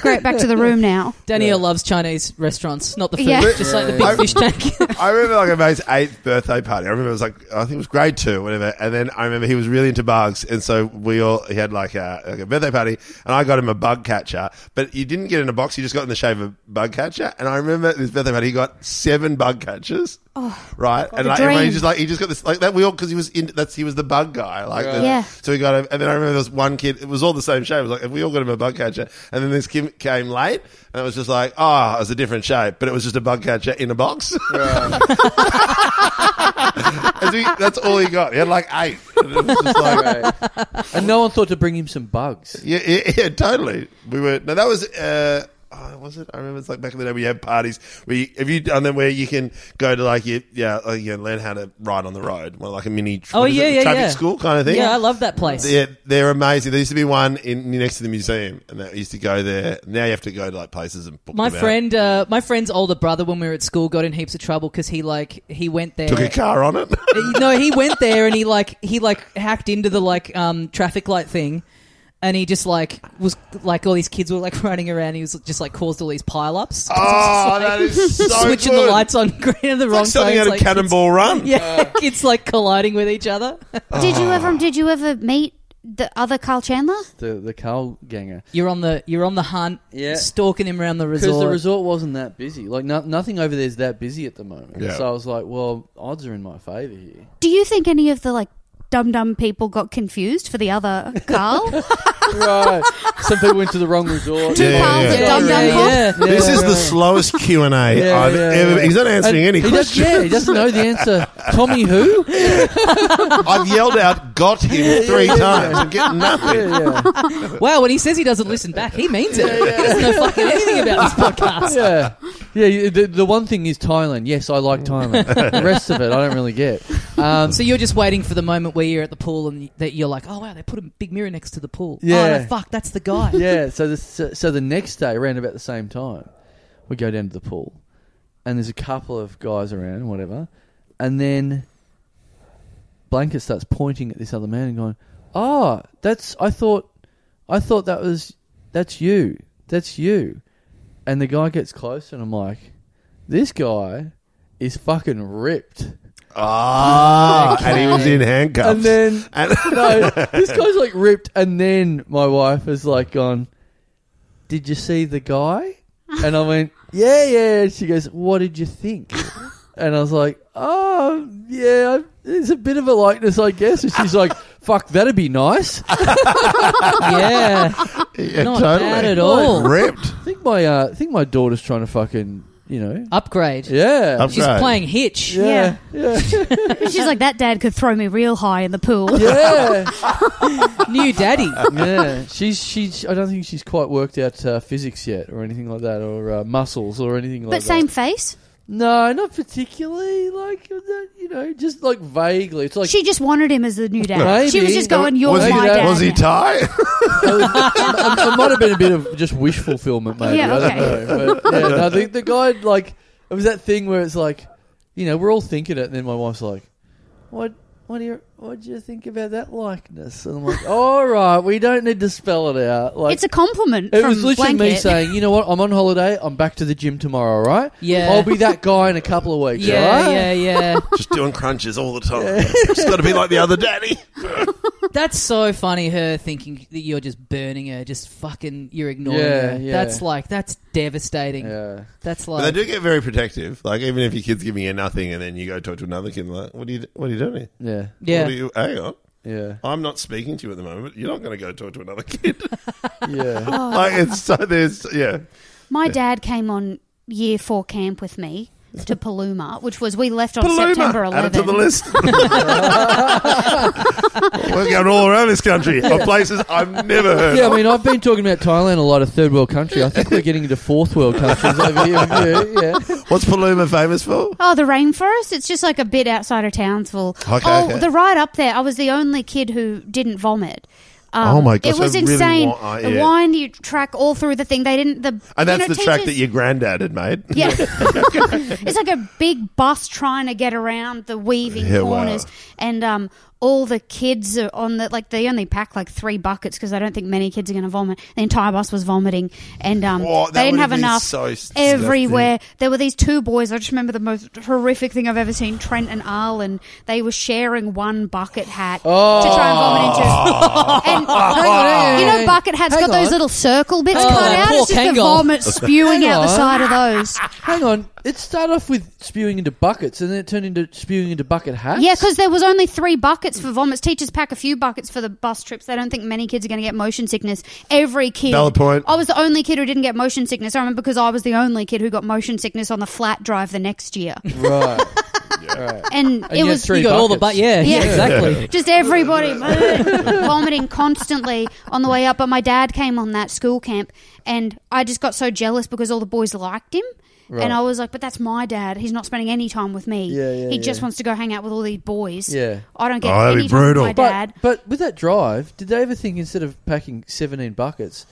Great, back to the room now.
Danielle loves Chinese restaurants, not the food,
Yeah.
just like the big
Yeah.
fish tank.
I remember like at mate's eighth birthday party. I remember it was like I think it was grade two, whatever. And then I remember he was really into bugs, and so we all he had like a, like a birthday party, and I got him a bug catcher. But you didn't get in a box; you just got in the shape of a bug catcher. And I remember at this birthday party, he got seven bug catchers. right, and
Oh, the
like, everybody
dream.
just like he just got this like that. We all because he was in that's he was the bug guy. Like the-
Yeah.
so we got him, and then I remember there was one kid. It was all the same shape. It was like we all got him a bug catcher, and then this kid came late, and it was just like ah, it was a different shape, but it was just a bug catcher in a box. And so he- that's all he got. He had like eight. And it was just like-
and no one thought to bring him some bugs.
yeah, yeah, yeah, totally. We were. No, that was. Uh, oh, was it? I remember it's like back in the day we had parties. where you have you done them where you can go to like your, yeah, like you can learn how to ride on the road, well, like a mini.
Oh,
what is
yeah,
it,
yeah,
traffic
yeah.
school kind of thing.
yeah, I love that place.
Yeah, they're amazing. There used to be one in next to the museum, and that we used to go there. Now you have to go to like places and book
My
them out.
friend, uh, my friend's older brother, when we were at school, got in heaps of trouble because he like he went there.
took a car on it.
no, he went there and he like he like hacked into the like um traffic light thing, and he just like was like all these kids were like running around. he was just like caused all these pile ups.
oh, that is so
switching
good.
the lights on green and the wrong
Like something
side.
out of
It's like kids-
Cannonball Run.
Yeah, kids like colliding with each other.
Did you ever? Did you ever meet the other Carl Chandler?
The the Carl Ganger.
you're on the you're on the hunt,
Yeah.
stalking him around the
Because
resort.
the resort wasn't that busy. Like no, nothing over there's that busy at the moment.
Yeah.
So I was like, well, odds are in my favour here.
Do you think any of the like dum dum people got confused for the other Carl?
right. Some people went to the wrong resort.
Yeah, yeah,
Carls
yeah.
at
yeah,
Dum
yeah,
Dum Club?
yeah, yeah.
This is the slowest Q and A I've
Yeah, yeah,
ever.
yeah.
He's not answering
And
any
he does-
questions.
yeah, he doesn't know the answer. Tommy who?
I've yelled out, "Got him!" three times and get nothing.
Yeah,
Wow, when he says he doesn't listen back, he means it. He doesn't know fucking anything about this
yeah,
podcast.
yeah. yeah you- the, the one thing is Thailand. Yes, I like Thailand. the rest of it, I don't really get. Um,
So you're just waiting for the moment where you're at the pool and that you're like, oh wow, they put a big mirror next to the pool. Oh
Yeah.
no, fuck, that's the guy.
yeah. So the so so the next day, around about the same time, we go down to the pool, and there's a couple of guys around, whatever, and then Blanket starts pointing at this other man and going, "Ah, that's I thought, I thought that was that's you, that's you," and the guy gets close, and I'm like, "This guy is fucking ripped."
Ah, and he was in handcuffs.
And then
And-
no, this guy's like ripped, and then my wife has like gone. Did you see the guy? And I went, yeah, yeah. And she goes, what did you think? And I was like, oh, yeah, there's a bit of a likeness, I guess. And she's like, fuck, that'd be nice. I
yeah.
yeah,
Not
totally.
bad at all.
Ripped.
think my, uh, I think my daughter's trying to fucking, you know,
Upgrade.
yeah,
Up-
She's
Right.
playing Hitch.
yeah, yeah,
She's like that. Dad could throw me real high in the pool.
Oh
yeah.
New daddy.
yeah, she's she's. I don't think she's quite worked out uh, physics yet, or anything like that, or uh, muscles, or anything like
But
that.
same face.
No, not particularly. Like uh, you know, just like vaguely. It's like
she just wanted him as the new dad. She was
Maybe.
just going, "You're
was
my
he,
dad."
Was he
now."
Thai?
it might have been a bit of just wish fulfillment, maybe.
Yeah,
I don't know. But, yeah, no, the, the guy like it was that thing where it's like, you know, we're all thinking it, and then my wife's like, "What? What do you? What do you think about that likeness?" And I'm like, "All right, we don't need to spell it out." Like.
it's a compliment.
it
from
was literally
blanket.
me saying, you know what, I'm on holiday, I'm back to the gym tomorrow, all right?
Yeah.
I'll be that guy in a couple of weeks, all
Yeah,
right?
yeah, yeah.
Just doing crunches all the time. Just got to be like the other daddy.
That's so funny. Her thinking that you're just burning her, just fucking, you're ignoring
Yeah,
her.
yeah.
That's like, that's devastating.
yeah.
That's
But they
like,
do get very protective. Like even if your kid's giving you nothing, and then you go talk to another kid, like, what are you, what are you doing? here?
Yeah.
yeah.
What are you, hang on.
Yeah.
I'm not speaking to you at the moment. You're not going to go talk to another kid.
Yeah.
like it's so there's yeah.
My dad came on year four camp with me to Paluma, which was we left on September
Paloma, add it
11.
to the list. We're going all around this country of places I've never heard.
Yeah,
of.
I mean, I've been talking about Thailand a lot of third world country. I think we're getting into fourth world countries over here. Yeah, yeah.
What's Paloma famous for?
Oh, the rainforest? It's just like a bit outside of Townsville.
Okay,
oh,
okay.
the ride up there, I was the only kid who didn't vomit. Um,
Oh my gosh,
It was
I really
insane.
want- I-
the
yeah.
windy track all through the thing. They didn't. The
And that's
you know,
the track
teachers-
that your granddad had made.
Yeah. it's like a big bus trying to get around the weaving
Yeah, wow.
corners. And um, all the kids are on the like they only pack like three buckets because I don't think many kids are going to vomit. The entire bus was vomiting, and um,
Oh, that
they
would
didn't have
been
enough
so disgusting.
everywhere. There were these two boys. I just remember the most horrific thing I've ever seen. Trent and Arlen. They were sharing one bucket hat to try and vomit
Oh.
into. And
on,
you
hey, hey,
know, bucket hats
hang
got those
on.
little circle bits
Oh,
cut
that
out.
poor
It's just
Kangol.
the vomit spewing
Hang
out
on.
the side of those.
Hang on, it started off with spewing into buckets, and then it turned into spewing into bucket hats.
Yeah, because there was only three buckets for vomits. Teachers pack a few buckets for the bus trips. They don't think many kids are going to get motion sickness. Every kid.
Valid point.
I was the only kid who didn't get motion sickness. I remember because I was the only kid who got motion sickness on the flat drive the next year,
right. And
and, it
you
was
had three
You got all the but
buckets.
yeah, yeah,
Yeah.
exactly.
just everybody vomiting constantly on the way up. But my dad came on that school camp, and I just got so jealous because all the boys liked him.
Right.
And I was like, but that's my dad. He's not spending any time with me.
Yeah, yeah,
he just
yeah.
wants to go hang out with all these boys.
Yeah.
I don't get
Oh, that'd be
any time with
brutal.
my
But
dad.
but with that drive, did they ever think instead of packing seventeen buckets,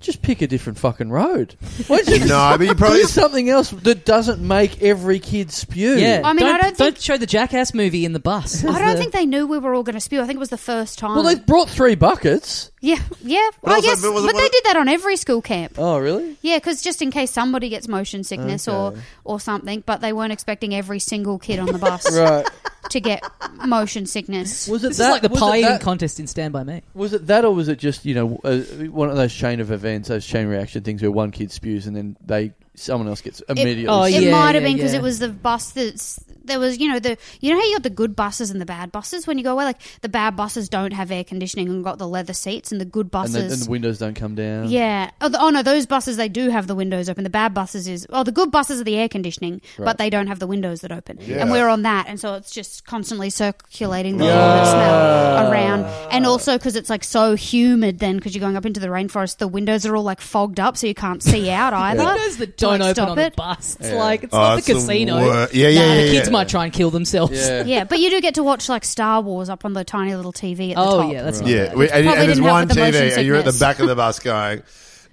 just pick a different fucking road? Why don't you just
No, but you probably-
do something else that doesn't make every kid spew?
Yeah.
I mean, I
don't,
don't think-
show the Jackass movie in the bus.
I don't think they knew we were all going to spew. I think it was the first time.
Well, they brought three buckets.
yeah, yeah.
But
I
also,
guess,
but
but,
was it- was
they
it-
did that on every school camp.
Oh, really?
Yeah, because just in case somebody gets motion sickness
Okay.
or or something, but they weren't expecting every single kid on the bus
Right.
to get motion sickness.
Was it
This is
that?
like the
was,
pie
it
eating
that
contest in Stand By Me.
was it that, or was it just you know uh, one of those chain of events, those chain reaction things where one kid spews and then they someone else gets immediately?
oh,
sick?
it
yeah,
might have
yeah,
been because
yeah.
it was the bus that's there was you know the you know how you got the good buses and the bad buses when you go away like the bad buses don't have air conditioning and got the leather seats and the good
and,
buses
the, and the windows don't come
Um,
down.
Yeah. Oh, the, oh no, those buses they do have the windows open. The bad buses is oh the good buses are the air conditioning,
Right.
but they don't have the windows that open.
Yeah.
And we're on that, and so it's just constantly circulating the
Yeah.
vomit smell around. And also because it's like so humid, then because you're going up into the rainforest, the windows are all like fogged up, so you can't see out either.
Windows that
to,
don't
like,
open
stop
on
it.
the bus. It's
Yeah.
like it's
Oh,
not
it's
the
the
casino.
wor- Yeah, yeah,
Nah,
yeah,
The kids
yeah.
might try and kill themselves.
Yeah.
Yeah, but you do get to watch like Star Wars up on the tiny little TV at the
Oh
top.
yeah, that's not
Yeah,
bad.
we, and,
probably
and there's
didn't help
one
with the motion
TV, and you're at the
sickness.
back of the bus going,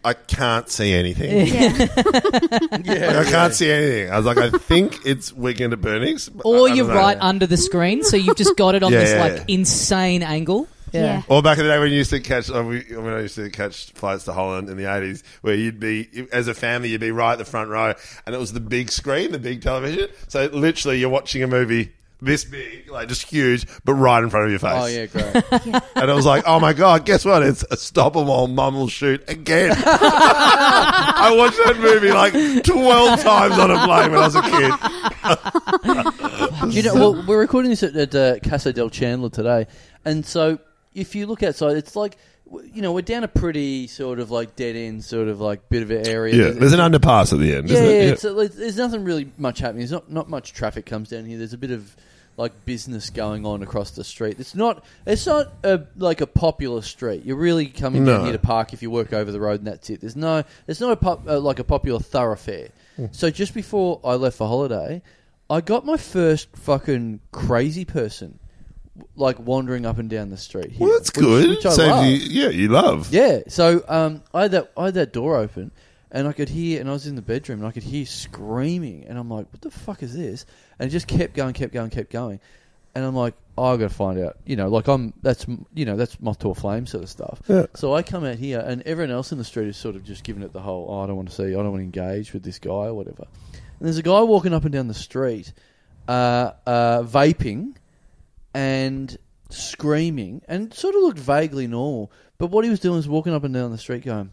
"I can't see anything.
Yeah.
Like, I can't see anything." I was like, "I think it's Weekend at Bernings." but I- I
Or
don't
you're
know.
right under the screen, so you've just got it on
Yeah,
this
yeah,
like
yeah.
insane angle.
Yeah.
Or back in the day when you used to catch, uh, we, when I used to catch flights to Holland in the eighties, where you'd be as a family, you'd be right at the front row, and it was the big screen, the big television. So literally, you're watching a movie this big, like just huge, but right in front of your face.
Oh yeah, great.
And I was like, oh my God, guess what? It's a stop 'em all, mum will shoot again. I watched that movie like 12 times on a plane when I was a kid.
you know, well, we're recording this at, at uh, Casa del Chandler today, and so if you look outside, it's like w- you know we're down a pretty sort of like dead end, sort of like bit of an area.
Yeah, there's an underpass at the end,
yeah,
isn't
yeah,
it?
it's- it's- there's nothing really much happening. There's not not much traffic comes down here. There's a bit of like business going on across the street. It's not it's not a like a popular street. You're really coming
No.
down here to park if you work over the road and that's it. There's no it's not a pop, uh, like a popular thoroughfare.
Hmm.
So just before I left for holiday, I got my first fucking crazy person w- like wandering up and down the street here.
Well, that's
which-
good.
which I
Saves
love.
you- yeah, you love.
Yeah. So um, I had that I had that door open, and I could hear, and I was in the bedroom, and I could hear screaming, and I'm like, "What the fuck is this?" And it just kept going, kept going, kept going, and I'm like, "Oh, "I gotta find out." You know, like I'm that's you know that's moth to a flame sort of stuff.
Yeah.
So I come out here, and everyone else in the street is sort of just giving it the whole, oh, "I don't want to see, I don't want to engage with this guy or whatever." And there's a guy walking up and down the street, uh, uh, vaping and screaming and sort of looked vaguely normal. But what he was doing was walking up and down the street going,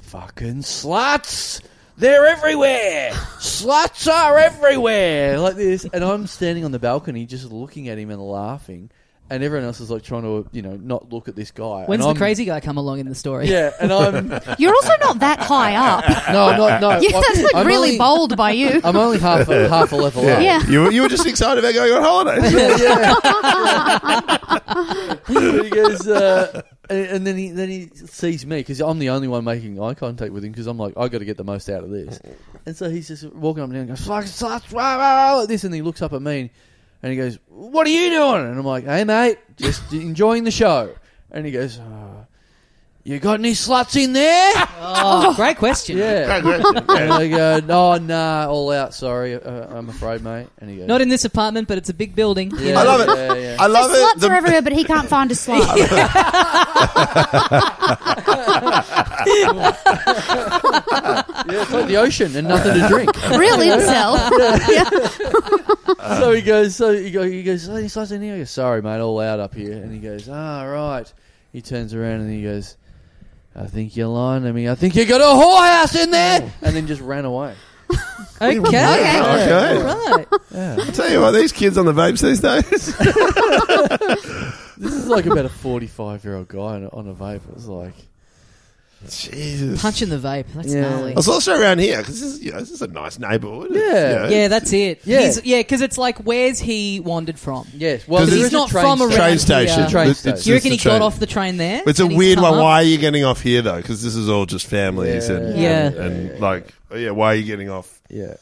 fucking sluts! They're everywhere! Sluts are everywhere! Like this. And I'm standing on the balcony just looking at him and laughing. And everyone else is like trying to, you know, not look at this guy.
When's
And
the
I'm-
crazy guy come along in the story?
Yeah, and I'm. no,
You're also not that high up.
I'm not. No,
You, that's
I'm,
like
I'm
really
only,
bold by you.
I'm only half a, half a level up.
Yeah.
You, were- you were just excited about going on holiday.
he goes, uh, and, and then he then he sees me because I'm the only one making eye contact with him because I'm like, I got to get the most out of this. And so he's just walking up and down, and goes, "Fucking sluts!" Rah, rah, rah," like this, and he looks up at me, and he goes, "What are you doing?" And I'm like, "Hey, mate, just enjoying the show." And he goes, oh, you got any sluts in there?
Oh, great question.
yeah.
Great question. Yeah.
And I go, no, nah, all out. Sorry, uh, I'm afraid, mate. And he goes,
Not in this apartment, but it's a big building. you
Yeah,
know.
I love it.
Yeah, yeah.
I love
Sluts
it. The-
are everywhere, but he can't find a slut.
yeah, it's like the ocean and nothing to drink.
Real incel. yeah.
so he goes, so he goes, he goes, "Lady Slice in here. I go, sorry, mate, all out up here. And he goes, ah, right. He turns around and he goes, I think you're lying to me. I think you got a whorehouse in there. And then just ran away.
Okay.
Okay.
Okay.
All right.
Yeah.
Tell you what, these kids on the vapes these days.
This is like about a 45 year old guy on a, on a vape. It was like,
Jesus.
Punch in the vape. That's
Yeah.
gnarly.
I was also around here because this is you know this is a nice neighbourhood. It's,
Yeah.
you know,
Yeah, that's it.
Yeah.
He's, yeah, because it's like, where's he wandered from?
yes, well,
'Cause
there
he's
is a
not
train
from
station.
around
train
here.
station.
The
train
It's-
station.
it's
you
just
reckon
the
he got
train.
off the train there?
It's a
and he's
weird
come
one.
up?
Why are you getting off here though? Because this is all just families
Yeah.
and
Yeah.
and, and, like yeah. Why are you getting off
Yeah.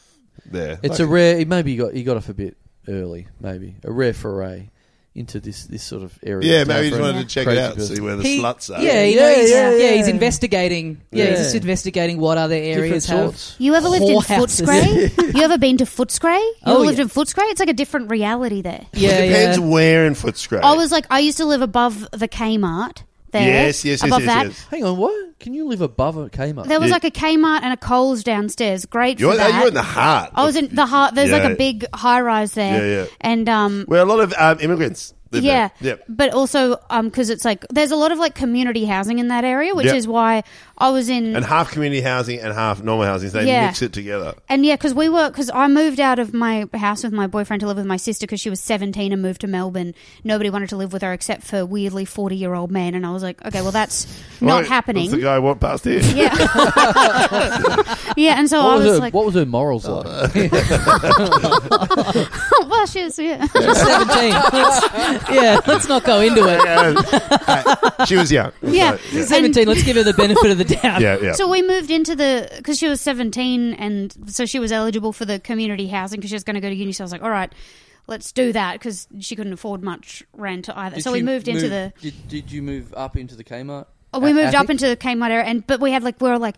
there?
It's
like,
a rare. He maybe got he got off a bit early. Maybe a rare foray into this this sort of area.
yeah.
of town
Maybe you
for
just
a
wanted to check it
crazy
out,
person.
see where the
He-
sluts eh? are.
Yeah, you
Yeah,
know, he's,
yeah,
yeah,
yeah.
he's investigating. Yeah, he's just
Yeah.
investigating what other areas
Different
have.
sorts.
You ever lived in
Whorehouses.
Footscray? You ever been to Footscray? You
Oh,
ever lived
yeah.
in Footscray? It's like a different reality there.
Yeah,
Depends
yeah.
where in Footscray.
I was like, I used to live above the Kmart there.
yes, yes, yes,
above
yes,
that.
yes.
Hang on, what? Can you live above a Kmart?
There was
Yeah.
like a Kmart and a Coles downstairs. Great
You're,
for
no,
that.
you're in the heart.
I was in the heart. There's like
Yeah.
a big high rise there.
Yeah, yeah.
And um,
where a lot of um, immigrants live.
yeah,
There. Yep.
But also um, because it's like there's a lot of like community housing in that area, which
Yep.
is why I was in.
And half community housing and half normal housing. So they
Yeah.
mix it together.
And yeah, because we were because I moved out of my house with my boyfriend to live with my sister because she was seventeen and moved to Melbourne. Nobody wanted to live with her except for weirdly forty year old men, and I was like, okay, well that's not
Right,
happening.
that's the guy who walked past here.
yeah, yeah, and so
what,
I
was
was,
her,
like,
what was her morals like?
well, she was, yeah.
Seventeen. Let's, yeah, let's not go into it.
Hey, Um, uh, she was young. It was
Yeah.
like- yeah.
Seventeen. let's give her the benefit of the doubt.
Yeah, yeah.
So we moved into the because she was seventeen, and so she was eligible for the community housing because she was going to go to uni. So I was like, all right, let's do that because she couldn't afford much rent either. so we moved into the
Did, did you move up into the Kmart?
Oh, we moved up into the Kmart area, and but we had like we were like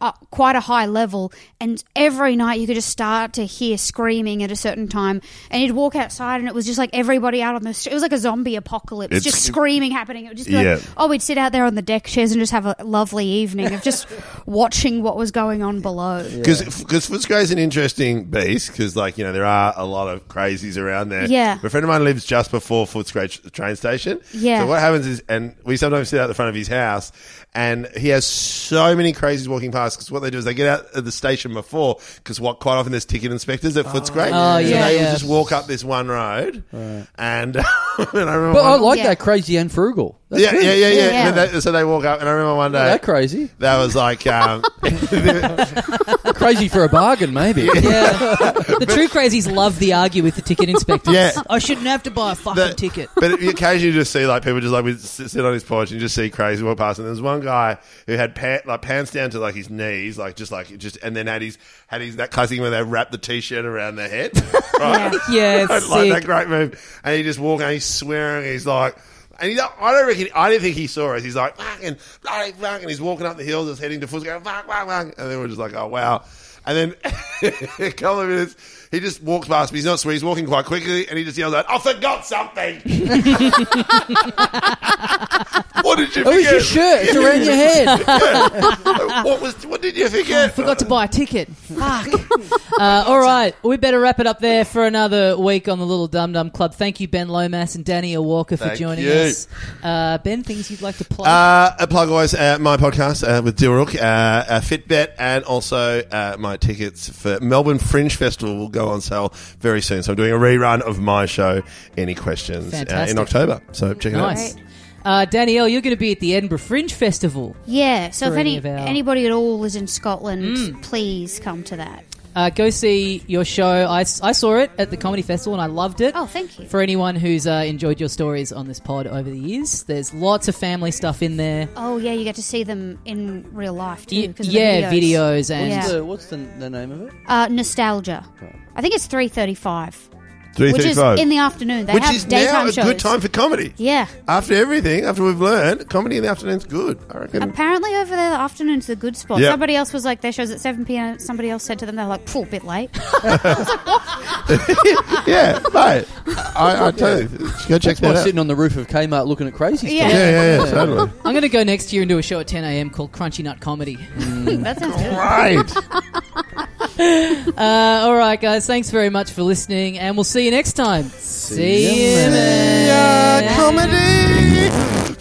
uh, quite a high level, and every night you could just start to hear screaming at a certain time, and you'd walk outside, and it was just like everybody out on the street. It was like a zombie apocalypse,
It's-
just screaming happening. It would just be
Yeah.
like, oh, we'd sit out there on the deck chairs and just have a lovely evening of just watching what was going on below.
Because Footscray is an interesting beast because, like, you know, there are a lot of crazies around there.
Yeah.
A friend of mine lives just before Footscray tr- train station.
Yeah.
So what happens is, and we sometimes sit out the front of his house, and he has so many crazies walking past because what they do is they get out at the station before because what quite often there's ticket inspectors at Footscray.
Oh, yeah,
So they will
yeah.
just walk up this one road, and, and I remember.
But I
one-
like
Yeah.
that crazy and frugal. That's
yeah,
good.
yeah, yeah, yeah,
Yeah.
But they- so they walk up, and I remember one
Not
day
that crazy.
that was like. Um,
crazy for a bargain, maybe.
Yeah. The true crazies love the argue with the ticket inspectors.
Yeah.
I shouldn't have to buy a fucking
That-
ticket.
But you occasionally just see like people just like we sit sit on his porch and you just see crazy walk past. And there's one guy who had pa- like pants down to like his knees, like just like just, and then had his had his that classic thing where they wrap the t-shirt around their head. Right?
Yeah,
I like that
sick.
great move. And he just walk and he's swearing. He's like. And he don't, I don't reckon, I didn't think he saw us. He's like, fucking, bloody fuck, and he's walking up the hills, just heading to Footscray, going, fuck, fuck, fuck. And then we're just like, oh, wow. And then a couple of minutes, he just walks past me. He's not sweet, he's walking quite quickly, and he just yells out, I forgot something. what did you
Oh, it's
forget?
your shirt. It's around your head.
what, was, what did you forget?
Forgot to buy a ticket. Fuck. uh, all right, we better wrap it up there for another week on the Little Dum Dum Club. Thank you, Ben Lomas and Daniel Walker, for
Thank
joining
you.
us. Uh, ben, things you'd like to plug?
Uh, I plug always uh, my podcast uh, with Dilrook, uh, uh, Fitbet, and also uh, my tickets for Melbourne Fringe Festival will go on sale very soon. So I'm doing a rerun of my show, Any Questions, uh,
Fantastic.
in October. So check it out.
nice. Uh, Danielle, you're going to be at the Edinburgh Fringe Festival.
Yeah, so if
For any
any
of our- Hmm.
anybody at all is in Scotland, please come to that.
Uh, go see your show. I, s- I saw it at the Comedy Festival and I loved it.
Oh, thank you.
For anyone who's uh, enjoyed your stories on this pod over the years, there's lots of family stuff in there.
Oh yeah, you get to see them in real life too.
Y-
'cause of the
yeah, videos, and
Yeah.
What's the- What's the, the name of it?
Uh, nostalgia. I think it's three thirty-five. which is
335.
in the afternoon. They
Which
have
is
daytime
now a
shows.
good time for comedy.
Yeah.
After everything, after we've learned, comedy in the afternoon's good. I reckon.
Apparently over there, the afternoon's the good spot.
Yeah.
Somebody else was like, their show's at 7 p.m. Somebody else said to them, they're like, "Phew, a bit late.
yeah, mate. I, I tell you, go
That's
check
why
that out.
sitting on the roof of Kmart looking at crazy
Yeah.
stuff.
Yeah, yeah, yeah, totally.
I'm going to go next year and do a show at 10 a.m. called Crunchy Nut Comedy.
that sounds good.
Right.
Uh, all right, guys. Thanks very much for listening, and we'll see you next time. See,
you,
you, man.
Yeah, comedy.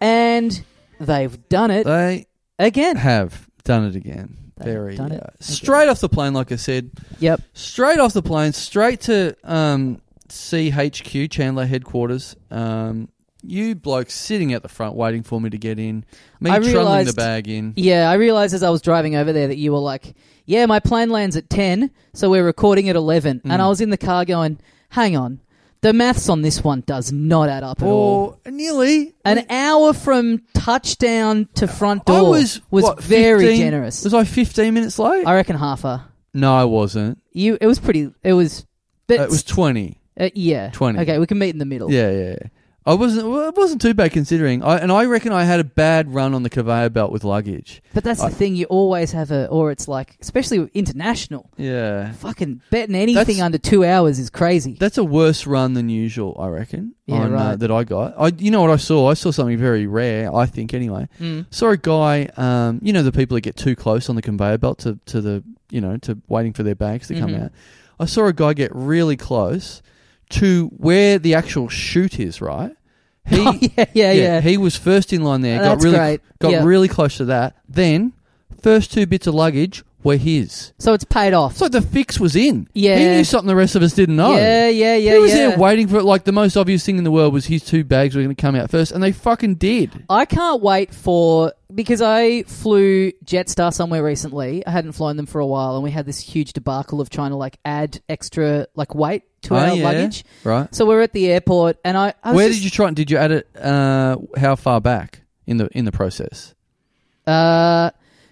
And they've done it
They
again.
have done it again.
They've
Very
done it
uh,
again.
straight off the plane, like I said.
Yep.
Straight off the plane, straight to um, CHQ Chandler headquarters. Um, you blokes sitting at the front waiting for me to get in. Me
I
trundling the
realised-
bag in.
Yeah, I realized as I was driving over there that you were like, "Yeah, my plane lands at 10, so we're recording at 11."
Mm.
And I was in the car going, "Hang on. The maths on this one does not add up at all."
Or nearly.
An hour from touchdown to front door
I was what,
very
15
generous.
Was I fifteen minutes late?
I reckon half a.
no, I wasn't.
You it was pretty it was but
Oh, it was twenty.
uh, yeah.
20.
Okay, we can meet in the middle.
Yeah, yeah. yeah. I wasn't. Well, it wasn't too bad considering. I, and I reckon I had a bad run on the conveyor belt with luggage.
But that's
I-
the thing, you always have a or it's like especially with international.
Yeah.
Fucking betting anything
That's-
under 2 hours is crazy.
That's a worse run than usual, I reckon.
Yeah,
on, uh,
right.
that I got. I, you know what I saw? I saw something very rare. I think anyway.
Mm.
Saw a guy. Um, you know the people that get too close on the conveyor belt to, to the you know to waiting for their bags to come
Mhm.
out. I saw a guy get really close to where the actual shoot is. Right. He,
Oh, yeah, yeah, yeah.
He was first in line there. got
That's
really
great.
got
Yeah.
really close to that. Then first two bits of luggage were his.
So it's paid off.
It's like the fix was in. He
Yeah.
knew something the rest of us didn't know.
Yeah, yeah, yeah.
he was
yeah.
there waiting for it. Like the most obvious thing in the world was his two bags were going to come out first, and they fucking did.
I can't wait for because I flew Jetstar somewhere recently. I hadn't flown them for a while, and we had this huge debacle of trying to like add extra like weight to
Oh,
our
yeah.
luggage.
Right.
So we're at the airport, and I, I was
Where did you try? Did you add it? Uh, how far back in the in the process?
you? Uh,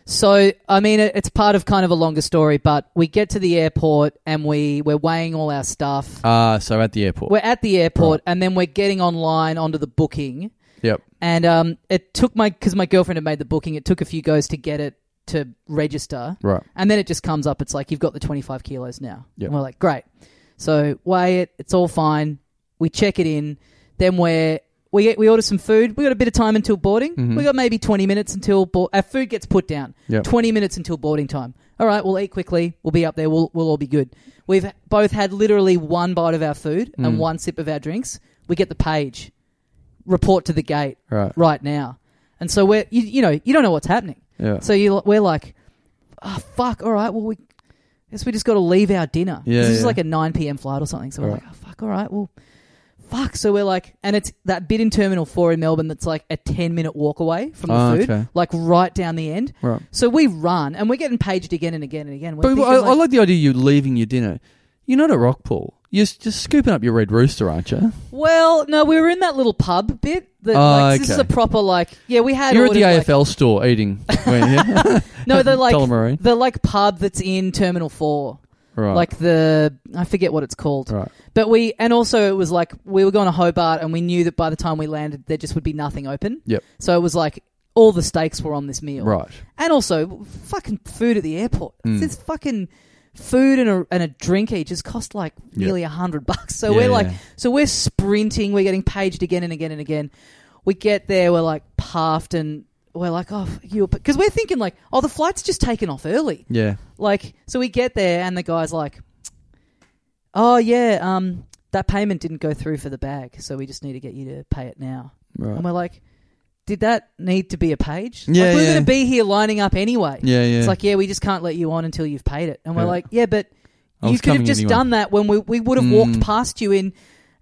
so I mean, it, it's part of kind of a longer story, but we get to the airport and we we're weighing all our stuff.
Ah, so at the airport.
we're at the airport, and then we're getting online onto the booking.
yep.
And um, it took my because my girlfriend had made the booking. It took a few goes to get it to register,
Right.
and then it just comes up. It's like you've got the twenty five kilos now.
Yeah.
And we're like, great. So weigh it. It's all fine. We check it in. Then we're we get, we order some food. We got a bit of time until boarding.
Mm-hmm.
We got maybe twenty minutes until bo- our food gets put down.
Yep.
Twenty minutes until boarding time. All right, we'll eat quickly. We'll be up there. We'll we'll all be good. We've both had literally one bite of our food
Mm.
and one sip of our drinks. We get the page. Report to the gate
Right.
right now. And so we're you, you know you don't know what's happening.
Yeah.
So you we're like, oh fuck, all right, well we guess we just got to leave our dinner. 'Cause
Yeah,
this is
yeah.
like a nine p.m. flight or something. So we're
Right.
like, oh fuck, all right, well fuck. So we're like, and it's that bit in Terminal Four in Melbourne that's like a ten minute walk away from the
Oh,
food,
okay.
like right down the end.
Right.
So we run and we're getting paged again and again and again. We're
But I,
thinking,
I like, the idea you leaving your dinner. You're not at Rockpool. You're s- just scooping up your red rooster, aren't you?
well, no, we were in that little pub bit. That,
Oh,
like, This is
okay.
a proper like, yeah, we had.
You're at the
ordered, like-
AFL store eating. weren't you?
No, they're like
Tullamarine.
the like pub that's in Terminal Four.
right.
Like the I forget what it's called.
right.
But we and also it was like we were going to Hobart and we knew that by the time we landed there just would be nothing open.
Yep.
So it was like all the stakes were on this meal.
Right.
And also fucking food at the airport.
Mm.
This fucking food and a and a drink each has cost like
Yeah.
nearly a hundred bucks. So
Yeah,
we're like
yeah.
so we're sprinting, we're getting paged again and again and again. We get there, we're like puffed and we're like, oh, you, because we're thinking like, oh, the flight's just taken off early.
Yeah.
Like, so we get there, and the guy's like, "Oh yeah, um, that payment didn't go through for the bag, so we just need to get you to pay it now."
Right.
And we're like, "Did that need to be a page?
Yeah,
like, we're
yeah.
going to be here lining up anyway."
Yeah. Yeah.
It's like, yeah, we just can't let you on until you've paid it. And we're
Yeah.
like, yeah, but
I
you
was
could have
coming
just
anyway.
done that when we we would have
Mm.
walked past you in.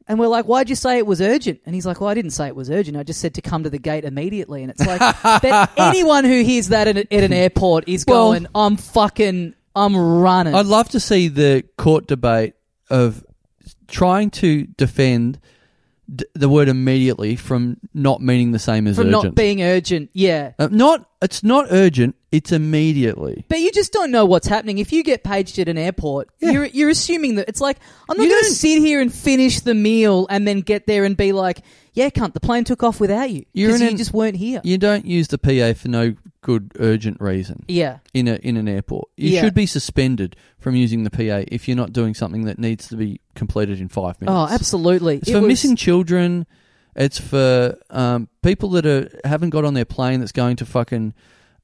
And we're like, why'd you say it was urgent? And he's like, well, I didn't say it was urgent. I just said to come to the gate immediately. And it's like, that anyone who hears that at, at an airport is
Well-
going, I'm fucking, I'm running.
I'd love to see the court debate of trying to defend d- the word immediately from not meaning the same as
From
urgent.
not being urgent. Yeah.
Uh, not it's not urgent. It's immediately.
But you just don't know what's happening. If you get paged at an airport,
Yeah.
you're you're assuming that it's like I'm not
You
going to
don't-
sit here and finish the meal and then get there and be like, "Yeah, cunt, the plane took off without you
You're
because
in
you
an-
just weren't here."
You don't use the PA for no good urgent reason
yeah,
in a in an airport. You
Yeah.
should be suspended from using the PA if you're not doing something that needs to be completed in five minutes.
Oh, absolutely.
It's
It
for
was-
missing children. It's for um, people that are haven't got on their plane that's going to fucking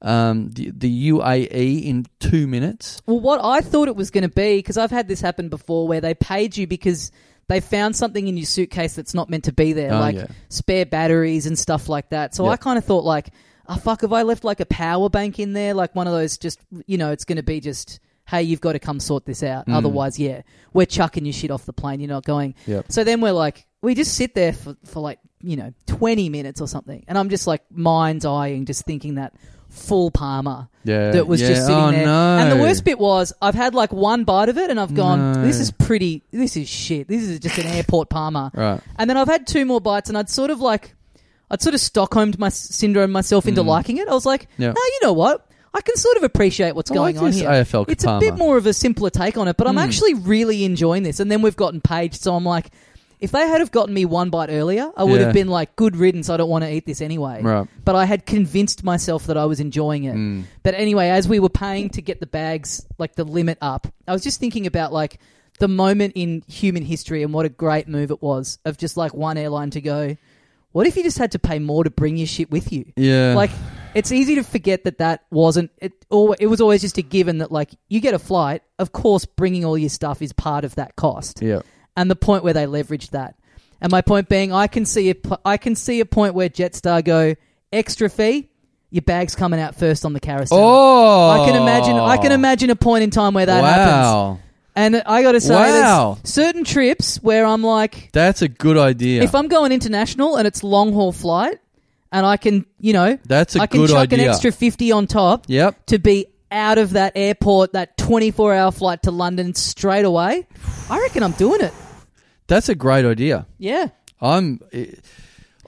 um, the, the UAE in two minutes.
Well, what I thought it was going to be, because I've had this happen before, where they paid you because they found something in your suitcase that's not meant to be there,
Oh,
like
yeah.
spare batteries and stuff like that. So
Yeah.
I kind of thought, like, oh, fuck, have I left like a power bank in there? Like one of those, just, you know, it's going to be just, hey, you've got to come sort this out.
Mm.
Otherwise, yeah, we're chucking your shit off the plane. You're not going.
Yep.
So then we're like, we just sit there for, for like, you know, 20 minutes or something. And I'm just like mind's eyeing, just thinking that full Palmer
Yeah,
that was
yeah.
just sitting
Oh,
there.
no.
And the worst bit was I've had like one bite of it and I've gone,
No.
this is pretty, this is shit. This is just an airport palmer.
Right.
And then I've had two more bites and I'd sort of like, I'd sort of Stockholmed my syndrome myself into liking it. I was like,
Mm. Yeah.
no, you know what? I can sort of appreciate what's
I
going
like
on
this
here.
AFL
it's a bit
Palmer.
more of a simpler take on it, but I'm
Mm.
actually really enjoying this. And then we've gotten paged, so I'm like, if they had have gotten me one bite earlier, I would
Yeah.
have been like, good riddance. I don't want to eat this anyway
Right.
but I had convinced myself that I was enjoying it.
Mm.
But anyway, as we were paying to get the bags, like the limit up, I was just thinking about like the moment in human history and what a great move it was of just like one airline to go, what if you just had to pay more to bring your shit with you?
Yeah.
Like, it's easy to forget that that wasn't it. Or it was always just a given that like you get a flight, of course, bringing all your stuff is part of that cost
yeah.
and the point where they leveraged that. And my point being, I can see a, p- I can see a point where Jetstar go extra fee. Your bag's coming out first on the carousel.
Oh,
I can imagine. I can imagine a point in time where that happens.
wow,
And I got to say,
Wow.
there's certain trips where I'm like,
that's a good idea.
if I'm going international and it's long haul flight, and I can, you know,
that's a
I can
good
chuck
idea.
an extra fifty on top
yep.
to be out of that airport, that 24 hour flight to London straight away. I reckon I'm doing it.
That's a great idea.
Yeah.
I'm.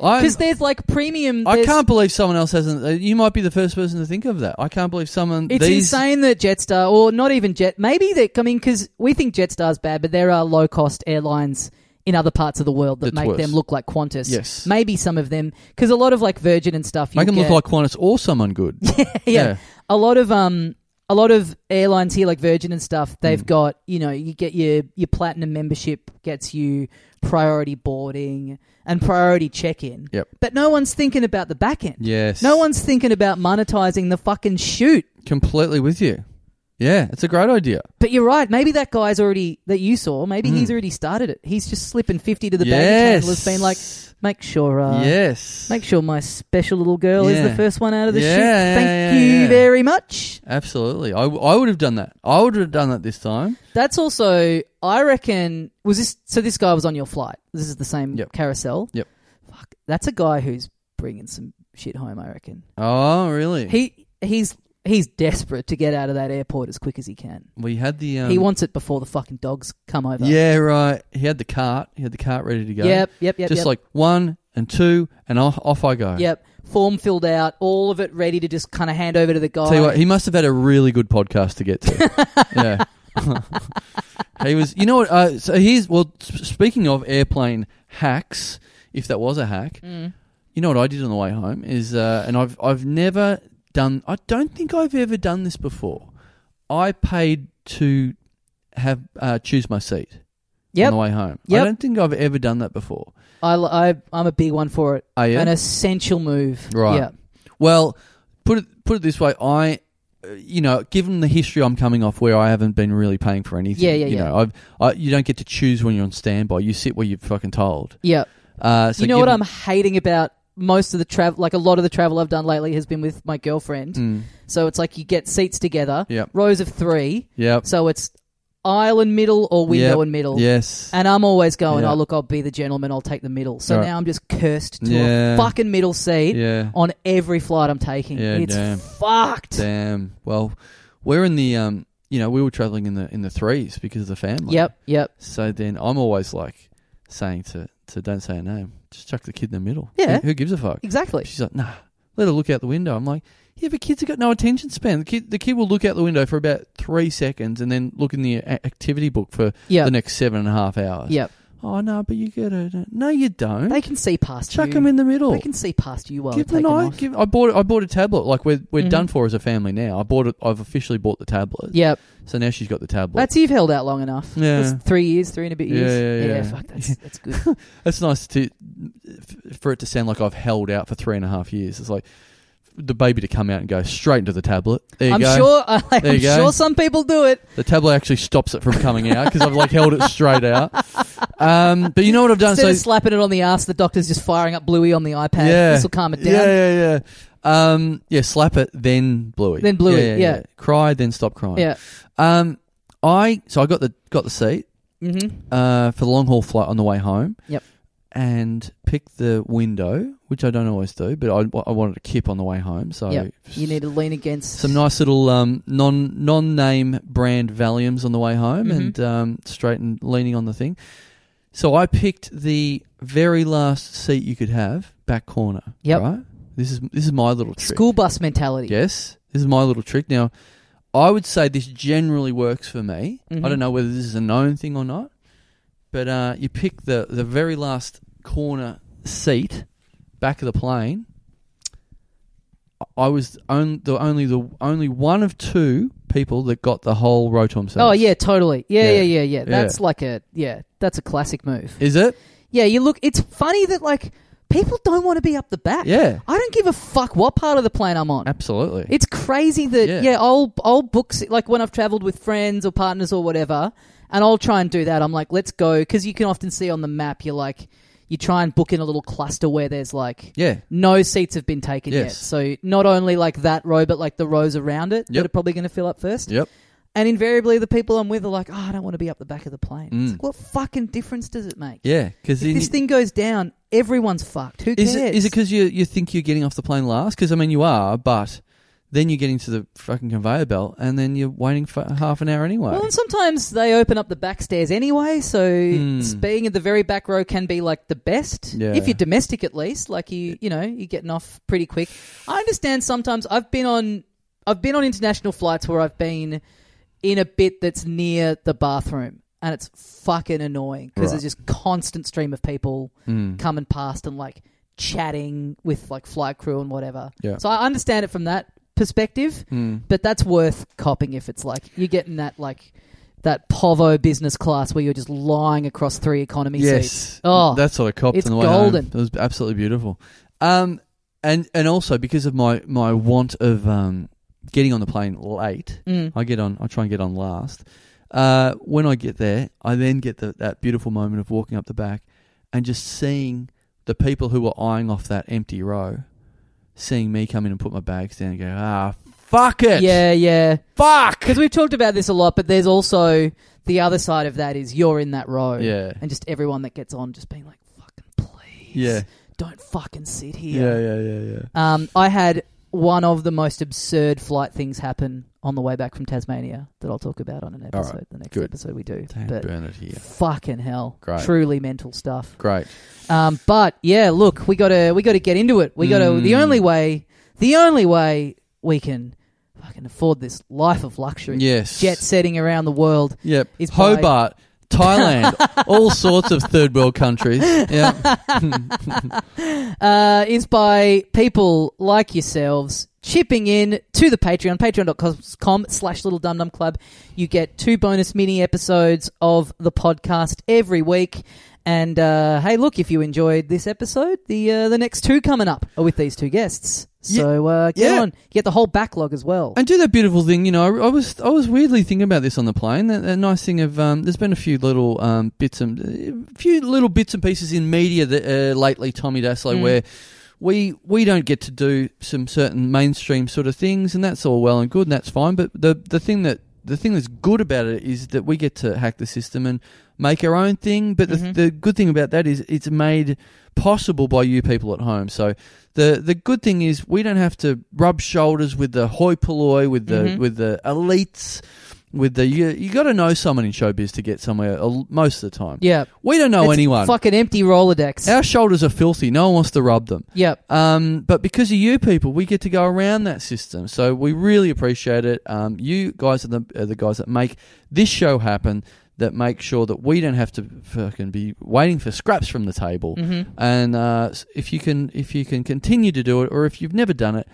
I
because there's like premium.
I
there's-
can't believe someone else hasn't. uh, You might be the first person to think of that. I can't believe someone.
It's
these,
insane that Jetstar, or not even Jet, maybe that. I mean, because we think Jetstar's bad, but there are low cost airlines in other parts of the world that
That's
make
worse.
them look like Qantas.
Yes.
maybe some of them, because a lot of like Virgin and stuff.
Make
you'll
them look
get-
like Qantas or someone good.
yeah. a lot of um a lot of airlines here like Virgin and stuff they've
Mm.
got you know you get your your platinum membership gets you priority boarding and priority check-in
Yep.
but no one's thinking about the back end
Yes.
no one's thinking about monetizing the fucking shoot
completely with you. Yeah, it's a great idea.
but you're right maybe that guy's already that you saw maybe
Mm.
he's already started it he's just slipping 50 to the baggage
yes.
handler's been like make sure uh,
yes.
make sure my special little girl is
Yeah.
the first one out of the
Yeah,
shoot
yeah,
thank
yeah,
you
yeah.
very much
Absolutely. I, w- I would have done that. I would have done that this time.
That's also, I reckon, was this? So this guy was on your flight. This is the same
Yep.
carousel.
Yep.
Fuck, that's a guy who's bringing some shit home. I reckon
Oh, really?
he he's he's desperate to get out of that airport as quick as he can.
we had the. Um,
he wants it before the fucking dogs come over.
Yeah, right. He had the cart. He had the cart ready to go.
Yep. Yep. Yep.
Just
yep,
like one and two, and off, off I go.
yep. Form filled out, all of it ready to just kind of hand over to the guy.
Tell you what, he must have had a really good podcast to get to. yeah. he was, you know what? Uh, so here's, well, s- speaking of airplane hacks, if that was a hack,
Mm.
you know what I did on the way home is, uh, and I've, I've never done, I don't think I've ever done this before. I paid to have, uh, choose my seat on
Yep.
the way home. I
Yep.
don't think I've ever done that before.
I, I I'm a big one for it.
Are you?
An essential move.
Right.
Yeah.
Well, put it put it this way, I uh, you know, given the history I'm coming off where I haven't been really paying for anything,
Yeah, yeah,
you
yeah.
know, I've, I you don't get to choose when you're on standby. You sit where you're fucking told.
Yeah.
Uh, so
you know what
given-
I'm hating about most of the travel, like a lot of the travel I've done lately has been with my girlfriend.
Mm,
So it's like you get seats together,
Yep.
rows of three.
yep.
So it's aisle and middle or window
Yep.
and middle.
Yes.
And I'm always going,
Yeah.
oh, look, I'll be the gentleman, I'll take the middle. So
Right.
now I'm just cursed to
Yeah.
a fucking middle seat
yeah.
on every flight I'm taking.
Yeah,
it's
damn.
fucked.
Damn. um, Well, we're in the um, you know, we were traveling in the in the threes because of the family.
Yep, yep.
So then I'm always like saying to to don't say her name. Just chuck the kid in the middle.
Yeah.
Who, who gives a fuck?
Exactly.
She's like, nah. Let her look out the window. I'm like, yeah, but kids have got no attention span. The kid, the kid will look out the window for about three seconds and then look in the a- activity book for
Yeah.
the next seven and a half hours.
Yep.
Oh no, but you get it. No, you don't.
They can see past
Chuck
you.
them in the middle.
They can see past you while
Give
they're
them an
taking off.
eye. Give, I bought. I bought a tablet. Like we're we're
Mhm.
done for as a family now. I bought. it. I've officially bought the tablet.
Yep.
So now she's got the tablet.
That's you've held out long enough.
Yeah.
That's three years, three and a bit
Yeah,
years.
yeah, yeah.
fuck, that's, that's good.
That's nice to f- for it to sound like I've held out for three and a half years. It's like the baby to come out and go straight into the tablet. There you
I'm
go.
sure. I,
There
I'm
you go.
sure some people do it.
The tablet actually stops it from coming out because I've like held it straight out. Um, but you know what I've done?
Instead of
so
slapping it on the ass, the doctor's just firing up Bluey on the iPad.
Yeah.
This will calm it down.
yeah, yeah, yeah. Um, yeah, slap it, then Bluey,
Then Bluey, yeah.
Cry, then stop crying.
Yeah.
Um, I so I got the got the seat
Mm-hmm.
uh, for the long haul flight on the way home.
Yep.
And picked the window, which I don't always do, but I, I wanted a kip on the way home. So
Yep. You need to lean against
some nice little um, non non name brand Valiums on the way home,
Mhm.
and um, straight and leaning on the thing. So I picked the very last seat you could have, back corner.
Yep.
Right. This is this is my little trick.
school bus mentality.
Yes, this is my little trick. Now, I would say this generally works for me.
Mhm.
I don't know whether this is a known thing or not, but uh, you pick the the very last corner seat, back of the plane. I- I was on, the only the only one of two people that got the whole row to themselves.
Oh yeah, totally. Yeah, yeah, yeah,
Yeah.
yeah.
Yeah.
That's like a yeah. That's a classic move.
is it?
Yeah, you look. It's funny that like people don't want to be up the back.
Yeah,
I don't give a fuck what part of the plane I'm on.
absolutely.
It's crazy that yeah,
Yeah.
I'll I'll book se- like when I've travelled with friends or partners or whatever, and I'll try and do that. I'm like, let's go because you can often see on the map. You're like, you try and book in a little cluster where there's like
yeah,
no seats have been taken yet.
Yes.
So not only like that row, but like the rows around it that
Yep.
are probably going to fill up first.
yep.
And invariably, the people I'm with are like, oh, I don't want to be up the back of the plane. It's
Mm.
like, what fucking difference does it make?
Yeah, because
If this thing goes down, everyone's fucked. Who cares?
Is it is it because you you think you're getting off the plane last? Because I mean you are, but then you get into the fucking conveyor belt, and then you're waiting for half an hour anyway.
Well, and sometimes they open up the back stairs anyway, so
Hmm.
s- being in the very back row can be like the best.
Yeah.
If you're domestic, at least, like you, you know, you're getting off pretty quick. I understand sometimes I've been on, I've been on international flights where I've been in a bit that's near the bathroom, and it's fucking annoying because
Right.
there's just constant stream of people
Mm.
coming past and like chatting with like flight crew and whatever.
Yeah.
So I understand it from that perspective
Mm.
but that's worth copping if it's like you're getting that like that povo business class where you're just lying across three economy seats.
Yes,
Oh,
that's what I copped
it's
on the way
golden.
home. It was absolutely beautiful. Um, and and also because of my my want of um getting on the plane late,
Mm.
I get on. I try and get on last. Uh, when I get there, I then get the, that beautiful moment of walking up the back and just seeing the people who were eyeing off that empty row, seeing me come in and put my bags down and go, ah, fuck it,
Yeah, yeah.
fuck,
Because we've talked about this a lot, but there's also the other side of that is you're in that row,
yeah,
and just everyone that gets on just being like, "Fucking please,
yeah,
don't fucking sit
yeah,
here."
yeah, yeah, yeah.
Um, I had one of the most absurd flight things happen on the way back from Tasmania that I'll talk about on an
All right,
episode. the next
good.
episode we do,
Damn,
but
burn it here.
fucking hell,
Great.
truly mental stuff.
Great.
Um, but yeah, look, we gotta we gotta get into it. We gotta
Mm.
the only way the only way we can fucking afford this life of luxury,
Yes.
jet setting around the world.
Yep.
is by-
Hobart, Thailand, all sorts of third world countries. Yeah.
uh, is by people like yourselves chipping in to the Patreon, patreon.com slash little dum dum club. You get two bonus mini episodes of the podcast every week. And uh, hey, look, if you enjoyed this episode, the uh, the next two coming up are with these two guests. So uh, get
Yeah.
on. You get the whole backlog as well.
And do that beautiful thing, you know. I, I was I was weirdly thinking about this on the plane. That, that nice thing of um, there's been a few little um, bits and a few little bits and pieces in media that uh, lately, Tommy Daslow,
Mm.
where we we don't get to do some certain mainstream sort of things, and that's all well and good, and that's fine. But the the thing that the thing that's good about it is that we get to hack the system and make our own thing. But the,
Mhm.
the good thing about that is it's made possible by you people at home. So the the good thing is we don't have to rub shoulders with the hoi polloi, with the
Mhm.
with the elites, with the you, you got to know someone in showbiz to get somewhere uh, l- most of the time.
Yeah.
we don't know
It's
anyone.
Fucking empty Rolodex.
Our shoulders are filthy. No one wants to rub them.
Yep.
Um, but because of you people, we get to go around that system. So we really appreciate it. Um, you guys are the, are the guys that make this show happen, that make sure that we don't have to fucking be waiting for scraps from the
Mm-hmm.
table. And uh, s- if you can, if you can continue to do it, or if you've never done it,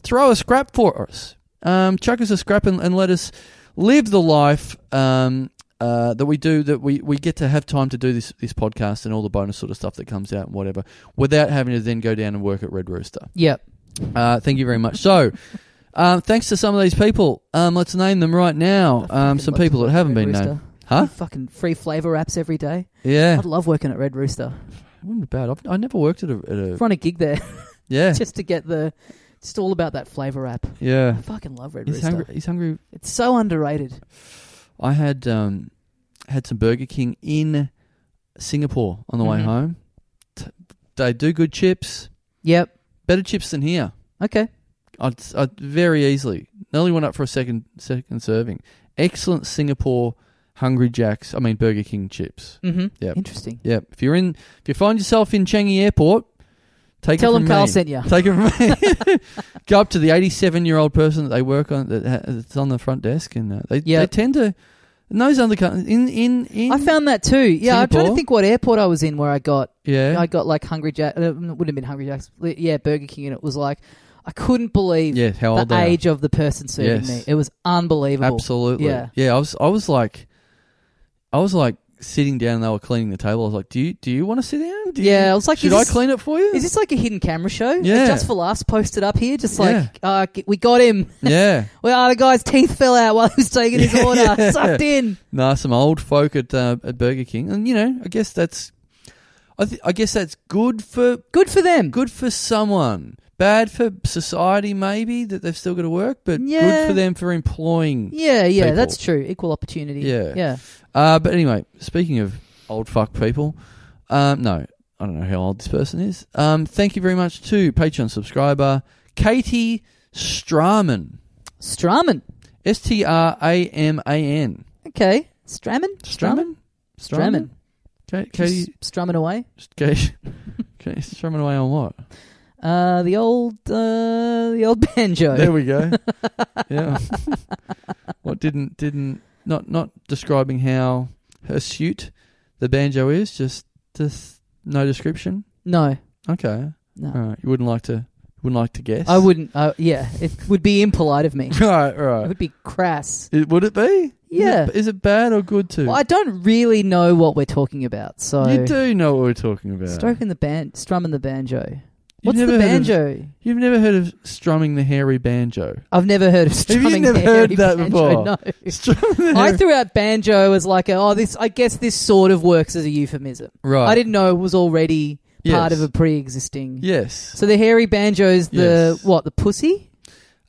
throw a scrap for us. Um, chuck us a scrap and, and let us live the life um, uh, that we do. That we, we get to have time to do this this podcast and all the bonus sort of stuff that comes out and whatever, without having to then go down and work at Red Rooster.
Yep.
Uh, thank you very much. So. Um, thanks to some of these people. Um, let's name them right now. Um, some people that haven't been named. Huh?
Fucking free flavor apps every day.
Yeah.
I'd love working at Red Rooster.
Wasn't bad. I've, I never worked at a, at a
Run a gig there
yeah
just to get the. It's all about that flavor app.
yeah.
I fucking love Red
He's
Rooster.
hungry. He's hungry
It's so underrated.
I had um, had some Burger King in Singapore on the way
Mhm.
home. T- they do good chips,
Yep.
better chips than here.
Okay.
I'd, I'd very easily. They only went up for a second second serving. Excellent Singapore Hungry Jacks. I mean Burger King chips.
Mm-hmm.
Yep.
Interesting.
Yeah, if you're in, if you find yourself in Changi Airport, take
Tell
it from
them Carl
me.
sent you.
Take it from me. Go up to the 87 year old person that they work on that ha- that's on the front desk, and uh, they,
Yeah.
they tend to. And those other countries in in in
I found that too. Yeah, I'm trying to
Singapore?
think what airport I was in where I got
yeah
I got like Hungry Jack. uh, It wouldn't have been Hungry Jack's. Yeah, Burger King, and it was like I couldn't believe
yeah how old
the
they are.
age of the person serving
Yes.
me. It was unbelievable.
absolutely
Yeah.
I was I was like I was like sitting down and they were cleaning the table I was like do you do you want to sit down do you-
Yeah, I was like,
should
is
I
this-
clean it for you
Is this like a hidden camera show?
Yeah.
Just for laughs posted up here, just
Yeah.
like uh, g- we got him.
yeah
Well, the guy's teeth fell out while he was taking his
Yeah,
order.
yeah.
Sucked in.
Nah, some old folk at uh, at Burger King, and you know, I guess that's, I th- I guess that's good for
Good for them.
good for someone, bad for society maybe that they've still got to work, but
Yeah.
good for them for employing.
Yeah, yeah,
people.
that's true. Equal opportunity.
Yeah.
yeah.
Uh, but anyway, speaking of old fuck people, um, no, I don't know how old this person is. Um, thank you very much to Patreon subscriber Katie Straman,
Straman.
S T R A M A N,
Okay. Straman. Straman.
Ka-
Just
Katie,
Strumming away.
Katie, Katie Straman away on what?
Uh, the old, uh, the old banjo.
There we go. yeah. what didn't didn't not not describing how her suit, the banjo is just just no description.
no,
Okay.
no.
All right. You wouldn't like to wouldn't like to guess.
I wouldn't. Uh, yeah, it would be impolite of me.
Right.
It
Right.
would be crass.
It, would it be?
Yeah.
Is it, is it bad or good to?
Well, I don't really know what we're talking about, so
you do know what we're talking about.
stroking the band, strumming the banjo.
You've
What's the
never heard of-
banjo?
you've never heard of strumming the hairy banjo?
I've never heard of
you
strumming.
never
the
heard
hairy
that
banjo,
before?
No.
Strumming the
I
hairy-
threw out banjo as like, a, oh, this. I guess this sort of works as a euphemism.
right.
I didn't know it was already part
Yes.
of a pre-existing.
Yes.
So the hairy banjo's the
Yes.
what? The pussy?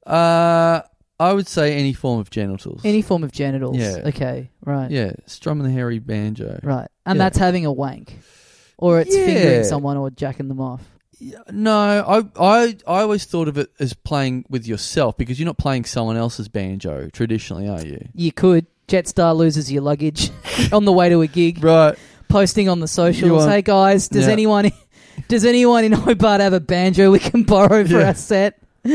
Uh, I would say any form of genitals.
Any form of genitals?
Yeah.
Okay. Right.
Yeah, strumming the hairy banjo.
Right. And
Yeah.
that's having a wank, or it's
Yeah.
fingering someone or jacking them off.
Yeah, No, I, I I always thought of it as playing with yourself because you're not playing someone else's banjo traditionally, are you?
You could. Jetstar loses your luggage on the way to a gig.
Right.
Posting on the socials.
want-
Hey guys, does
Yeah.
anyone does anyone in Hobart have a banjo we can borrow for
Yeah.
our set?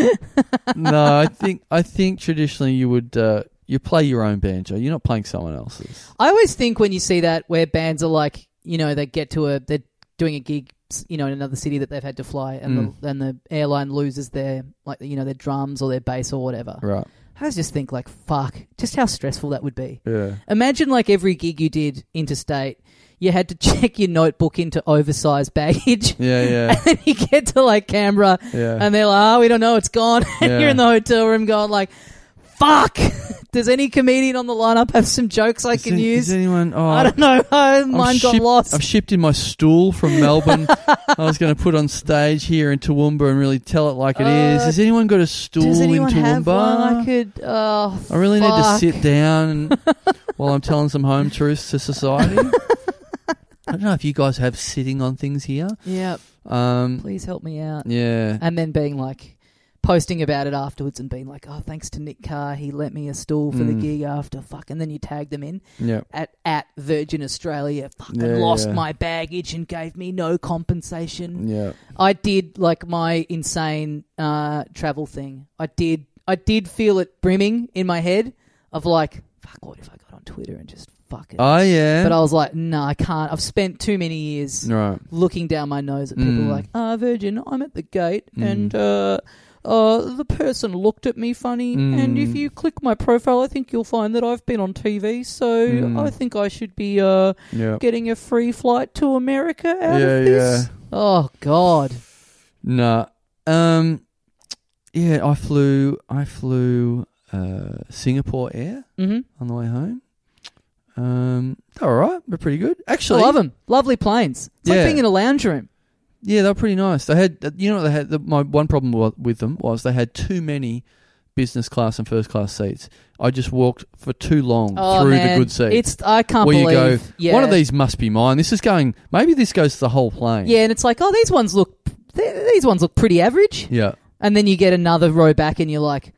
no, I think I think traditionally you would uh, you play your own banjo. You're not playing someone else's.
I always think when you see that where bands are like, you know, they get to a they're doing a gig, you know, in another city that they've had to fly, and
Mm.
the, and the airline loses their like you know their drums or their bass or whatever.
Right.
I always just think like, fuck, just how stressful that would be.
Yeah.
Imagine like every gig you did interstate, you had to check your notebook into oversized baggage.
Yeah, yeah.
and you get to like Canberra,
Yeah.
and they're like, "Oh, we don't know, it's gone." and
Yeah.
you're in the hotel room going like, "Fuck! Does any comedian on the lineup have some jokes I
Is
can
any-
use?"
Is anyone? Oh,
I don't know.
I'm
Mine got
shipped-
lost.
I'm shipped in my stool from Melbourne. I was going to put on stage here in Toowoomba and really tell it like it is.
Uh,
Has anyone got a stool
Does
in
anyone
Toowoomba?
have one I could? Oh,
I really
fuck.
need to sit down while I'm telling some home truths to society. I don't know if you guys have sitting on things here.
Yeah,
Um,
please help me out.
yeah,
And then being like, posting about it afterwards and being like, "Oh, thanks to Nick Carr, he lent me a stool for the
Mm.
gig after." Fuck, and then you tag them in
Yeah.
at at Virgin Australia. Fucking
Yeah,
lost
yeah. Mm.
my baggage and gave me no compensation.
Yeah.
I did like my insane uh, travel thing. I did. I did feel it brimming in my head of like, fuck. What if I got on Twitter and just fuck it?
Oh yeah.
but I was like, no, I can't. I've spent too many years
right.
looking down my nose at people
Mm.
like, ah, Virgin, I'm at the gate
Mm.
and uh, uh, the person looked at me funny. And if
Mm.
you click my profile, I think you'll find that I've been on TV. So
Mm.
I think I should be uh,
Yeah.
getting a free flight to America out
Yeah,
of this.
yeah.
Oh, God.
Nah. Um. Yeah, I flew. I flew uh, Singapore Air
Mm-hmm.
on the way home. Um, they're all right. They're pretty good,
Oh, I
actually.
love them. Lovely planes. It's
Yeah.
like being in a lounge room.
Yeah, they were pretty nice. They had, you know, what they had. The, my one problem wa- with them was they had too many business class and first class seats. I just walked for too long
Oh,
through
man.
the good seats.
It's I can't
Where you
believe.
go,
yeah.
One of these must be mine. This is going. Maybe this goes to the whole plane.
Yeah, and it's like, oh, these ones look th- these ones look pretty average.
yeah,
And then you get another row back, and you're like,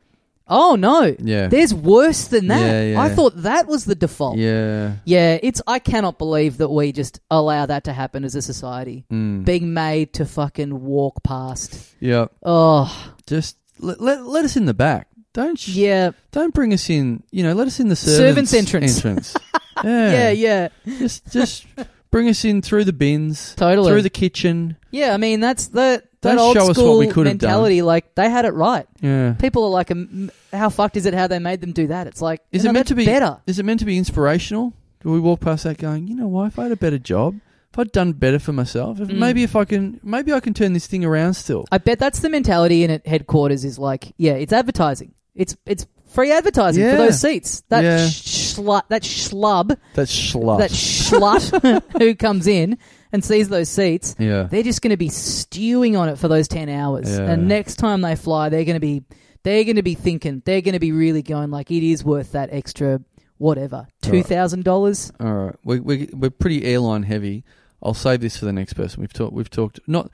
oh no,
yeah,
there's worse than that.
Yeah, yeah.
I thought that was the default.
yeah.
Yeah, it's I cannot believe that we just allow that to happen as a society.
Mm.
Being made to fucking walk past.
yeah.
Oh
Just let, let let us in the back. Don't sh-
yeah,
don't bring us in. You know, let us in the
Servants'
servants,
entrance.
entrance.
yeah, yeah,
yeah, Just just bring us in through the bins,
totally.
through the kitchen.
yeah, I mean that's the that
Don't
old
show us
school
what we could have done.
mentality. Like they had it right.
Yeah.
People are like, "Um, how fucked is it how they made them do that? It's like,
Is
no,
it meant
that's
to be-
better?
Is it meant to be inspirational? Do we walk past that going, you know what? If I had a better job, if I'd done better for myself, if,
Mm.
maybe if I can, maybe I can turn this thing around still.
I bet that's the mentality in at headquarters is like, yeah, it's advertising. It's it's free advertising for
Yeah.
those seats. That
Yeah.
sh- slut, that schlub,
That's schluff.
that slut who comes in and sees those seats,
yeah.
they're just going to be stewing on it for those 10 hours.
Yeah.
And next time they fly, they're going to be they're going to be thinking, they're going to be really going like it is worth that extra whatever, $2,000.
All right, we we we're pretty airline heavy. I'll save this for the next person. We've talked. We've talked. Not.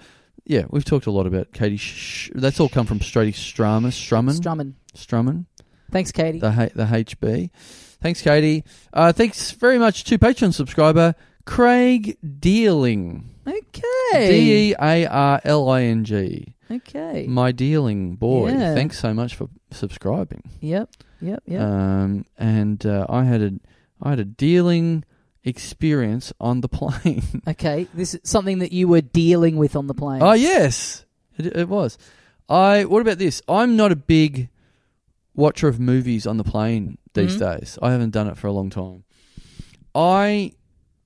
Yeah, we've talked a lot about Katie. Sh- Sh- that's all come from Strady Strummer, Strumman,
Strumming.
Strumman,
Thanks, Katie.
the H- the HB. Thanks, Katie. Uh, thanks very much to Patreon subscriber Craig Dealing,
okay.
D E A R L I N G,
okay.
my dealing boy.
Yeah.
Thanks so much for subscribing.
yep. Yep, yep.
Um, and uh, I had a I had a dealing experience on the plane.
Okay, this is something that you were dealing with on the plane.
Oh yes, it, it was. I. What about this? I'm not a big watcher of movies on the plane these
Mhm.
days. I haven't done it for a long time. I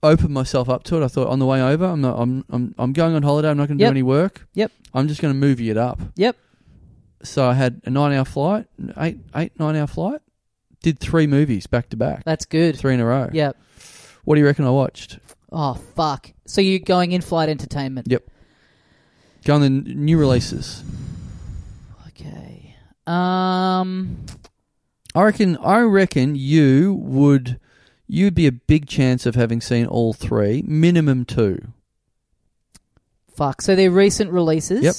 opened myself up to it. I thought on the way over, I'm not. I'm. I'm. I'm going on holiday. I'm not going to
Yep.
do any work.
Yep.
I'm just going to movie it up.
Yep.
So I had a nine hour flight, eight eight nine hour flight. Did three movies back to back,
That's good.
three in a row.
Yep.
What do you reckon I watched?
Oh fuck. So you're going in flight entertainment.
Yep. Go on the n- new releases.
Okay. Um.
I reckon. I reckon you would. You'd be a big chance of having seen all three, minimum two.
Fuck. So they're recent releases.
Yep.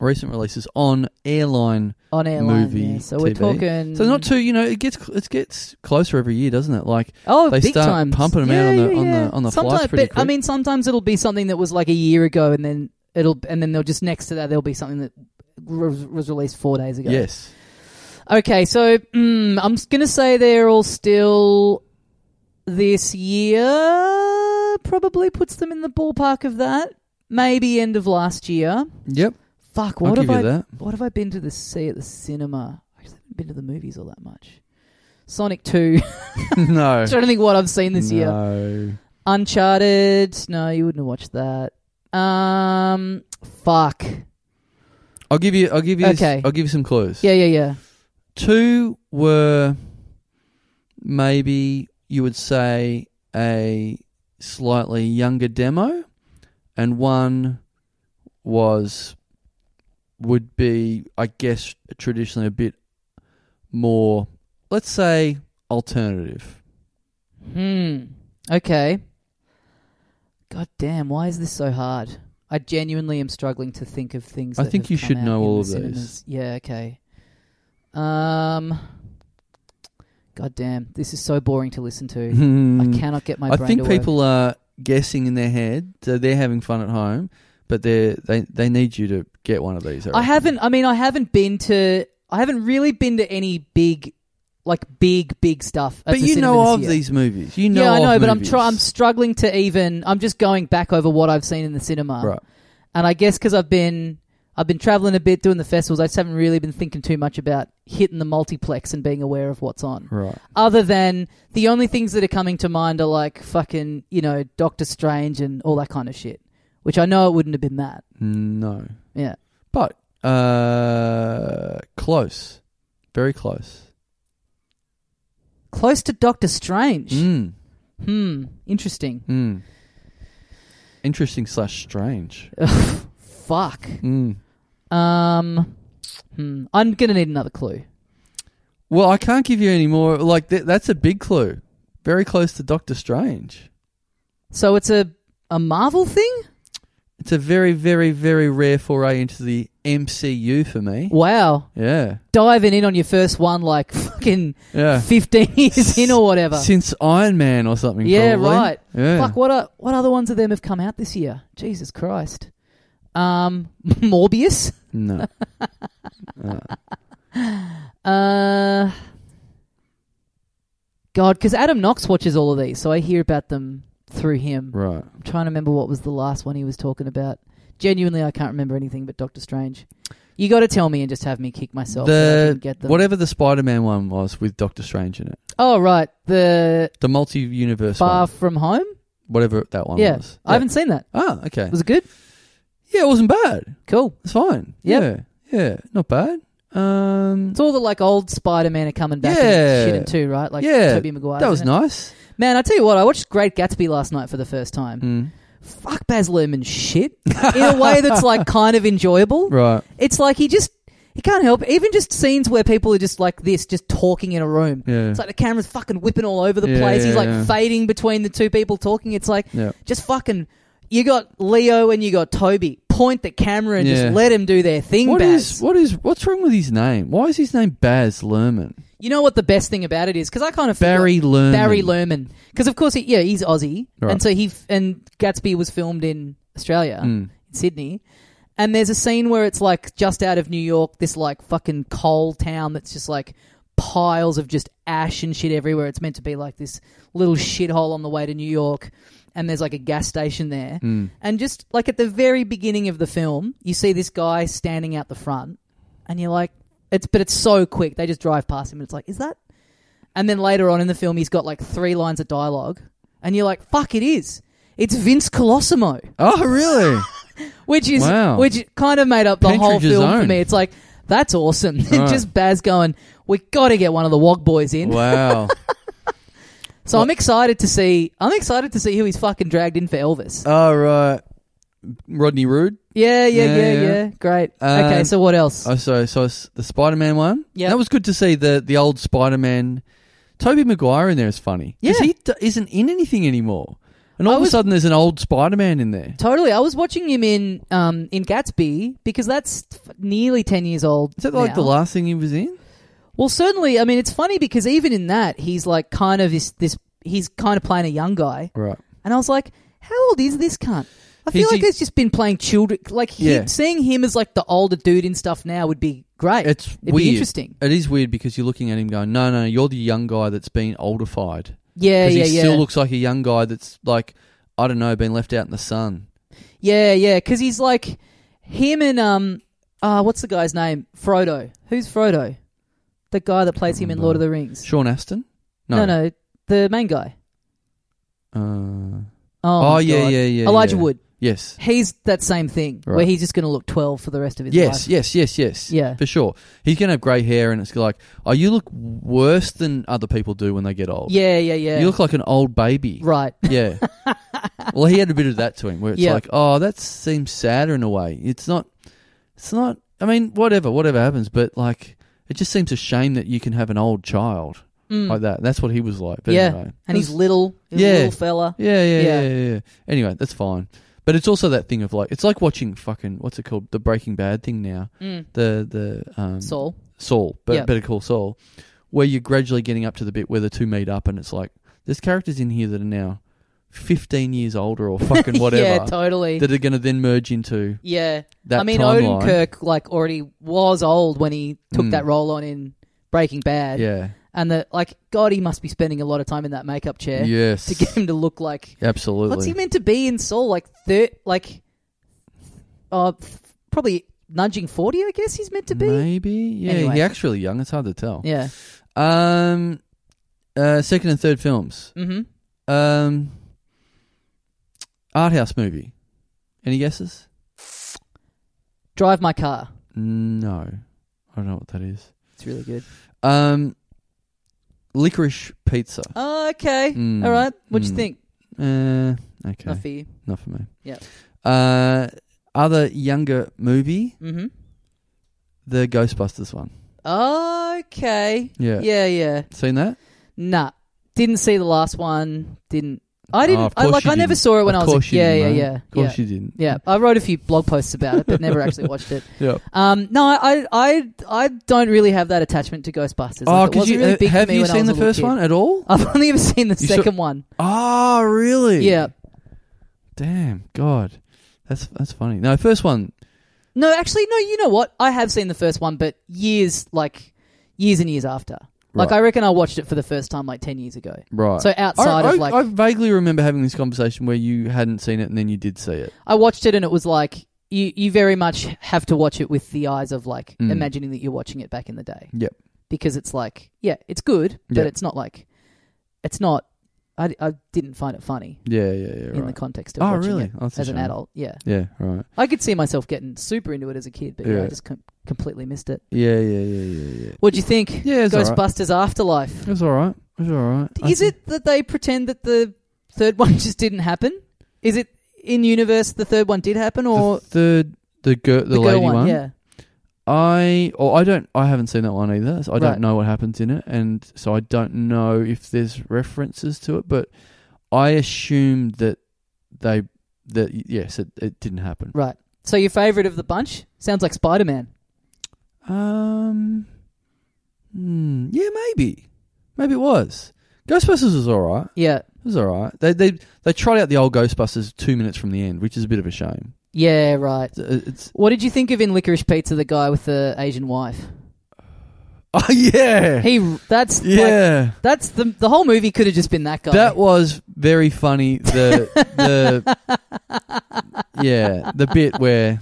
Recent releases on airline,
On airline.
Movie,
yeah. So we're
TV.
talking.
so not too. You know, it gets cl- it gets closer every year, doesn't it? Like
Oh,
they
big
start
times.
pumping 'em out on the- on the- on the flights
sometimes,
pretty
but, I
quick.
mean, sometimes it'll be something that was like a year ago, and then it'll and then they'll just next to that there'll be something that was was released four days ago.
yes,
Okay, so mm, I'm going to say they're all still this year. Probably puts them in the ballpark of that. Maybe end of last year.
yep.
Fuck,
I'll
what
give
have
you
I?
that.
What have I been to the see at the cinema? I just haven't been to the movies all that much. Sonic Two.
no,
trying to think what I've seen this year.
No.
Uncharted. No, you wouldn't have watched that. Um, fuck.
I'll give you. I'll give you.
Okay.
Okay. I'll give you some clues.
Yeah, yeah, yeah.
Two were maybe you would say a slightly younger demo, and one was would be, I guess, traditionally a bit more, let's say, alternative.
Hmm. Okay. God damn, why is this so hard? I genuinely am struggling to think of things.
I
that
think
have
you
come
should
out
know
in
all
the
of these.
cinemas. Yeah. Okay. Um. God damn, this is so boring to listen to. I cannot get my.
Hmm. I
brain
think
to work.
people are guessing in their head, so they're having fun at home, but they they they need you to get one of these.
I haven't. I mean, I haven't been to. I haven't really been to any big, like big, big stuff. At
but
the
you
cinema
know
this
of
year.
these movies. You know,
yeah, I know,
of
but I'm
movies.
try- I'm struggling to even. I'm just going back over what I've seen in the cinema,
Right.
and I guess because I've been I've been traveling a bit, doing the festivals, I just haven't really been thinking too much about hitting the multiplex and being aware of what's on.
Right.
Other than the only things that are coming to mind are like fucking you know Doctor Strange and all that kind of shit, which I know it wouldn't have been that.
No.
Yeah.
But uh, close, very close.
Close to Doctor Strange.
Mm.
Hmm. Interesting.
Mm. Interesting slash strange.
Fuck.
Mm.
Um. Hmm. I'm gonna need another clue.
Well, I can't give you any more. Like th- that's a big clue. Very close to Doctor Strange.
So it's a a Marvel thing.
It's a very, very, very rare foray into the MCU for me.
Wow.
Yeah,
Diving in on your first one, like fucking
yeah.
15 years in or whatever.
Since Iron Man or something.
Yeah,
probably.
right.
Yeah.
Fuck, what, are, what other ones of them have come out this year? Jesus Christ. Um, Morbius.
No. Uh,
Uh, God, because Adam Knox watches all of these, so I hear about them through him.
right.
I'm trying to remember what was the last one he was talking about. Genuinely, I can't remember anything but Doctor Strange. You got to tell me and just have me kick myself. that I
The
didn't get them.
whatever the Spider-Man one was with Doctor Strange in it,
Oh right, the
the multi-universe
Far
one,
From Home.
whatever that one
Yeah.
was.
I haven't seen that.
Ah, okay.
Was it good?
Yeah, it wasn't bad.
Cool.
It's fine.
Yep.
Yeah, yeah, not bad. Um,
It's all the like old Spider Man are coming back
Yeah.
and shit and two, right? Like
Yeah.
Toby Maguire.
that was nice.
Man, I tell you what, I watched Great Gatsby last night for the first time.
Mm.
Fuck Baz Luhrmann shit in a way that's like kind of enjoyable.
Right.
It's like he just he can't help even just scenes where people are just like this, just talking in a room.
Yeah.
It's like the camera's fucking whipping all over the
Yeah,
place. He's
yeah,
like
yeah.
fading between the two people talking. It's like
yeah.
just fucking. You got Leo and you got Toby. Point the camera and
Yeah.
just let him do their thing,
What
Baz.
is what is what's wrong with his name? Why is his name Baz Luhrmann?
You know what the best thing about it is? Because I kind of feel like-
Barry Luhrmann.
Barry Lerman. Because of course, he, yeah, he's Aussie,
Right.
and so he f- and Gatsby was filmed in Australia,
Mm.
Sydney. And there's a scene where it's like just out of New York, this like fucking coal town that's just like piles of just ash and shit everywhere. It's meant to be like this little shithole on the way to New York. And there's like a gas station there. And just like at the very beginning of the film, you see this guy standing out the front and you're like, it's, but it's so quick. They just drive past him and it's like, is that? And then later on in the film, he's got like three lines of dialogue and you're like, fuck, it is. It's Vince Colosimo
Oh, really?
which is
Wow.
which kind of made up the whole
Pentridge's
film for
own.
me. It's like that's awesome.
Right.
Just Baz going, we got to get one of the Wog boys in.
wow.
So I'm excited to see. I'm excited to see who he's fucking dragged in for Elvis.
All right. Rodney Rude.
yeah, yeah,
yeah,
yeah, yeah,
yeah.
Great.
Um,
okay, so what else?
Oh, so so it's the Spider Man one.
Yeah.
that was good to see the the old Spider Man. Toby Maguire in there is funny. 'Cause
Yeah.
he d- isn't in anything anymore, and all
I
of a
was-
sudden there's an old Spider Man in there.
totally. I was watching him in um in Gatsby because that's f- nearly ten years old.
Is that like the
now.
last thing he was in?
Well, certainly. I mean, it's funny because even in that, he's like kind of this this. He's kind of playing a young guy.
Right.
And I was like, how old is this cunt? I feel
He's-
like
he-
it's just been playing children. Like him,
Yeah.
seeing him as like the older dude in stuff now would be great.
It's
It'd
weird.
be interesting.
It is weird because you're looking at him going, no, no, you're the young guy that's been oldified.
Yeah,
Because
yeah,
he
yeah.
still looks like a young guy that's like, I don't know, been left out in the sun.
yeah, yeah. Because he's like him and um, uh, what's the guy's name? Frodo. Who's Frodo? The guy that plays him in
Remember.
Lord of the Rings.
Sean Uh, Aston?
No, no, the main guy.
Uh,
Oh,
oh,
my
yeah,
God.
yeah, yeah.
Elijah
yeah.
Wood.
Yes.
He's that same thing
Right.
where he's just going to look twelve for the rest of his
Yes,
life.
yes, yes, yes.
Yeah.
For sure. He's going to have grey hair, and it's like, oh, you look worse than other people do when they get old.
Yeah, yeah, yeah.
You look like an old baby.
right.
Yeah. well, he had a bit of that to him where it's
Yeah.
like, oh, that seems sadder in a way. It's not, it's not, I mean, whatever, whatever happens, but like, it just seems a shame that you can have an old child
Mm.
like that. That's what he was like. But
Yeah.
anyway.
and he's little, he's a
Yeah.
little fella.
Yeah, yeah,
Yeah.
yeah, yeah, yeah. Anyway, that's fine. But it's also that thing of like it's like watching fucking what's it called the Breaking Bad thing now
Mm.
the the um,
Saul.
Saul but
Yeah.
Better Call Saul where you're gradually getting up to the bit where the two meet up and it's like there's characters in here that are now 15 years older or fucking whatever
yeah, totally.
that are going to then merge into
yeah.
that
I mean,
timeline.
Odenkirk like already was old when he took
Mm.
that role on in Breaking Bad,
yeah
and that like God, he must be spending a lot of time in that makeup chair
yes
to get him to look like
absolutely
what's he meant to be in Saul? Like thir- like, uh, f- probably nudging forty, I guess he's meant to be.
Maybe. Yeah,
Anyway.
he actually young. It's hard to tell.
Yeah.
Um, uh, second and third films.
Mm-hmm.
Um, art house movie. Any guesses?
Drive my car.
No, I don't know what that is.
It's really good.
Um, licorice pizza.
Oh, okay.
Mm.
All right. What'd you
Mm.
think?
Uh, okay,
Not for you.
not for me.
Yeah.
Uh, other younger movie,
Mm-hmm.
the Ghostbusters one.
Okay.
Yeah.
Yeah, yeah.
Seen that?
Nah. Didn't see the last one. Didn't. I didn't.
Oh, of
I,
course
like.
you
I never
didn't.
saw it when
of
I was. a
course
kid.
you
yeah, yeah,
didn't,
yeah,
mate. Of course
yeah.
you didn't.
Yeah, I wrote a few blog posts about it, but never actually watched it.
Yeah.
Um, no, I, I, I don't really have that attachment to Ghostbusters.
Oh,
Like, it
because
wasn't
you
really
uh,
big for
have
me
you
when I
seen
was
the
a little
first
kid. Uh,
one at all?
I've only ever seen the
You saw-
second one.
Oh, really?
Yeah.
Damn, God, that's that's funny. No, first one.
No, actually, no. You know what? I have seen the first one, but years like years and years after. Like
Right.
I reckon I watched it for the first time like ten years ago.
Right.
So outside
I,
of
I-
like,
I
i
vaguely remember having this conversation where you hadn't seen it and then you did see it.
watched it and it was like you you very much have to watch it with the eyes of like
Mm.
imagining that you're watching it back in the day.
Yep.
Because it's like yeah, it's good, but
Yep.
it's not like it's not. I, I didn't find it funny
Yeah, yeah, yeah.
in the
right.
context of
Oh,
watching
really?
it
Oh, that's a
as an
shame.
adult. Yeah,
Yeah, right.
I could see myself getting super into it as a kid, but yeah, I
Yeah.
just com- completely missed it.
Yeah, yeah, yeah, yeah, yeah.
What do you think?
Yeah, it's all right.
Ghostbusters Afterlife.
It was all right. It was all right. I
Is
think-
it that they pretend that the third one just didn't happen? Is it in universe the third one did happen, or
the third, the girl, the,
the, girl
lady
one?
one?
Yeah,
I or I don't. I haven't seen that one either. So I
Right.
don't know what happens in it, and so I don't know if there's references to it. But I assume that they that yes, it, it didn't happen.
right. So your favorite of the bunch sounds like Spider Man.
Um, hmm, yeah, maybe, maybe it was. Ghostbusters was all right.
Yeah,
It was all right. They they they tried out the old Ghostbusters two minutes from the end, which is a bit of a shame.
yeah, right.
It's, it's
What did you think of in Licorice Pizza the guy with the Asian wife?
oh yeah,
He that's like,
yeah.
that's the the whole movie could have just been that guy.
That was very funny. The the yeah, the bit where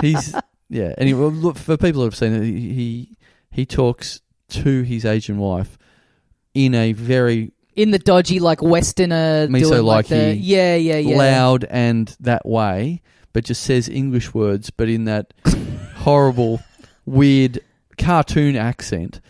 he's yeah. Anyway, look for people who have seen it, he he- he talks to his Asian wife in a very
in the dodgy like Westerner
Miso
doing like
likey,
the, yeah yeah yeah
loud and that way, but just says English words, but in that horrible, weird cartoon accent,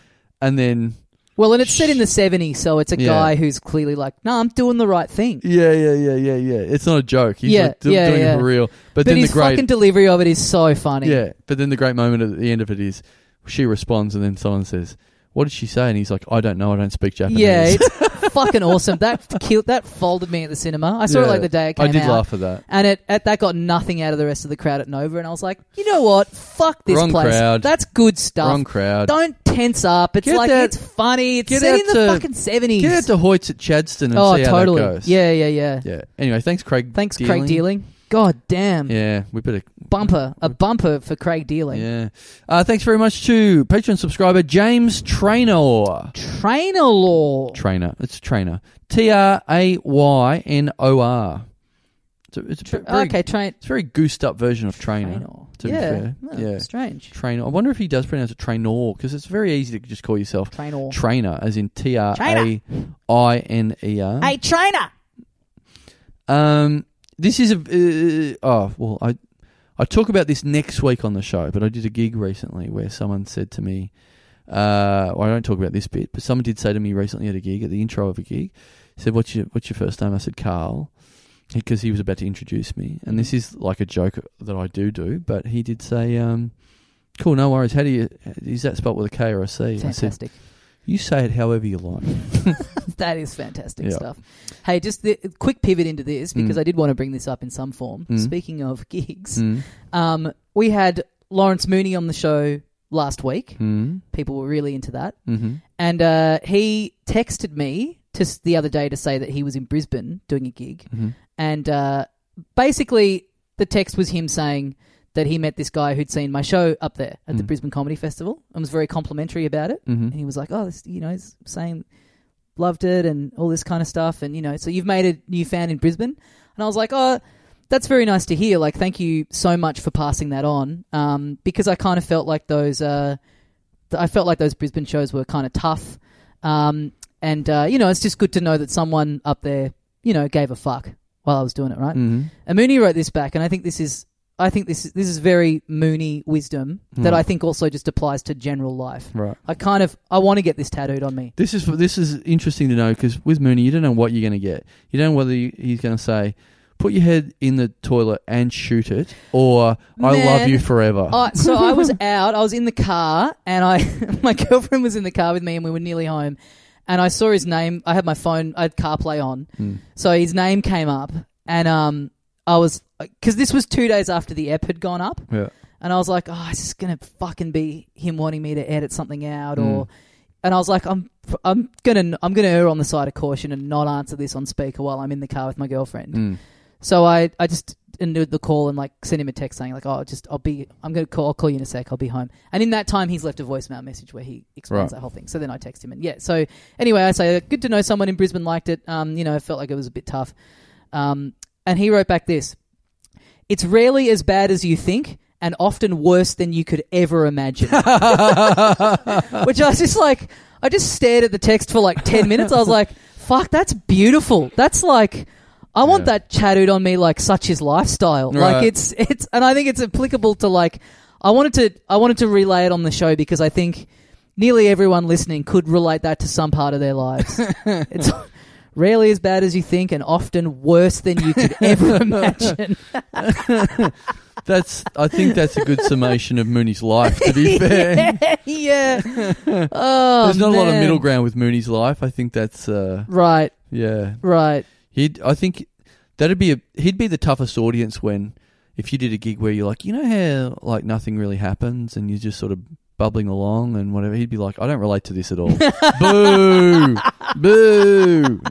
and then
Well, and it's set in the 70s, so it's a
Yeah.
guy who's clearly like, no, I'm doing the right thing.
yeah, yeah, yeah, yeah, yeah. It's not a joke. He's
Yeah,
like do-
yeah,
doing
yeah.
it for real. But,
But,
then
his
the great
fucking delivery of it is so funny.
Yeah, but then the great moment at the end of it is she responds, and then someone says, "What did she say?" And he's like, "I don't know. I don't speak Japanese."
Yeah, it's fucking awesome. That killed, that folded me at the cinema. I saw it
Yeah.
like the day it
I
came
did
out.
laugh at that.
And it, at, that got nothing out of the rest of the crowd at Nova, and I was like, you know what? Fuck this
Wrong
place.
crowd.
That's good stuff.
Wrong crowd.
Don't tense up. It's
Get
like
that-
it's funny. It's
get
set
out
in the
to-
fucking seventies.
Get out to Hoyts at Chadston and
oh,
see how
totally.
that goes.
Yeah, yeah, yeah,
yeah. Anyway, thanks, Craig.
Thanks, Craig Dealing. God damn.
Yeah, we better
Bumper, a bumper for Craig Dealing.
Yeah. Uh, thanks very much to Patreon subscriber James Traynor.
Trainer law.
Trainer. It's Trainer. T R A Y N O R. It's a, it's a very,
Oh, okay, train.
It's a very goosed up version of Trainer.
trainer.
to be
yeah.
fair.
Oh,
Yeah.
Strange.
Trainer. I wonder if he does pronounce it trainor because it's very easy to just call yourself
Trainer.
trainer, as in T R A I N E R.
hey, trainer.
Um, this is a uh, oh well, I I talk about this next week on the show, but I did a gig recently where someone said to me, uh, well, I don't talk about this bit, but someone did say to me recently at a gig at the intro of a gig, said, "What's your what's your first name?" I said Carl. Because he was about to introduce me, and this is like a joke that I do do, but he did say, um, "Cool, no worries. How do you? Is that spelled with a K or a C?" I said,
Fantastic.
You say it however you like.
That is fantastic
Yeah.
stuff. Hey, just the quick pivot into this because
Mm.
I did want to bring this up in some form.
Mm.
Speaking of gigs,
Mm.
um, we had Lawrence Mooney on the show last week.
Mm.
People were really into that,
Mm-hmm.
and uh, he texted me just the other day to say that he was in Brisbane doing a gig,
Mhm.
and uh, basically the text was him saying. That he met this guy who'd seen my show up there at the
Mm.
Brisbane Comedy Festival and was very complimentary about it.
Mm-hmm.
And he was like, "Oh, this, you know, he's saying loved it and all this kind of stuff." And you know, so you've made a new fan in Brisbane. And I was like, "Oh, that's very nice to hear. Like, thank you so much for passing that on." Um, because I kind of felt like those, uh, th- I felt like those Brisbane shows were kind of tough. Um, and uh, you know, it's just good to know that someone up there, you know, gave a fuck while I was doing it, right?
Mm-hmm.
And Mooney wrote this back, and I think this is. I think this this is very Mooney wisdom that
Hmm.
I think also just applies to general life.
Right.
I kind of I want to get this tattooed on me.
This is this is interesting to know because with Mooney, you don't know what you're going to get. You don't know whether you- he's going to say, "Put your head in the toilet and shoot it," or "I love
Man, Oh.
you forever."
I, so I was out. I was in the car, and I my girlfriend was in the car with me, and we were nearly home. And I saw his name. I had my phone. I had CarPlay on,
Mm.
so his name came up, and um, I was because this was two days after the app had gone up,
Yeah.
and I was like, oh, it's just gonna fucking be him wanting me to edit something out, or.
Mm.
And I was like, I'm, I'm gonna, I'm gonna err on the side of caution and not answer this on speaker while I'm in the car with my girlfriend.
Mm.
So I, I just ended the call and like sent him a text saying like, oh, just I'll be, I'm gonna call, I'll call you in a sec, I'll be home. And in that time, he's left a voicemail message where he explains
Right.
that whole thing. So then I text him and yeah. So anyway, I say good to know someone in Brisbane liked it. Um, you know, I felt like it was a bit tough. Um, and he wrote back this: It's rarely as bad as you think. And often worse than you could ever imagine. Which I was just like, I just stared at the text for like 10 minutes. I was like, fuck, that's beautiful. That's like, I want
Yeah.
that tattooed on me like such his lifestyle. Like
Right.
it's it's and I think it's applicable to like I wanted to I wanted to relay it on the show because I think nearly everyone listening could relate that to some part of their lives. it's rarely as bad as you think and often worse than you could ever imagine.
That's. I think that's a good summation of Mooney's life. To be fair,
yeah. Oh,
there's not a lot of
man.
middle ground with Mooney's life. I think that's. Uh,
Right,
yeah,
right.
he'd. I think that'd be a. He'd be the toughest audience when if you did a gig where you're like, you know how like nothing really happens and you're just sort of bubbling along and whatever. He'd be like, I don't relate to this at all. boo, boo.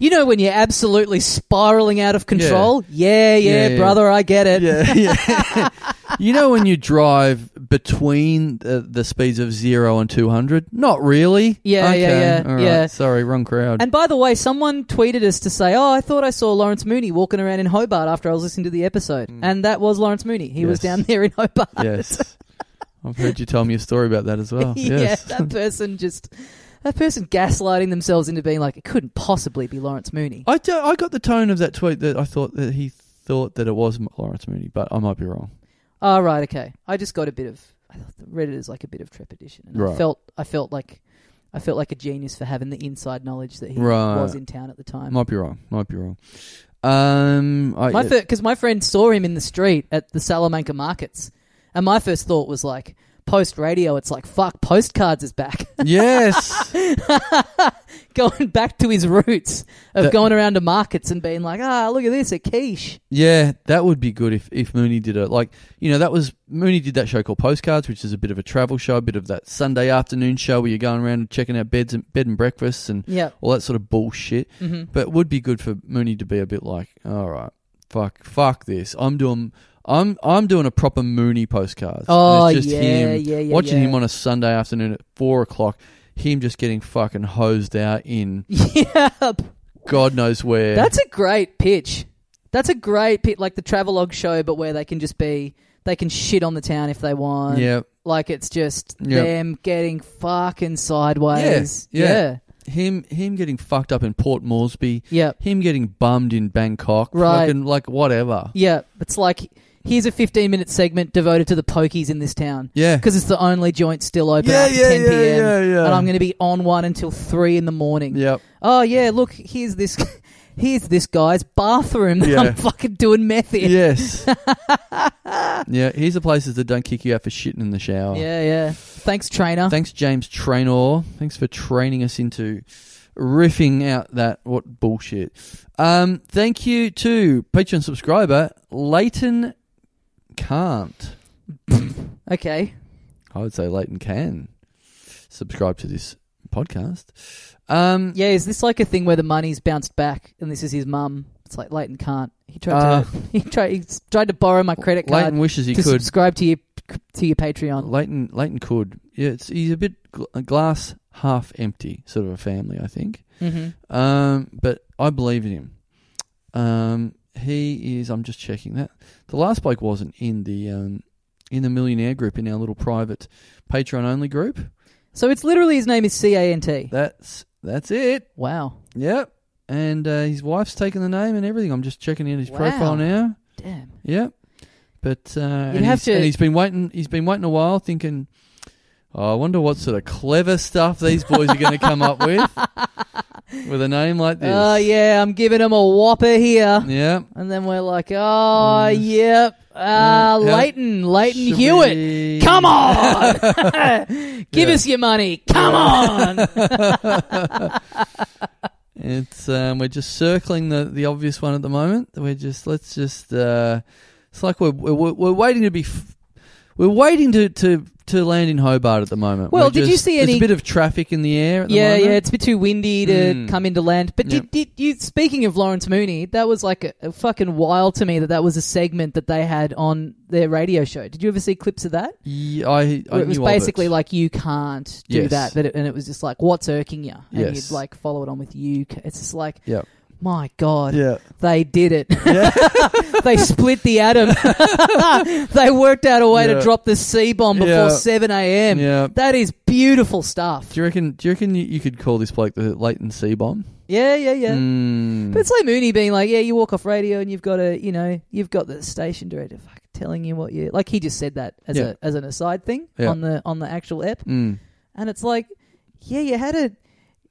You know when you're absolutely spiraling out of control? Yeah, yeah,
Yeah, yeah.
brother, I get it.
yeah, yeah. you know when you drive between uh, the speeds of zero and two hundred? Not really.
Yeah, yeah, yeah,
all right.
yeah.
Sorry, wrong crowd.
And by the way, someone tweeted us to say, "Oh, I thought I saw Lawrence Mooney walking around in Hobart after I was listening to the episode," and that was Lawrence Mooney. He was
Mm. Yes.
down there in Hobart.
yes, I've heard you tell me a story about that as well.
yeah,
Yes.
that person just that person gaslighting themselves into being like it couldn't possibly be Lawrence Mooney.
I, do, I got the tone of that tweet that I thought that he thought that it was M- Lawrence Mooney, but I might be wrong.
Oh, right, okay. I just got a bit of I thought- read it as like a bit of trepidation, and I
Right.
felt I felt like I felt like a genius for having the inside knowledge that he
Right.
was in town at the time.
Might be wrong. Might be wrong. Um, I,
My because my friend saw him in the street at the Salamanca markets, and my first thought was like, post radio, it's like fuck, postcards is back,
yes,
going back to his roots of
That-
going around to markets and being like, ah, look at this, a quiche.
yeah, that would be good if if Mooney did it. Like you know, that was Mooney did that show called Postcards, which is a bit of a travel show, a bit of that Sunday afternoon show where you're going around and checking out beds and bed and breakfasts and
Yeah,
all that sort of bullshit.
hmm
But it would be good for Mooney to be a bit like, all right, fuck, fuck this. I'm doing, I'm, I'm doing a proper Mooney postcard.
Oh,
And it's just
yeah,
him
yeah, yeah,
watching
yeah.
him on a Sunday afternoon at four o'clock. Him just getting fucking hosed out in
yeah.
God knows where.
That's a great pitch. That's a great pitch, like the travelogue show, but where they can just be, they can shit on the town if they want.
yeah,
Like it's just
Yeah.
them getting fucking sideways.
Yeah, yeah.
yeah.
him, him getting fucked up in Port Moresby.
Yep.
Him getting bummed in Bangkok.
Right.
Fucking, like whatever.
Yeah, it's like here's a 15 minute segment devoted to the pokies in this town
Yeah.
because it's the only joint still open
Yeah,
at
yeah,
10
yeah,
p.m.
yeah, yeah.
and I'm going to be on one until three in the morning.
Yep.
Oh yeah, look, here's this. here's this guy's bathroom that
Yeah.
I'm fucking doing meth in.
Yes. yeah, here's the places that don't kick you out for shitting in the shower.
yeah. yeah. Thanks, trainer.
Thanks, James Trainor. Thanks for training us into riffing out that what bullshit. Um, thank you to Patreon subscriber Leighton Can't.
okay.
I would say Leighton can subscribe to this podcast. Um,
Yeah, is this like a thing where the money's bounced back and this is his mum? It's like Leighton can't. He tried
Uh,
to he tried he s- tried to borrow my credit card
Leighton wishes he
to
could.
subscribe to your to your Patreon.
Leighton, Leighton could. Yeah, it's, he's a bit gl- glass half empty sort of a family, I think.
Mm-hmm.
Um, but I believe in him. Um, he is. I'm just checking that. The last bloke wasn't in the um, in the millionaire group in our little private Patreon only group.
So it's literally his name is C A N T.
That's that's it.
Wow.
Yep. And uh, his wife's taken the name and everything. I'm just checking in his
Wow.
profile now.
Damn.
Yep. But uh, and,
have
he's,
to-
and he's been waiting. He's been waiting a while, thinking. Oh, I wonder what sort of clever stuff these boys are going to come up with with a name like this.
Oh yeah, I'm giving him a whopper here.
Yeah.
And then we're like, oh,
Yes.
yep, uh,
Mm. how-
Leighton, Leighton
Should
Hewitt,
we-
come on, give
Yeah.
us your money, come on.
It's um, we're just circling the the obvious one at the moment. We're just let's just uh, it's like we're we're, we're waiting to be f- we're waiting to, to to land in Hobart at the moment.
Well,
We're
did you
just-
see
there's
any-
a bit of traffic in the air? At the
yeah,
moment.
yeah, it's a bit too windy to
Mm.
come into land. But
Yep.
did, did you? Speaking of Lawrence Mooney, that was like a, a fucking wild to me that that was a segment that they had on their radio show. Did you ever see clips of that?
Yeah, I, I
Where it was
knew of
basically
it.
like you can't do
Yes.
that, but it, and it was just like what's irking you, and
Yes.
you'd like follow it on with you. ca- It's just like,
Yep.
my god,
yeah.
they did it.
Yeah.
they split the atom. they worked out a way
Yeah.
to drop the C bomb before
Yeah.
seven a.m.
yeah.
That is beautiful stuff.
Do you reckon? Do you reckon you, you could call this bloke the Leighton C bomb?
Yeah, yeah, yeah.
Mm.
But it's like Mooney being like, yeah, you walk off radio and you've got a, you know, you've got the station director fucking telling you what you like. He just said that as
Yeah.
a as an aside thing
Yeah.
on the on the actual app,
Mm.
and it's like, yeah, you had a.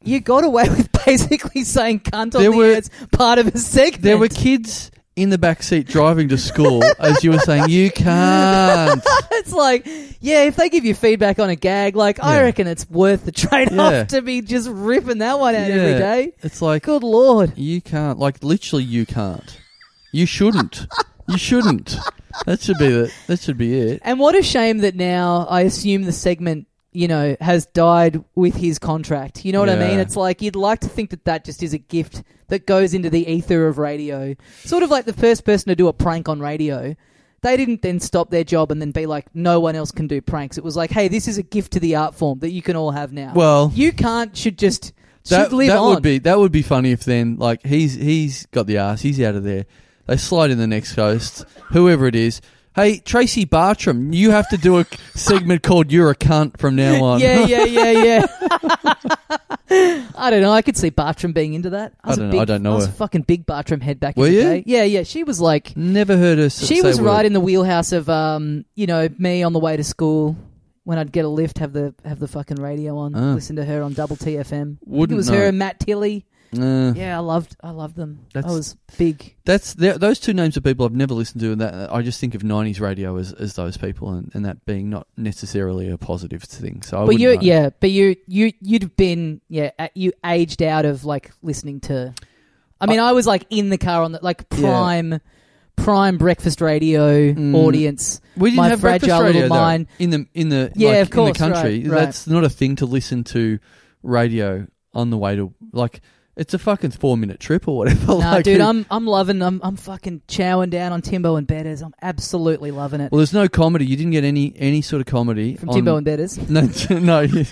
You got away with basically saying cunt on
There
the
were-
air. It's part of a segment.
There were kids in the back seat driving to school as you were saying you can't.
it's like, yeah, if they give you feedback on a gag, like I
Yeah.
reckon it's worth the trade off
Yeah.
to be just ripping that one out every
Yeah.
day.
It's like
Good lord.
You can't. Like literally, you can't. You shouldn't. you shouldn't. That should be the, That should be it.
And what a shame that now I assume the segment, you know, has died with his contract. You know what I
Yeah.
mean? It's like you'd like to think that that just is a gift that goes into the ether of radio. Sort of like the first person to do a prank on radio. They didn't then stop their job and then be like, no one else can do pranks. It was like, hey, this is a gift to the art form that you can all have now.
Well,
you can't should just
that,
should live
that
on.
would be that would be funny if then like he's he's got the ass. He's out of there. They slide in the next host, whoever it is. Hey, Tracy Bartram, you have to do a segment called "You're a Cunt" from now on.
Yeah, yeah, yeah, yeah. I don't know. I could see Bartram being into that. I, was a
I don't know,
big,
I don't know
I was a
her.
fucking big Bartram head back
Were
in the
you?
day. Yeah, yeah. She was like,
Never heard her. s-
she
say
was
a word.
right in the wheelhouse of, um, you know, me on the way to school when I'd get a lift, have the have the fucking radio on,
Ah.
listen to her on Double TFM. it
Wouldn't
was
know.
her and Matt Tilley.
Uh,
Yeah, I loved, I loved them. I
That's-
was big.
That's th those two names of people I've never listened to, and that I just think of '90s radio as, as those people, and, and that being not necessarily a positive thing. So, I
but
wouldn't
you,
know.
yeah, but you, you, you'd have been, yeah, a- you aged out of like listening to. I mean, I, was like in the car on the like
Yeah.
prime, prime breakfast radio
Mm.
audience.
we didn't
my
have breakfast
fragile
radio,
little
though,
mind-
in the in the
Yeah,
like,
of course,
in the country.
right, right.
That's not a thing to listen to radio on the way to like. It's a fucking four minute trip or whatever.
Nah,
like,
dude,
it-
I'm I'm loving. I'm I'm fucking chowing down on Timbo and Betters. I'm absolutely loving it
well, there's no comedy. You didn't get any any sort of comedy
from
on-
Timbo and Betters.
No, no, you-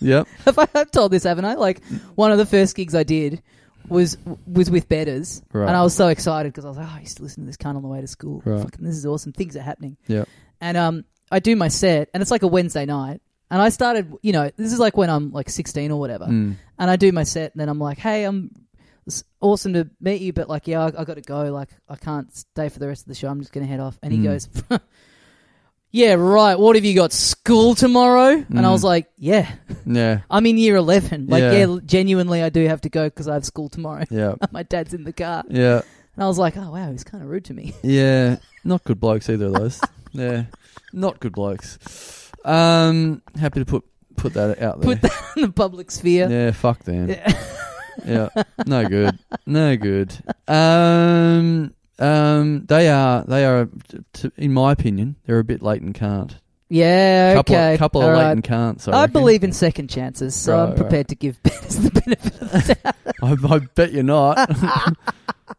yep.
Have I I've told this? Haven't I? Like one of the first gigs I did was was with Betters,
Right.
and I was so excited because I was like, oh, I used to listen to this kind on the way to school.
Right.
Fucking, this is awesome. Things are happening.
Yep.
and um, I do my set, and it's like a Wednesday night. And I started, you know, this is like when I'm like 16 or whatever,
Mm.
and I do my set, and then I'm like, hey, I'm it's awesome to meet you, but like, yeah, I, I got to go. Like, I can't stay for the rest of the show. I'm just gonna head off. And he
Mm.
goes, yeah, right, what have you got? School tomorrow? And I was like, yeah,
Yeah.
I'm in year 11. Like,
Mm. Yeah.
yeah, genuinely, I do have to go because I have school tomorrow.
Yeah.
My dad's in the car.
Yeah.
And I was like, oh, wow, he's kind of rude to me.
Yeah. Not good blokes either of those. yeah. Not good blokes. Um happy to put put that out there.
Put that in the public sphere.
Yeah, fuck them. yeah. No good. No good. Um um they are they are t- t- in my opinion, they're a bit late and can't.
Yeah,
Couple
okay.
of, couple
all
of late
right.
and can'ts. I,
I
reckon.
believe in second chances, so
Right,
I'm prepared
right.
to give Betters the benefit of the doubt.
I, I bet you're not.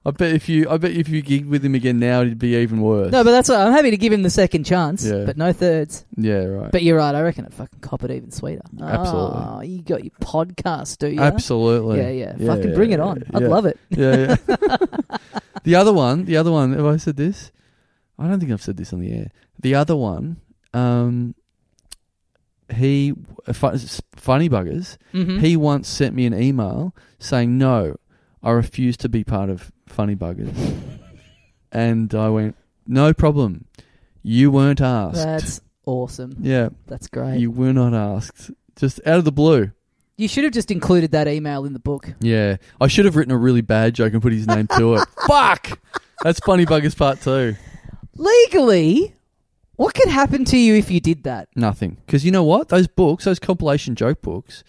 I bet if you I bet if you gigged with him again now it'd be even worse.
No, but that's all. I'm happy to give him the second chance,
Yeah.
but no thirds.
yeah, right.
But you're right. I reckon it fucking cop it even sweeter.
Absolutely.
Oh, you got your podcast, do you?
Absolutely.
Yeah, yeah. fucking bring it on. I'd love it.
Yeah, yeah. the other one, the other one, have I said this? I don't think I've said this on the air. The other one, um, he, uh, fu- funny buggers,
Mm-hmm.
he once sent me an email saying, no, I refuse to be part of funny buggers. and I went, no problem. You weren't asked.
That's awesome.
yeah,
That's great. You,
you were not asked. Just out of the blue.
should have just included that email in the book.
Yeah, I should have written a really bad joke and put his name to it. Fuck, that's funny buggers part two.
Legally, what could happen to you if you did that?
Nothing, because you know what? Those books, those compilation joke books,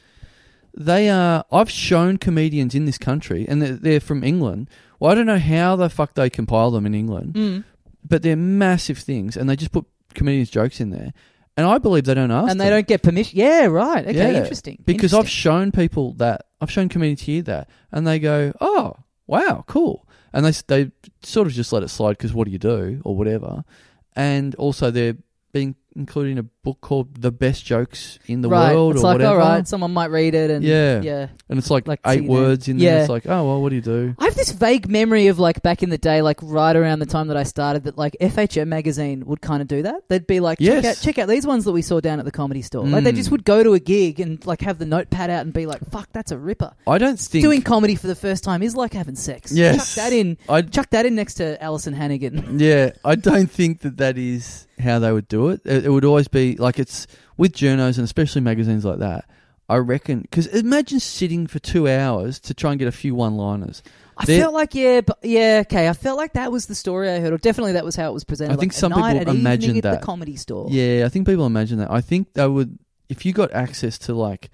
they are. I've shown comedians in this country, and they're, they're from England. Well, I don't know how the fuck they compile them in England,
Mm.
but they're massive things, and they just put comedians' jokes in there. And I believe they don't ask,
And they
them.
don't get permission. Yeah, right. Okay,
Yeah.
interesting.
because I've
Interesting.
shown people that I've shown comedians here that, and they go, "Oh, wow, cool," and they s- they sort of just let it slide because what do you do or whatever, and also they're being included in a book called "The Best Jokes in the
right.
World"
It's
or
like,
whatever.
all right, someone might read it, and
Yeah.
yeah.
and it's like,
Like, see
eight
you then.
words in there.
Yeah.
It's like, oh well, what do you do?
I have this vague memory of like back in the day, like right around the time that I started, that like FHM magazine would kind of do that. They'd be like, check,
Yes.
out, check out these ones that we saw down at the comedy store. Like they
Mm.
just would go to a gig and like have the notepad out and be like, fuck, that's a ripper.
I don't think
Doing comedy for the first time is like having sex.
Yes.
chuck that in.
I
Chuck that in next to Alison Hannigan.
Yeah, I don't think that that is how they would do it. It, it would always be like it's with journos and especially magazines like that. I reckon because imagine sitting for two hours to try and get a few one-liners.
I
There-
felt like yeah, but yeah, okay. I felt like that was the story I heard, or definitely that was how it was presented.
I think
like, a
some
night,
people
an evening
imagined
at
that.
the comedy store.
Yeah, I think people imagine that. I think they would if you got access to like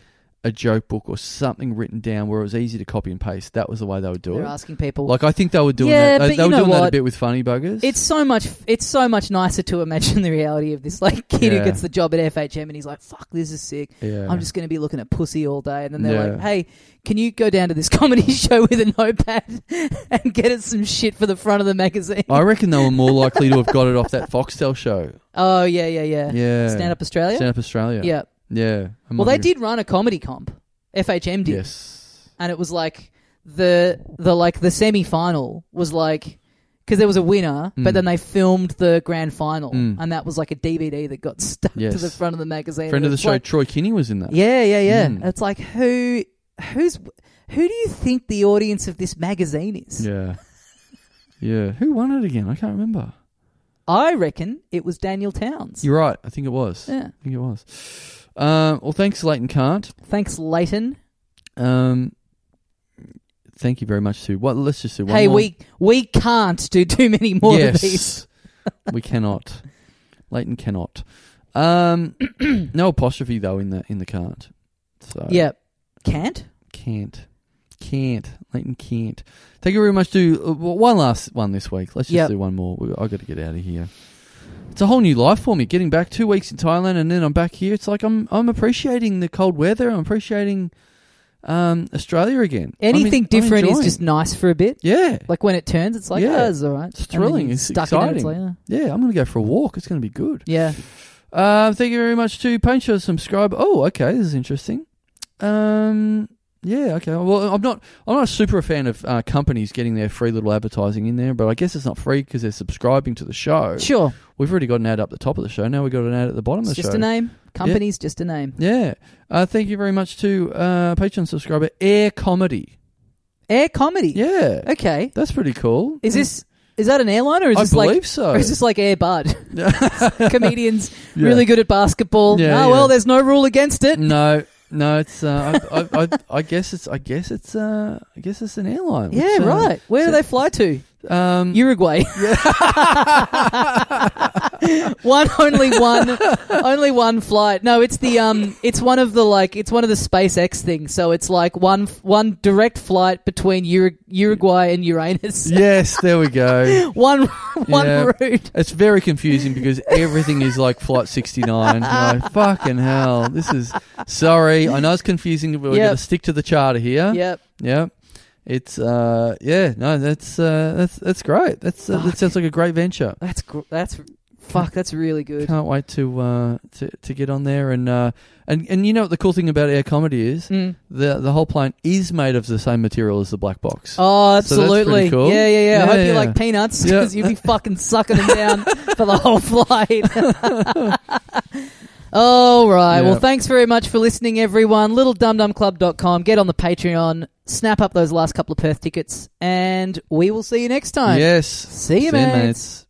a joke book or something written down where it was easy to copy and paste. That was the way they would do
they're
it.
asking people.
Like I think they were doing
Yeah,
that.
but
They, they
you
were
know
doing that a
what?
bit with funny buggers.
It's so much. It's so much nicer to imagine the reality of this like kid
Yeah.
who gets the job at FHM and he's like, "Fuck, this is sick.
yeah.
I'm just going to be looking at pussy all day." And then they're
Yeah.
like, "Hey, can you go down to this comedy show with a notepad and get us some shit for the front of the magazine?"
I reckon they were more likely to have got it off that Foxtel show.
oh yeah, yeah, yeah.
Yeah,
Stand Up Australia.
Stand Up Australia.
yeah.
yeah. I
Well,
might
they
be-
did run a comedy comp. FHM did,
Yes.
and it was like the the like the semi final was like. Because there was a winner,
Mm.
but then they filmed the grand final,
Mm.
and that was like a DVD that got stuck to
Yes.
the front of the magazine.
Friend of
And
the
it's
show,
like-
Troy Kinney was in that.
Yeah, yeah, yeah.
Mm.
It's like who who's who do you think the audience of this magazine is?
Yeah. Yeah. Who won it again? I can't remember.
I reckon it was Daniel Towns.
You're right. I think it was.
yeah.
I think it was. Um, well, thanks, Leighton Cant.
Thanks, Leighton.
Um, thank you very much to what? Let's just do one
Hey,
more.
we we can't do too many more
yes,
of these.
we cannot. Leighton cannot. Um, no apostrophe though in the in the cart. So
Yeah. Can't?
Can't. Can't. Leighton can't. Thank you very much. Do uh, w- one last one this week. Let's just
Yep.
do one more. We- i got to get out of here. It's a whole new life for me. Getting back two weeks in Thailand and then I'm back here. It's like I'm I'm appreciating the cold weather. I'm appreciating um, Australia again. I'm en-
Anything
I'm
different is
enjoying.
just nice for a bit.
yeah,
Like when it turns, it's like,
Yeah.
oh, it's all right.
It's
And then
thrilling.
you're
It's
stuck in it, it's
exciting.
like, oh.
yeah. I'm gonna go for a walk. It's gonna be good.
yeah.
Um, thank you very much to Paint Show subscribe. Oh, okay, this is interesting. Um, yeah, okay. Well, I'm not, I'm not super a fan of uh, companies getting their free little advertising in there, but I guess it's not free because they're subscribing to the show.
Sure.
We've already got an ad up the top of the show. Now we've got an ad at the bottom
It's
of the
just
show.
a name. Company's just a name.
Yeah. Uh, thank you very much to uh, Patreon subscriber Air Comedy.
Air comedy.
Yeah,
Okay.
that's pretty cool.
Is this Is that an airline or is
I
this like
believe so.
or is this like Air Bud? Comedians
Yeah.
really good at basketball.
Yeah,
oh well,
yeah. Mm.
there's no rule against it.
No, no, it's. Uh, I, I, I, I guess it's. I guess it's. Uh, I guess it's an airline.
Yeah,
which, uh,
right. Where do
so-
they fly to?
Um,
Uruguay. one only one only one flight. No, it's the um it's one of the like it's one of the SpaceX things. So it's like one one direct flight between Uru- Uruguay and Uranus.
yes, there we go.
One one
Yeah.
route.
It's very confusing because everything is like Flight 69. Like, fucking hell. This is. Sorry, I know it's confusing, but we're
Yep.
going to stick to the charter here.
Yep.
Yeah. It's uh yeah no that's uh that's that's great that's uh, that
Fuck.
sounds like a great venture
That's gr- that's fuck, that's really good.
can't wait to uh to, to get on there and uh and and you know what the cool thing about air comedy is
Mm.
the the whole plane is made of the same material as the black box.
Oh,
So that's pretty
absolutely.
cool.
Yeah, yeah, yeah. I
Yeah,
hope you
yeah.
like peanuts
Yeah.
because you'd be fucking sucking them down for the whole flight. All right.
Yeah.
Well, thanks very much for listening, everyone. LittleDumDumClub.com. Get on the Patreon. Snap up those last couple of Perth tickets, and we will see you next time.
yes.
See you,
See you,
mates.
mates.